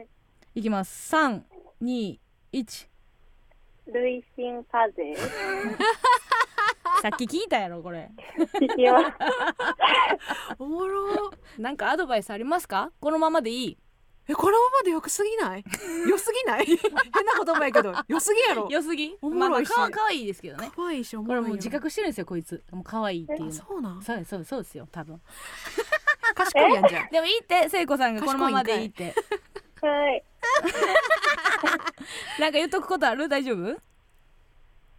[SPEAKER 6] い
[SPEAKER 1] いきます321
[SPEAKER 6] 累進風邪
[SPEAKER 1] さっき聞いたやろこれ
[SPEAKER 6] 聞きます
[SPEAKER 3] おもろ
[SPEAKER 1] なんかアドバイスありますかこのままでいい
[SPEAKER 3] えこのままでよくすぎない良すぎな い変な言葉やけど良すぎやろ
[SPEAKER 1] 良すぎ
[SPEAKER 3] お
[SPEAKER 1] まあ
[SPEAKER 3] も
[SPEAKER 1] ま
[SPEAKER 3] ろ
[SPEAKER 1] あ
[SPEAKER 3] いし
[SPEAKER 1] かわかわいいですけどね
[SPEAKER 3] 可愛いしお
[SPEAKER 1] こ
[SPEAKER 3] も
[SPEAKER 1] れ
[SPEAKER 3] ろい
[SPEAKER 1] もう
[SPEAKER 3] よ
[SPEAKER 1] 自覚してるんですよこいつもう可愛いっていうの
[SPEAKER 3] あ
[SPEAKER 1] そ
[SPEAKER 3] そうなん
[SPEAKER 1] うですそうですそうですよ多分
[SPEAKER 3] 賢いやんじゃん
[SPEAKER 1] でもいいって聖子さんがこのままでいいって
[SPEAKER 6] はい
[SPEAKER 1] なんか言っとくことある大丈夫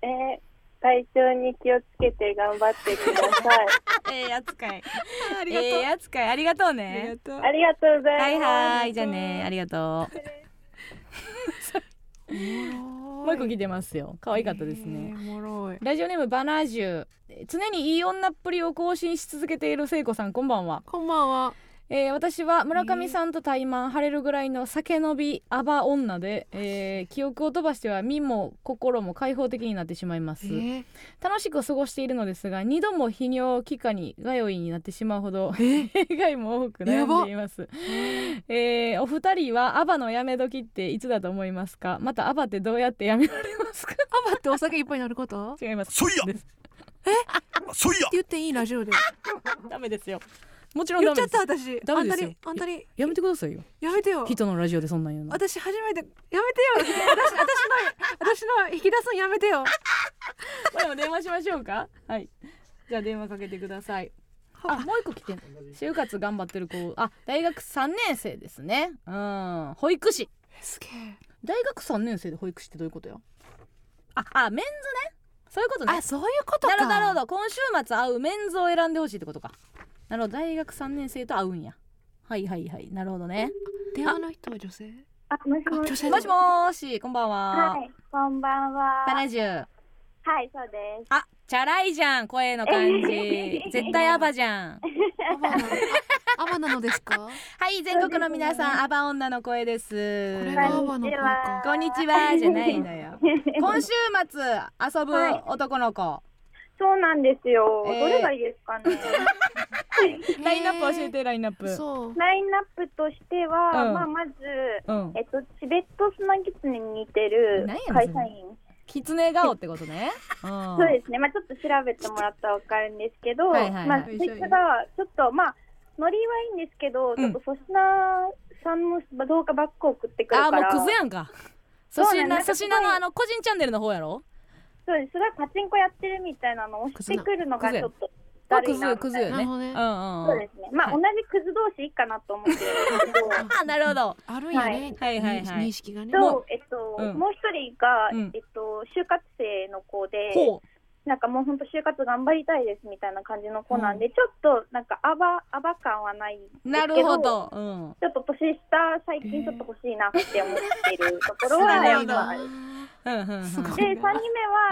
[SPEAKER 6] えー体調に気をつけて頑張ってください。
[SPEAKER 1] ええやつかい
[SPEAKER 3] あり
[SPEAKER 1] え
[SPEAKER 3] がとう
[SPEAKER 1] えやつかいありがとう
[SPEAKER 3] あり
[SPEAKER 1] ね
[SPEAKER 3] がとう
[SPEAKER 6] ありがとうござ
[SPEAKER 1] はい
[SPEAKER 6] います。
[SPEAKER 1] はいじゃあねありがとう
[SPEAKER 3] も
[SPEAKER 1] もう一個聞いてますよ可愛かったですね
[SPEAKER 3] おもろい
[SPEAKER 1] ラジオネームバナージュ常にいい女っぷりを更新し続けている聖子さんこんばんは
[SPEAKER 3] こんばんは
[SPEAKER 1] えー私は村上さんと対マン晴れるぐらいの酒飲みアバ女で、えー記憶を飛ばしては身も心も開放的になってしまいます、
[SPEAKER 3] え
[SPEAKER 1] 楽しく過ごしているのですが2度も泌尿器科に通いになってしまうほど
[SPEAKER 3] え
[SPEAKER 1] 弊害も多く悩んでいます、えーお二人はアバのやめ時っていつだと思いますかまたアバってどうやってやめられます か
[SPEAKER 3] アバってお酒いっぱいになることって
[SPEAKER 1] 違います
[SPEAKER 7] そいや
[SPEAKER 1] です
[SPEAKER 7] そいや
[SPEAKER 3] 言っていいラジオで
[SPEAKER 1] ダメですよもちろん
[SPEAKER 3] 言
[SPEAKER 1] ダ
[SPEAKER 3] っち
[SPEAKER 1] メ
[SPEAKER 3] ゃっ
[SPEAKER 1] で
[SPEAKER 3] た
[SPEAKER 1] す
[SPEAKER 3] 私
[SPEAKER 1] ダ
[SPEAKER 3] あ
[SPEAKER 1] メ
[SPEAKER 3] ん
[SPEAKER 1] で
[SPEAKER 3] た
[SPEAKER 1] すよ
[SPEAKER 3] りあんたり
[SPEAKER 1] やめてくださいよ
[SPEAKER 3] やめてよ
[SPEAKER 1] 人のラジオでそんなん言うの
[SPEAKER 3] 私初めてやめてよ私私の私の引き出すのやめてよ
[SPEAKER 1] まあでも電話しましょうか。はい。じゃあ電話かけてください。あもう一個来てる就活頑張ってる子あ大学3年生ですねうん保育士
[SPEAKER 3] すげえ
[SPEAKER 1] 大学3年生で保育士ってどういうことよああメンズねそういうことね
[SPEAKER 3] あそういうこと
[SPEAKER 1] な
[SPEAKER 3] か
[SPEAKER 1] るほどなるほど今週末会うメンズを選んでほしいってことかなるほど大学3年生と会うんやはいはいはいなるほどね
[SPEAKER 3] 電話の人は女性
[SPEAKER 6] あ、もしも
[SPEAKER 3] 女
[SPEAKER 6] し。
[SPEAKER 3] 性
[SPEAKER 1] もしもーしこんばんは、
[SPEAKER 6] はい、こんばんは。
[SPEAKER 1] パラジュ
[SPEAKER 6] はい、そうです。
[SPEAKER 1] あチャラいじゃん声の感 じ絶対アバじゃん
[SPEAKER 3] アバなのあアバなのです かこ
[SPEAKER 1] はい全国の皆さんアバ女の声です
[SPEAKER 3] れがアバの声か
[SPEAKER 1] こんにちはじゃないの よ今週末遊ぶ
[SPEAKER 6] はい
[SPEAKER 1] 男の子、
[SPEAKER 6] そうなんですよ。
[SPEAKER 1] えー
[SPEAKER 6] どれがいいです かね。
[SPEAKER 1] ラインナップ教えてラインナップ
[SPEAKER 3] そう
[SPEAKER 6] ラインナップとしては、
[SPEAKER 1] うん
[SPEAKER 6] まあ、まず、
[SPEAKER 1] うん
[SPEAKER 6] えっと、チベットスナギツネに似てる
[SPEAKER 1] 何やねんそれ
[SPEAKER 6] 会社員。
[SPEAKER 1] 狐顔ってことね、うん、
[SPEAKER 6] そうですね。まあ、ちょっと調べてもらったらわかるんですけど、
[SPEAKER 1] はいはいはい
[SPEAKER 6] まあ、そいつが、ちょっと、まあ、ノリはいいんですけど、ちょっと粗品さんの動画ばっか送ってくる
[SPEAKER 1] あー
[SPEAKER 6] か
[SPEAKER 1] もう
[SPEAKER 6] ら、
[SPEAKER 1] クズやんか
[SPEAKER 6] そ
[SPEAKER 1] 粗
[SPEAKER 6] うな
[SPEAKER 1] 品
[SPEAKER 6] んなんか
[SPEAKER 1] 粗
[SPEAKER 6] すごい
[SPEAKER 1] 品のあの個人チャンネルの方やろ
[SPEAKER 6] そうです。それはパチンコやってるみたいなのをしてくるのが
[SPEAKER 1] クズや
[SPEAKER 6] ちょっと
[SPEAKER 1] まあ
[SPEAKER 6] だ
[SPEAKER 1] ク
[SPEAKER 6] るい
[SPEAKER 1] ズ
[SPEAKER 6] な。
[SPEAKER 1] クズよ
[SPEAKER 3] なる
[SPEAKER 1] ね
[SPEAKER 3] ほど
[SPEAKER 1] う
[SPEAKER 3] ね
[SPEAKER 1] んうん
[SPEAKER 6] そう
[SPEAKER 1] うん
[SPEAKER 6] ですね。まあ、
[SPEAKER 1] は
[SPEAKER 6] 同
[SPEAKER 1] い
[SPEAKER 6] じクズ同士いいかなと思ってるんです けど。
[SPEAKER 1] あなるほど
[SPEAKER 3] あるんやね、
[SPEAKER 1] はいはいはいはい
[SPEAKER 3] 認識がね
[SPEAKER 1] も
[SPEAKER 6] と
[SPEAKER 1] う、
[SPEAKER 6] えっと、
[SPEAKER 1] うん
[SPEAKER 6] もう一人が、
[SPEAKER 1] うん
[SPEAKER 6] えっと、就活生の子で、
[SPEAKER 1] ほ
[SPEAKER 6] なんかもう本当就活頑張りたいですみたいな感じの子なんで、ちょっとなんかアバ、アバ感はないんです
[SPEAKER 1] う
[SPEAKER 6] け
[SPEAKER 1] なるほ。どうん
[SPEAKER 6] ちょっと年下、最近ちょっと欲しいなって思ってるところ
[SPEAKER 3] すごい
[SPEAKER 6] は、
[SPEAKER 3] な
[SPEAKER 6] やっぱある。
[SPEAKER 1] うんうん
[SPEAKER 3] すご
[SPEAKER 1] う
[SPEAKER 6] で、3
[SPEAKER 3] い
[SPEAKER 6] 人目
[SPEAKER 3] な
[SPEAKER 1] う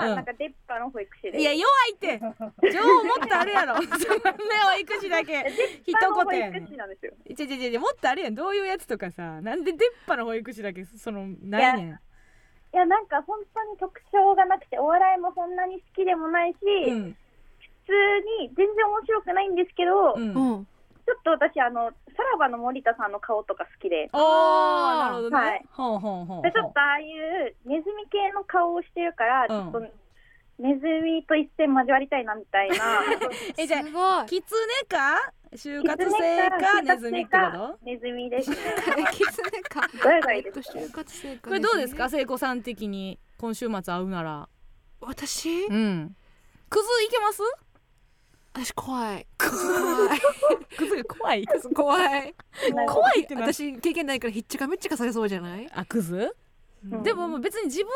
[SPEAKER 1] ん
[SPEAKER 6] は、なんか出っ歯の保育士です。
[SPEAKER 1] んいや弱いっ て情報もっとあるやろそんなお育児だけ一
[SPEAKER 6] 出っ歯の保
[SPEAKER 1] 言やね
[SPEAKER 6] 育士なんですよ。
[SPEAKER 1] んちょちょちょもっとあるやんどういうやつとかさなんで出っ歯の保育士だけそのないねん
[SPEAKER 6] いや、なんか本当に特徴がなくて、お笑いもそんなに好きでもないし、
[SPEAKER 1] うん
[SPEAKER 6] 普通に全然面白くないんですけ
[SPEAKER 1] う
[SPEAKER 6] ど、
[SPEAKER 3] うんん
[SPEAKER 6] ちょっと私あのさらばの森田さんの顔とか好きで。
[SPEAKER 1] おーなるほど
[SPEAKER 6] は
[SPEAKER 1] ね
[SPEAKER 6] い
[SPEAKER 1] ほうほうほうほ
[SPEAKER 6] でちょっ
[SPEAKER 1] う
[SPEAKER 6] とああいうネズミ系の顔をしてるから、ちょっとネズミと一戦交わりたいなみたいな
[SPEAKER 1] えじゃあ
[SPEAKER 3] すごい
[SPEAKER 1] キツネか就活
[SPEAKER 6] 狐
[SPEAKER 1] 生か
[SPEAKER 6] 狐
[SPEAKER 1] ネズミってこと
[SPEAKER 6] ネズミですね
[SPEAKER 3] キツネか
[SPEAKER 6] どれがいいですか
[SPEAKER 3] 就活生か
[SPEAKER 1] これどうですか聖子さん的に今週末会うなら
[SPEAKER 3] 私
[SPEAKER 1] うんクズいけます
[SPEAKER 3] 私怖い怖い
[SPEAKER 1] クズが 怖い
[SPEAKER 3] 怖い
[SPEAKER 1] 怖いってな
[SPEAKER 3] 私経験ないからひっちゃかめっちゃかされそうじゃない
[SPEAKER 1] あクズ、
[SPEAKER 6] うん
[SPEAKER 1] でももう別に自分が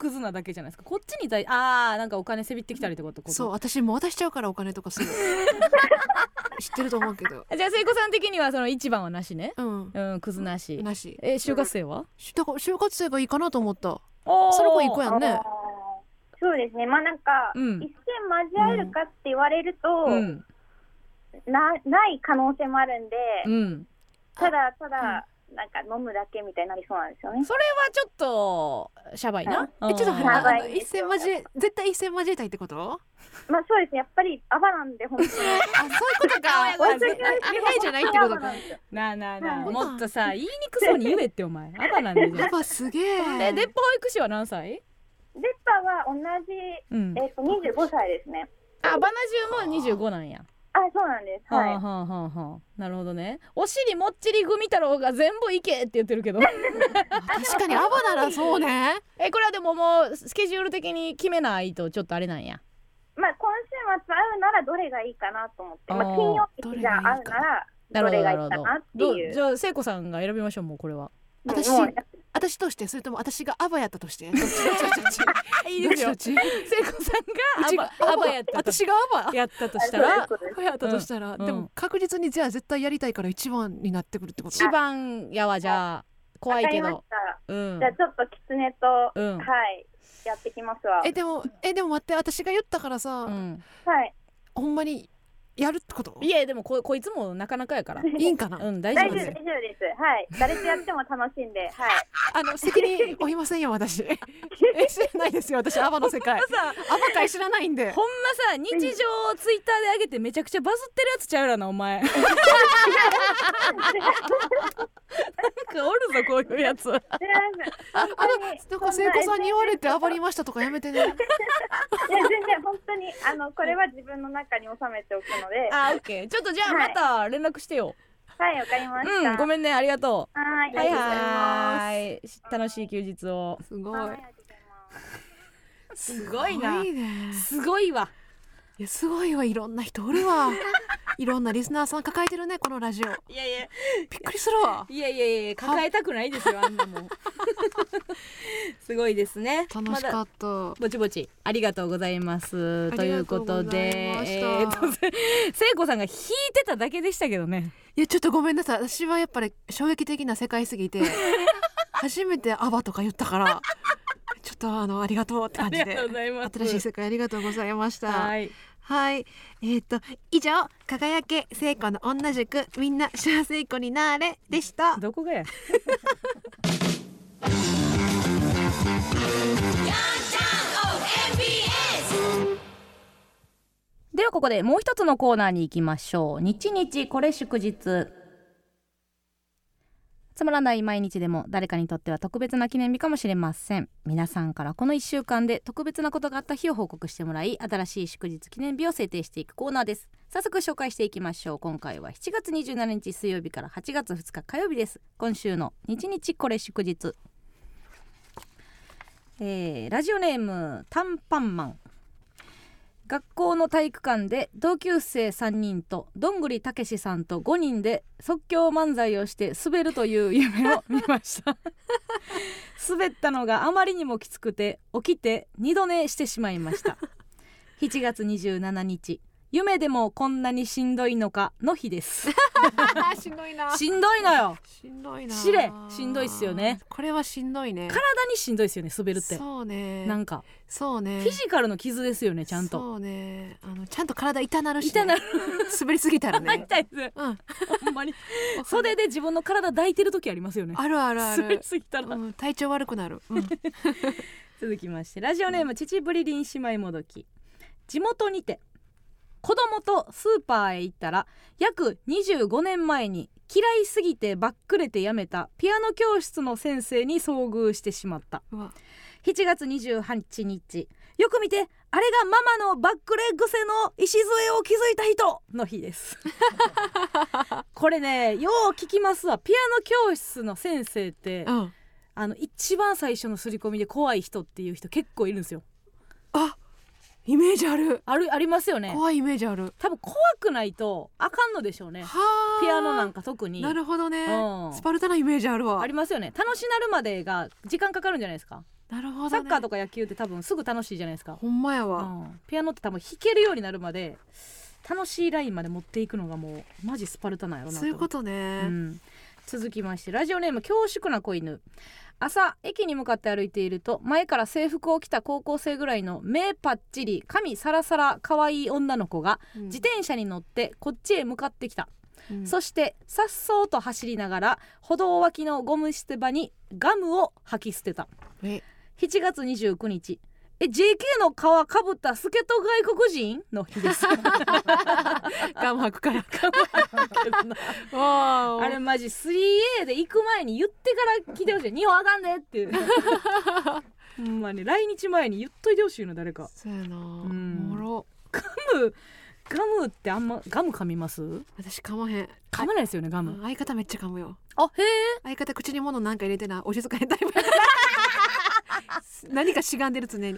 [SPEAKER 1] クズなだけじゃないですかこっちに対あーなんかお金せびってきたりとかってこと
[SPEAKER 3] そう私もう渡しちゃうからお金とか すぐ知ってると思うけど
[SPEAKER 1] じゃあ聖子さん的にはその一番はなしね
[SPEAKER 3] うん
[SPEAKER 1] うんクズなし
[SPEAKER 3] なし
[SPEAKER 1] え就活生は
[SPEAKER 3] しだから就活生がいいかなと思った
[SPEAKER 1] おー
[SPEAKER 3] その子いい子やんね
[SPEAKER 6] あーそうですねまあなんか、
[SPEAKER 1] うん
[SPEAKER 6] 一戦交わるかって言われると、
[SPEAKER 1] うん
[SPEAKER 6] なない可能性もあるんで、
[SPEAKER 1] うん
[SPEAKER 6] ただただ、なんか飲むだけみたいになりそうなんですよね
[SPEAKER 1] それはちょっとシャバいな、
[SPEAKER 3] えちょっと
[SPEAKER 1] うん
[SPEAKER 3] は
[SPEAKER 6] やばい
[SPEAKER 3] あの一線交え絶対一線交えたいってこと
[SPEAKER 6] まあそうですねやっぱりアバなんで本当に
[SPEAKER 3] あそういうことか
[SPEAKER 1] ごめん
[SPEAKER 3] 恋愛じゃないってことか
[SPEAKER 1] なあなあなあ
[SPEAKER 6] はい
[SPEAKER 1] もっとさ言いにくそうに言えってお前アバなんでじ
[SPEAKER 3] や
[SPEAKER 1] ゃ
[SPEAKER 3] っぱすげ
[SPEAKER 1] あ
[SPEAKER 3] え
[SPEAKER 1] でデッポ保育士は何歳
[SPEAKER 6] デッパは同じ、
[SPEAKER 1] うん
[SPEAKER 6] えっと25歳ですね。
[SPEAKER 1] あバナジュも25なんや
[SPEAKER 6] あ、そうなんです。は
[SPEAKER 1] は
[SPEAKER 6] い。
[SPEAKER 1] あ、はあはあはあ、なるほどねお尻もっちり組太郎が全部いけって言ってるけど
[SPEAKER 3] 確かにアバならそうね
[SPEAKER 1] えこれはでももうスケジュール的に決めないとちょっとあれなんや
[SPEAKER 6] まあ今週末会うならどれがいいかなと思って、まあ
[SPEAKER 1] あー
[SPEAKER 6] 金曜日じゃ会うなら
[SPEAKER 1] な
[SPEAKER 6] ど
[SPEAKER 1] るほ
[SPEAKER 6] れ
[SPEAKER 1] ど
[SPEAKER 6] が
[SPEAKER 1] ない
[SPEAKER 6] い
[SPEAKER 1] るほ
[SPEAKER 6] かなって
[SPEAKER 1] どど
[SPEAKER 6] いう
[SPEAKER 1] じ。ゃあ聖子さんが選びましょうもうこれは
[SPEAKER 6] もう
[SPEAKER 3] 私
[SPEAKER 6] もう
[SPEAKER 3] 私としてそれとも私がアバやったと してどっちどっちどっち
[SPEAKER 1] い
[SPEAKER 3] いですよ
[SPEAKER 1] 聖子さん
[SPEAKER 3] うち
[SPEAKER 1] が
[SPEAKER 3] が
[SPEAKER 1] アバアバやったと
[SPEAKER 3] 私がア バ
[SPEAKER 1] やったとしたら
[SPEAKER 6] そうです
[SPEAKER 3] アバやったとしたら、
[SPEAKER 1] うん
[SPEAKER 3] でも確実にじゃあ絶対やりたいから一番になってくるってこと
[SPEAKER 1] 一番やわじゃあ怖いけ
[SPEAKER 6] わかりま
[SPEAKER 1] ど
[SPEAKER 6] した
[SPEAKER 1] うん
[SPEAKER 6] じゃあちょっと狐と、
[SPEAKER 1] うん
[SPEAKER 6] はいやってきますわ。は
[SPEAKER 3] え
[SPEAKER 6] い。
[SPEAKER 3] でもえでも待って私が言ったからさ、
[SPEAKER 1] うん
[SPEAKER 3] ほんまにやるってこと
[SPEAKER 1] いやでもここいつもなかなかやから
[SPEAKER 3] いいんかな、
[SPEAKER 1] うん大
[SPEAKER 6] 大
[SPEAKER 1] 丈
[SPEAKER 6] 丈
[SPEAKER 1] 夫
[SPEAKER 6] 夫
[SPEAKER 1] で
[SPEAKER 6] ですす
[SPEAKER 1] よ
[SPEAKER 6] 大丈夫です。はい。誰とやっても楽しんで、はい。
[SPEAKER 3] あの責任負いませんよ 私え知らないですよ私アバの世界
[SPEAKER 1] さ
[SPEAKER 3] アバ界知らないんで
[SPEAKER 1] ほんまさ日常をツイッターで上げてめちゃくちゃバズってるやつちゃうやろなお前なんかおるぞこういうやつ
[SPEAKER 6] とりあえず
[SPEAKER 3] あのなんか聖子さんに言われてアバりましたとかやめてね
[SPEAKER 6] いや全然本当にあのこれは自分の中に収めておくので、
[SPEAKER 1] あオッケーちょっとじゃあ
[SPEAKER 6] は
[SPEAKER 1] ま
[SPEAKER 6] い
[SPEAKER 1] た連絡してよ、
[SPEAKER 6] はいわかりました。
[SPEAKER 1] うんごめんねありがと
[SPEAKER 6] はい。
[SPEAKER 1] うはい
[SPEAKER 6] ありがとうございます
[SPEAKER 1] はい楽しい休日を
[SPEAKER 3] すごい
[SPEAKER 6] はいありがとうございます。
[SPEAKER 1] すご
[SPEAKER 3] いいね
[SPEAKER 1] すごいわ
[SPEAKER 3] いやすごいわいろんな人おるわいろんなリスナーさん抱えてるねこのラジオ
[SPEAKER 1] いやいや
[SPEAKER 3] びっくりするわ
[SPEAKER 1] いやいやいや抱えたくないですよあんなもんすごいですね
[SPEAKER 3] 楽しか
[SPEAKER 1] まだ
[SPEAKER 3] った、
[SPEAKER 1] ぼちぼちありがとうございます
[SPEAKER 3] あ
[SPEAKER 1] と
[SPEAKER 3] り
[SPEAKER 1] い
[SPEAKER 3] が
[SPEAKER 1] うこ
[SPEAKER 3] とうご
[SPEAKER 1] と
[SPEAKER 3] ざいました
[SPEAKER 1] でえーっとせ 聖子さんが引いてただけでしたけどね
[SPEAKER 3] いやちょっとごめんなさい私はやっぱり衝撃的な世界す ぎて初めて「アバ」とか言ったからちょっとあのありがとうって感じ
[SPEAKER 1] あり
[SPEAKER 3] で
[SPEAKER 1] がとうございます
[SPEAKER 3] 新しい世界ありがとうございました
[SPEAKER 1] は
[SPEAKER 3] はい
[SPEAKER 1] い
[SPEAKER 5] えっ、と以上「輝け成功の女塾みんな幸せい子になれ」でした
[SPEAKER 1] どこがやではここでもう一つのコーナーに行きましょう日日これ祝日つまらない毎日でも誰かにとっては特別な記念日かもしれません皆さんからこの1週間で特別なことがあった日を報告してもらい新しい祝日記念日を制定していくコーナーです早速紹介していきましょう今回は7月27日水曜日から8月2日火曜日です今週の日日これ祝日えーラジオネームタンパンマン学校の体育館で同級生3人とどんぐりたけしさんと5人で即興漫才をして滑るという夢を見ました 滑ったのがあまりにもきつくて起きて二度寝してしまいました7月27日夢でもこんなにしんどいのかの日です
[SPEAKER 3] しんどいな
[SPEAKER 1] しんどいのよ
[SPEAKER 3] しんどいな
[SPEAKER 1] しれしんどいっすよね
[SPEAKER 3] これはしんどいね
[SPEAKER 1] 体にしんどいですよね滑るって
[SPEAKER 3] そうね
[SPEAKER 1] なんか
[SPEAKER 3] そうね
[SPEAKER 1] フィジカルの傷ですよねちゃんと
[SPEAKER 3] そうねあのちゃんと体痛なるし、ね、
[SPEAKER 1] 痛なる
[SPEAKER 3] 滑りすぎたらね
[SPEAKER 1] 痛いです
[SPEAKER 3] うん
[SPEAKER 1] ほんまに 袖で自分の体抱いてる時ありますよね
[SPEAKER 3] あるあるあ
[SPEAKER 1] 滑り
[SPEAKER 3] る、
[SPEAKER 1] すぎたら、
[SPEAKER 3] うん、体調悪くなる、 うん、
[SPEAKER 1] 続きましてラジオネームちちぶりりん姉妹もどき地元にて子供とスーパーへ行ったら約25年前に嫌いすぎてばっくれてやめたピアノ教室の先生に遭遇してしまった
[SPEAKER 3] うわ
[SPEAKER 1] 7月28日よく見てあれがママのバックレッグセの礎を築いた人の日ですこれねよう聞きますわピアノ教室の先生って、
[SPEAKER 3] うん
[SPEAKER 1] あの一番最初の刷り込みで怖い人っていう人結構いるんですよ
[SPEAKER 3] あイメージある
[SPEAKER 1] あるありますよね
[SPEAKER 3] 怖いイメージある
[SPEAKER 1] 多分怖くないとあかんのでしょうね
[SPEAKER 3] はあ
[SPEAKER 1] ピアノなんか特に
[SPEAKER 3] なるほどね、
[SPEAKER 1] うん
[SPEAKER 3] スパルタなイメージあるわ
[SPEAKER 1] ありますよね楽しなるまでが時間かかるんじゃないですか、
[SPEAKER 3] なるほど、ね、
[SPEAKER 1] サッカーとか野球って多分すぐ楽しいじゃないですか
[SPEAKER 3] ほんまやわ、
[SPEAKER 1] うんピアノって多分弾けるようになるまで楽しいラインまで持っていくのがもうマジスパルタなんやろな
[SPEAKER 3] そういう
[SPEAKER 1] 思って
[SPEAKER 3] ことね、
[SPEAKER 1] うん、続きましてラジオネーム恐縮な子犬朝駅に向かって歩いていると前から制服を着た高校生ぐらいの目パッチリ髪サラサラ可愛い女の子が
[SPEAKER 3] うん
[SPEAKER 1] 自転車に乗ってこっちへ向かってきた、
[SPEAKER 3] うん
[SPEAKER 1] そしてさっそうと走りながら歩道脇のゴミ捨て場にガムを吐き捨てた
[SPEAKER 3] え
[SPEAKER 1] 7月29日え JK の皮かぶったスケト外国人の日です
[SPEAKER 3] ガム吐 くから
[SPEAKER 1] あれマジ 3A で行く前に言ってから聞いてほしい日本あかんでっていう ほんまね来日前に言っといてほしいの誰か
[SPEAKER 3] そうやな、
[SPEAKER 1] ん
[SPEAKER 3] おもろ
[SPEAKER 1] ガムガムってあんまガム噛みます
[SPEAKER 3] 私噛まへん
[SPEAKER 1] 噛まないですよねガム
[SPEAKER 3] 相方めっちゃ噛むよ
[SPEAKER 1] あへえ
[SPEAKER 3] 相方口に物なんか入れてなお静かにタ イプやから何かしがんでる常に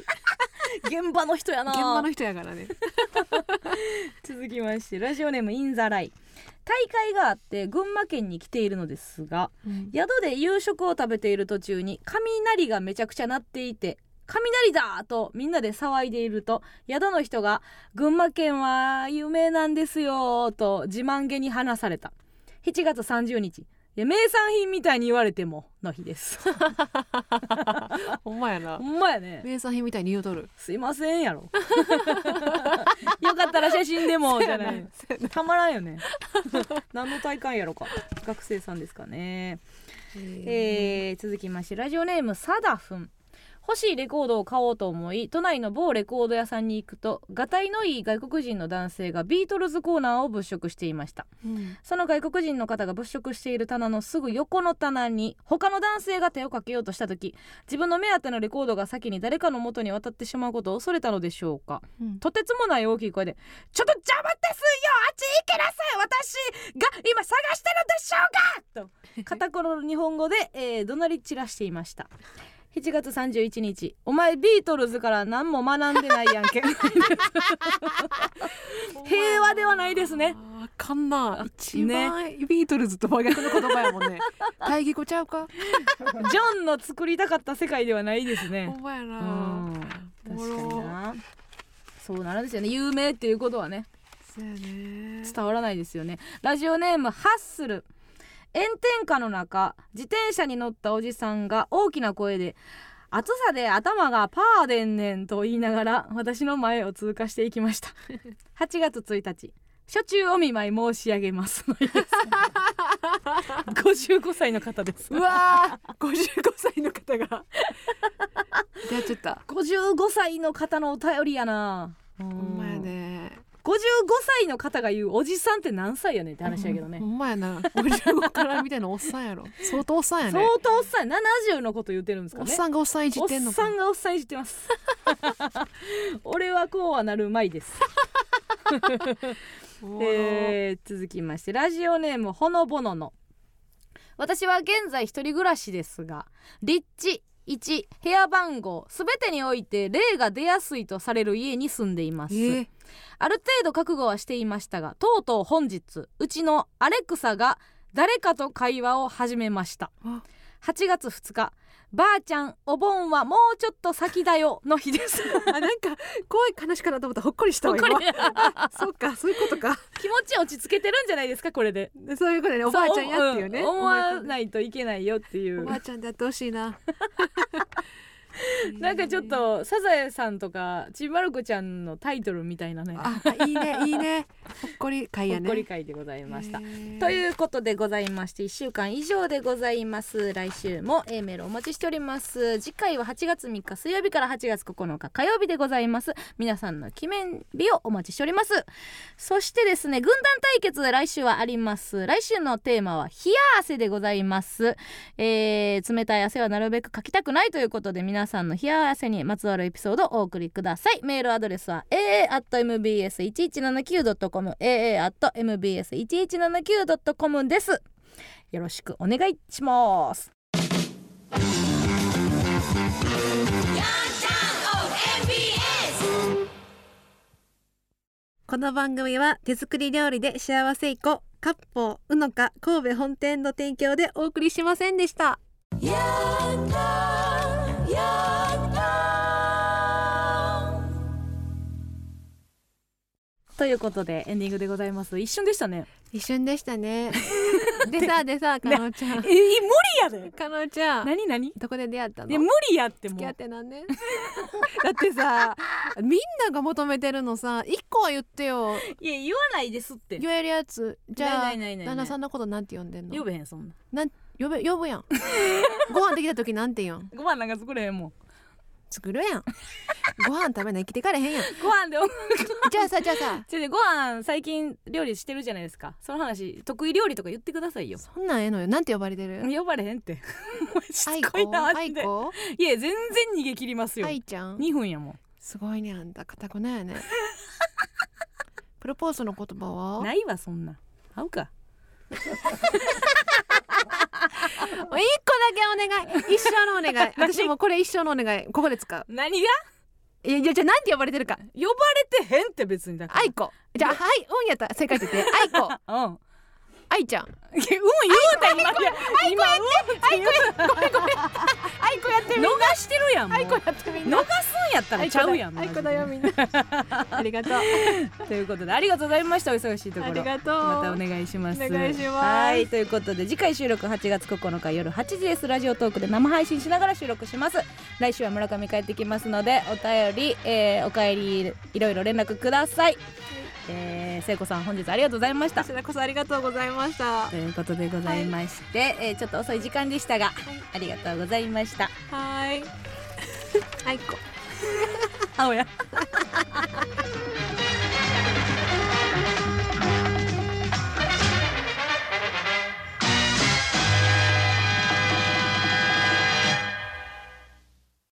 [SPEAKER 3] 現
[SPEAKER 1] 現場の人やな
[SPEAKER 3] 場の人やからね
[SPEAKER 1] 続きましてラジオネームインザライ大会があって群馬県に来ているのですが 宿で夕食を食べている途中に雷がめちゃくちゃ鳴っていて雷だとみんなで騒いでいると宿の人が「群馬県は有名なんですよ」と自慢げに話された7月30日いや名産品みたいに言われてもの日です
[SPEAKER 3] ほんまやな
[SPEAKER 1] ほんまやね
[SPEAKER 3] 名産品みたいに言うとる
[SPEAKER 1] すいませんやろよかったら写真でもじゃないたまらんよね何の体感やろか学生さんですかねえー続きましてラジオネームサダフン欲しいレコードを買おうと思い都内の某レコード屋さんに行くとがたいのいい外国人の男性がビートルズコーナーを物色していました
[SPEAKER 3] うん
[SPEAKER 1] その外国人の方が物色している棚のすぐ横の棚に他の男性が手をかけようとした時自分の目当てのレコードが先に誰かの元に渡ってしまうことを恐れたのでしょうか、
[SPEAKER 3] うん
[SPEAKER 1] とてつもない大きい声で「ちょっと邪魔ですよあっち行けなさい私が今探してるでしょうか!」と片頃の日本語で、えー怒鳴り散らしていました7月31日お前ビートルズから何も学んでないやんけ 平和ではないですね
[SPEAKER 3] あーあかんな一番ビートルズと真逆の言葉やも んね大義語ちゃうか
[SPEAKER 1] ジョンの作りたかった世界ではないですね
[SPEAKER 3] ほんまや
[SPEAKER 1] う
[SPEAKER 3] なんおも
[SPEAKER 1] 確
[SPEAKER 3] ろ
[SPEAKER 1] かになそうなるんですよね有名っていうことはね
[SPEAKER 3] そうやね
[SPEAKER 1] 伝わらないですよねラジオネームハッスル炎天下の中自転車に乗ったおじさんが大きな声で「暑さで頭がパーでんねん」と言いながら私の前を通過していきました 8月1日初中お見舞い申し上げます 55歳の方です
[SPEAKER 3] うわー55歳の方が 出会っちゃった
[SPEAKER 1] 55歳の方のお便りやなほ
[SPEAKER 3] ほんまやね
[SPEAKER 1] 55歳の方が言うおじさんって何歳やねんって話やけどね
[SPEAKER 3] ほんまやな55からみたいなおっさんやろ 相当おっさんやね
[SPEAKER 1] 相当おっさんや70のこと言ってるんですか
[SPEAKER 3] おっ
[SPEAKER 1] ね
[SPEAKER 3] さんがおっさんいじ
[SPEAKER 1] お
[SPEAKER 3] っ
[SPEAKER 1] って
[SPEAKER 3] んのか
[SPEAKER 1] さんがおっさんいじってます 俺はこうはなるまいです、
[SPEAKER 3] おもろ
[SPEAKER 1] えー続きましてラジオネームほのぼのの私は現在一人暮らしですが立地1部屋番号すべてにおいて霊が出やすいとされる家に住んでいます、
[SPEAKER 3] えー
[SPEAKER 1] ある程度覚悟はしていましたがとうとう本日うちのアレクサが誰かと会話を始めました
[SPEAKER 3] あ
[SPEAKER 1] 8月2日ばあちゃんお盆はもうちょっと先だよの日です
[SPEAKER 3] あなんか怖い話かなと思ったらほっこりしたわ
[SPEAKER 1] ほっこり
[SPEAKER 3] 今 あそうかそういうことか
[SPEAKER 1] 気持ち落ち着けてるんじゃないですかこれで
[SPEAKER 3] そういうことねおばあちゃんやっていうね
[SPEAKER 1] そ思わ
[SPEAKER 3] い
[SPEAKER 1] ないといけないよってい
[SPEAKER 3] お
[SPEAKER 1] う
[SPEAKER 3] ばあちゃんでやってほしいな
[SPEAKER 1] なんかちょっとサザエさんとかちびまる子ちゃんのタイトルみたいなね
[SPEAKER 3] あいいねいいねほっこり会
[SPEAKER 1] ほ
[SPEAKER 3] や
[SPEAKER 1] っ
[SPEAKER 3] ね
[SPEAKER 1] こり会でございました
[SPEAKER 3] へー
[SPEAKER 1] ということでございまして1週間以上でございます来週も A メールお待ちしております次回は8月3日水曜日から8月9日火曜日でございます皆さんの記念日をお待ちしておりますそしてですね軍団対決来週はあります来週のテーマは冷や汗でございます、えー冷たい汗はなるべくかきたくないということで皆さんの冷や汗にまつわるエピソードをお送りくださいメールアドレスは aa.mbs1179.com aa.mbs1179.com ですよろしくお願いします
[SPEAKER 5] この番組は手作り料理で幸せいこ割烹うのか神戸本店の提供でお送りしませんでした
[SPEAKER 2] やったやった
[SPEAKER 1] ということでエンディングでございます一瞬でしたね
[SPEAKER 3] 一瞬でした ねでさでさかのうちゃん
[SPEAKER 1] え無理やで
[SPEAKER 3] かのうちゃん
[SPEAKER 1] 何何
[SPEAKER 3] どこで出会ったの
[SPEAKER 1] いや無理やって
[SPEAKER 3] 付き
[SPEAKER 1] も
[SPEAKER 3] 合
[SPEAKER 1] う
[SPEAKER 3] ってなんねだってさみんなが求めてるのさ一個は言ってよ
[SPEAKER 1] いや言わないですって
[SPEAKER 3] 言えるやつじゃあ
[SPEAKER 1] ないないないない
[SPEAKER 3] 旦那さんのことなんて呼んでんの
[SPEAKER 1] 呼べへんそんな
[SPEAKER 3] なん呼べ呼ぶや んご飯できた時なんて言うん
[SPEAKER 1] ご飯なんか作れへんもん
[SPEAKER 3] 作るやんご飯食べない生きてかれへんやん
[SPEAKER 1] ご飯でお
[SPEAKER 3] じゃあさじゃあさ
[SPEAKER 1] ちょご飯最近料理してるじゃないですかその話得意料理とか言ってくださいよ
[SPEAKER 3] そんなんええのよなんて呼ばれてる
[SPEAKER 1] 呼ばれへんってもうし
[SPEAKER 3] あい
[SPEAKER 1] つこい
[SPEAKER 3] こ
[SPEAKER 1] な
[SPEAKER 3] あ
[SPEAKER 1] マジ
[SPEAKER 3] い
[SPEAKER 1] で
[SPEAKER 3] こ
[SPEAKER 1] いや全然逃げ切りますよ
[SPEAKER 3] あいちゃん
[SPEAKER 1] 2分やも
[SPEAKER 3] すごいねあんた固く ないねプロポーズの言葉は
[SPEAKER 1] んないわそんな合うか
[SPEAKER 3] 一個だけお願い一生のお 願い私もうこれ一生のお願いここで使う
[SPEAKER 1] 何が
[SPEAKER 3] いやいやじゃあなんて呼ばれてるか
[SPEAKER 1] 呼ばれてへんって別にだから
[SPEAKER 3] 愛子じゃあはいうんやったら正解って言って 愛子
[SPEAKER 1] うん
[SPEAKER 3] 愛ちゃん
[SPEAKER 1] うん言うた今いや今うんって言う
[SPEAKER 3] 愛子やって
[SPEAKER 1] 逃してるやんもう
[SPEAKER 3] 愛子やってみんな
[SPEAKER 1] 逃すんやったらちゃうやん
[SPEAKER 3] 愛
[SPEAKER 1] マ
[SPEAKER 3] 子だ
[SPEAKER 1] ジで
[SPEAKER 3] よみんなありが とう
[SPEAKER 1] ということでありがとうございましたお忙しいとこ
[SPEAKER 3] あ
[SPEAKER 1] ろ
[SPEAKER 3] りがとう
[SPEAKER 1] またお願いします
[SPEAKER 3] お願いします
[SPEAKER 1] はいということで次回収録8月9日夜8時ですラジオトークで生配信しながら収録します来週は村上帰ってきますのでお便り、えー、お帰りいろいろ連絡ください、えー、聖子さん本日ありがとうございました
[SPEAKER 3] こちらこそありがとうございました
[SPEAKER 1] ということでございまして、えーちょっと遅い時間でしたが、ありがとうございました
[SPEAKER 3] はい愛子
[SPEAKER 1] 青や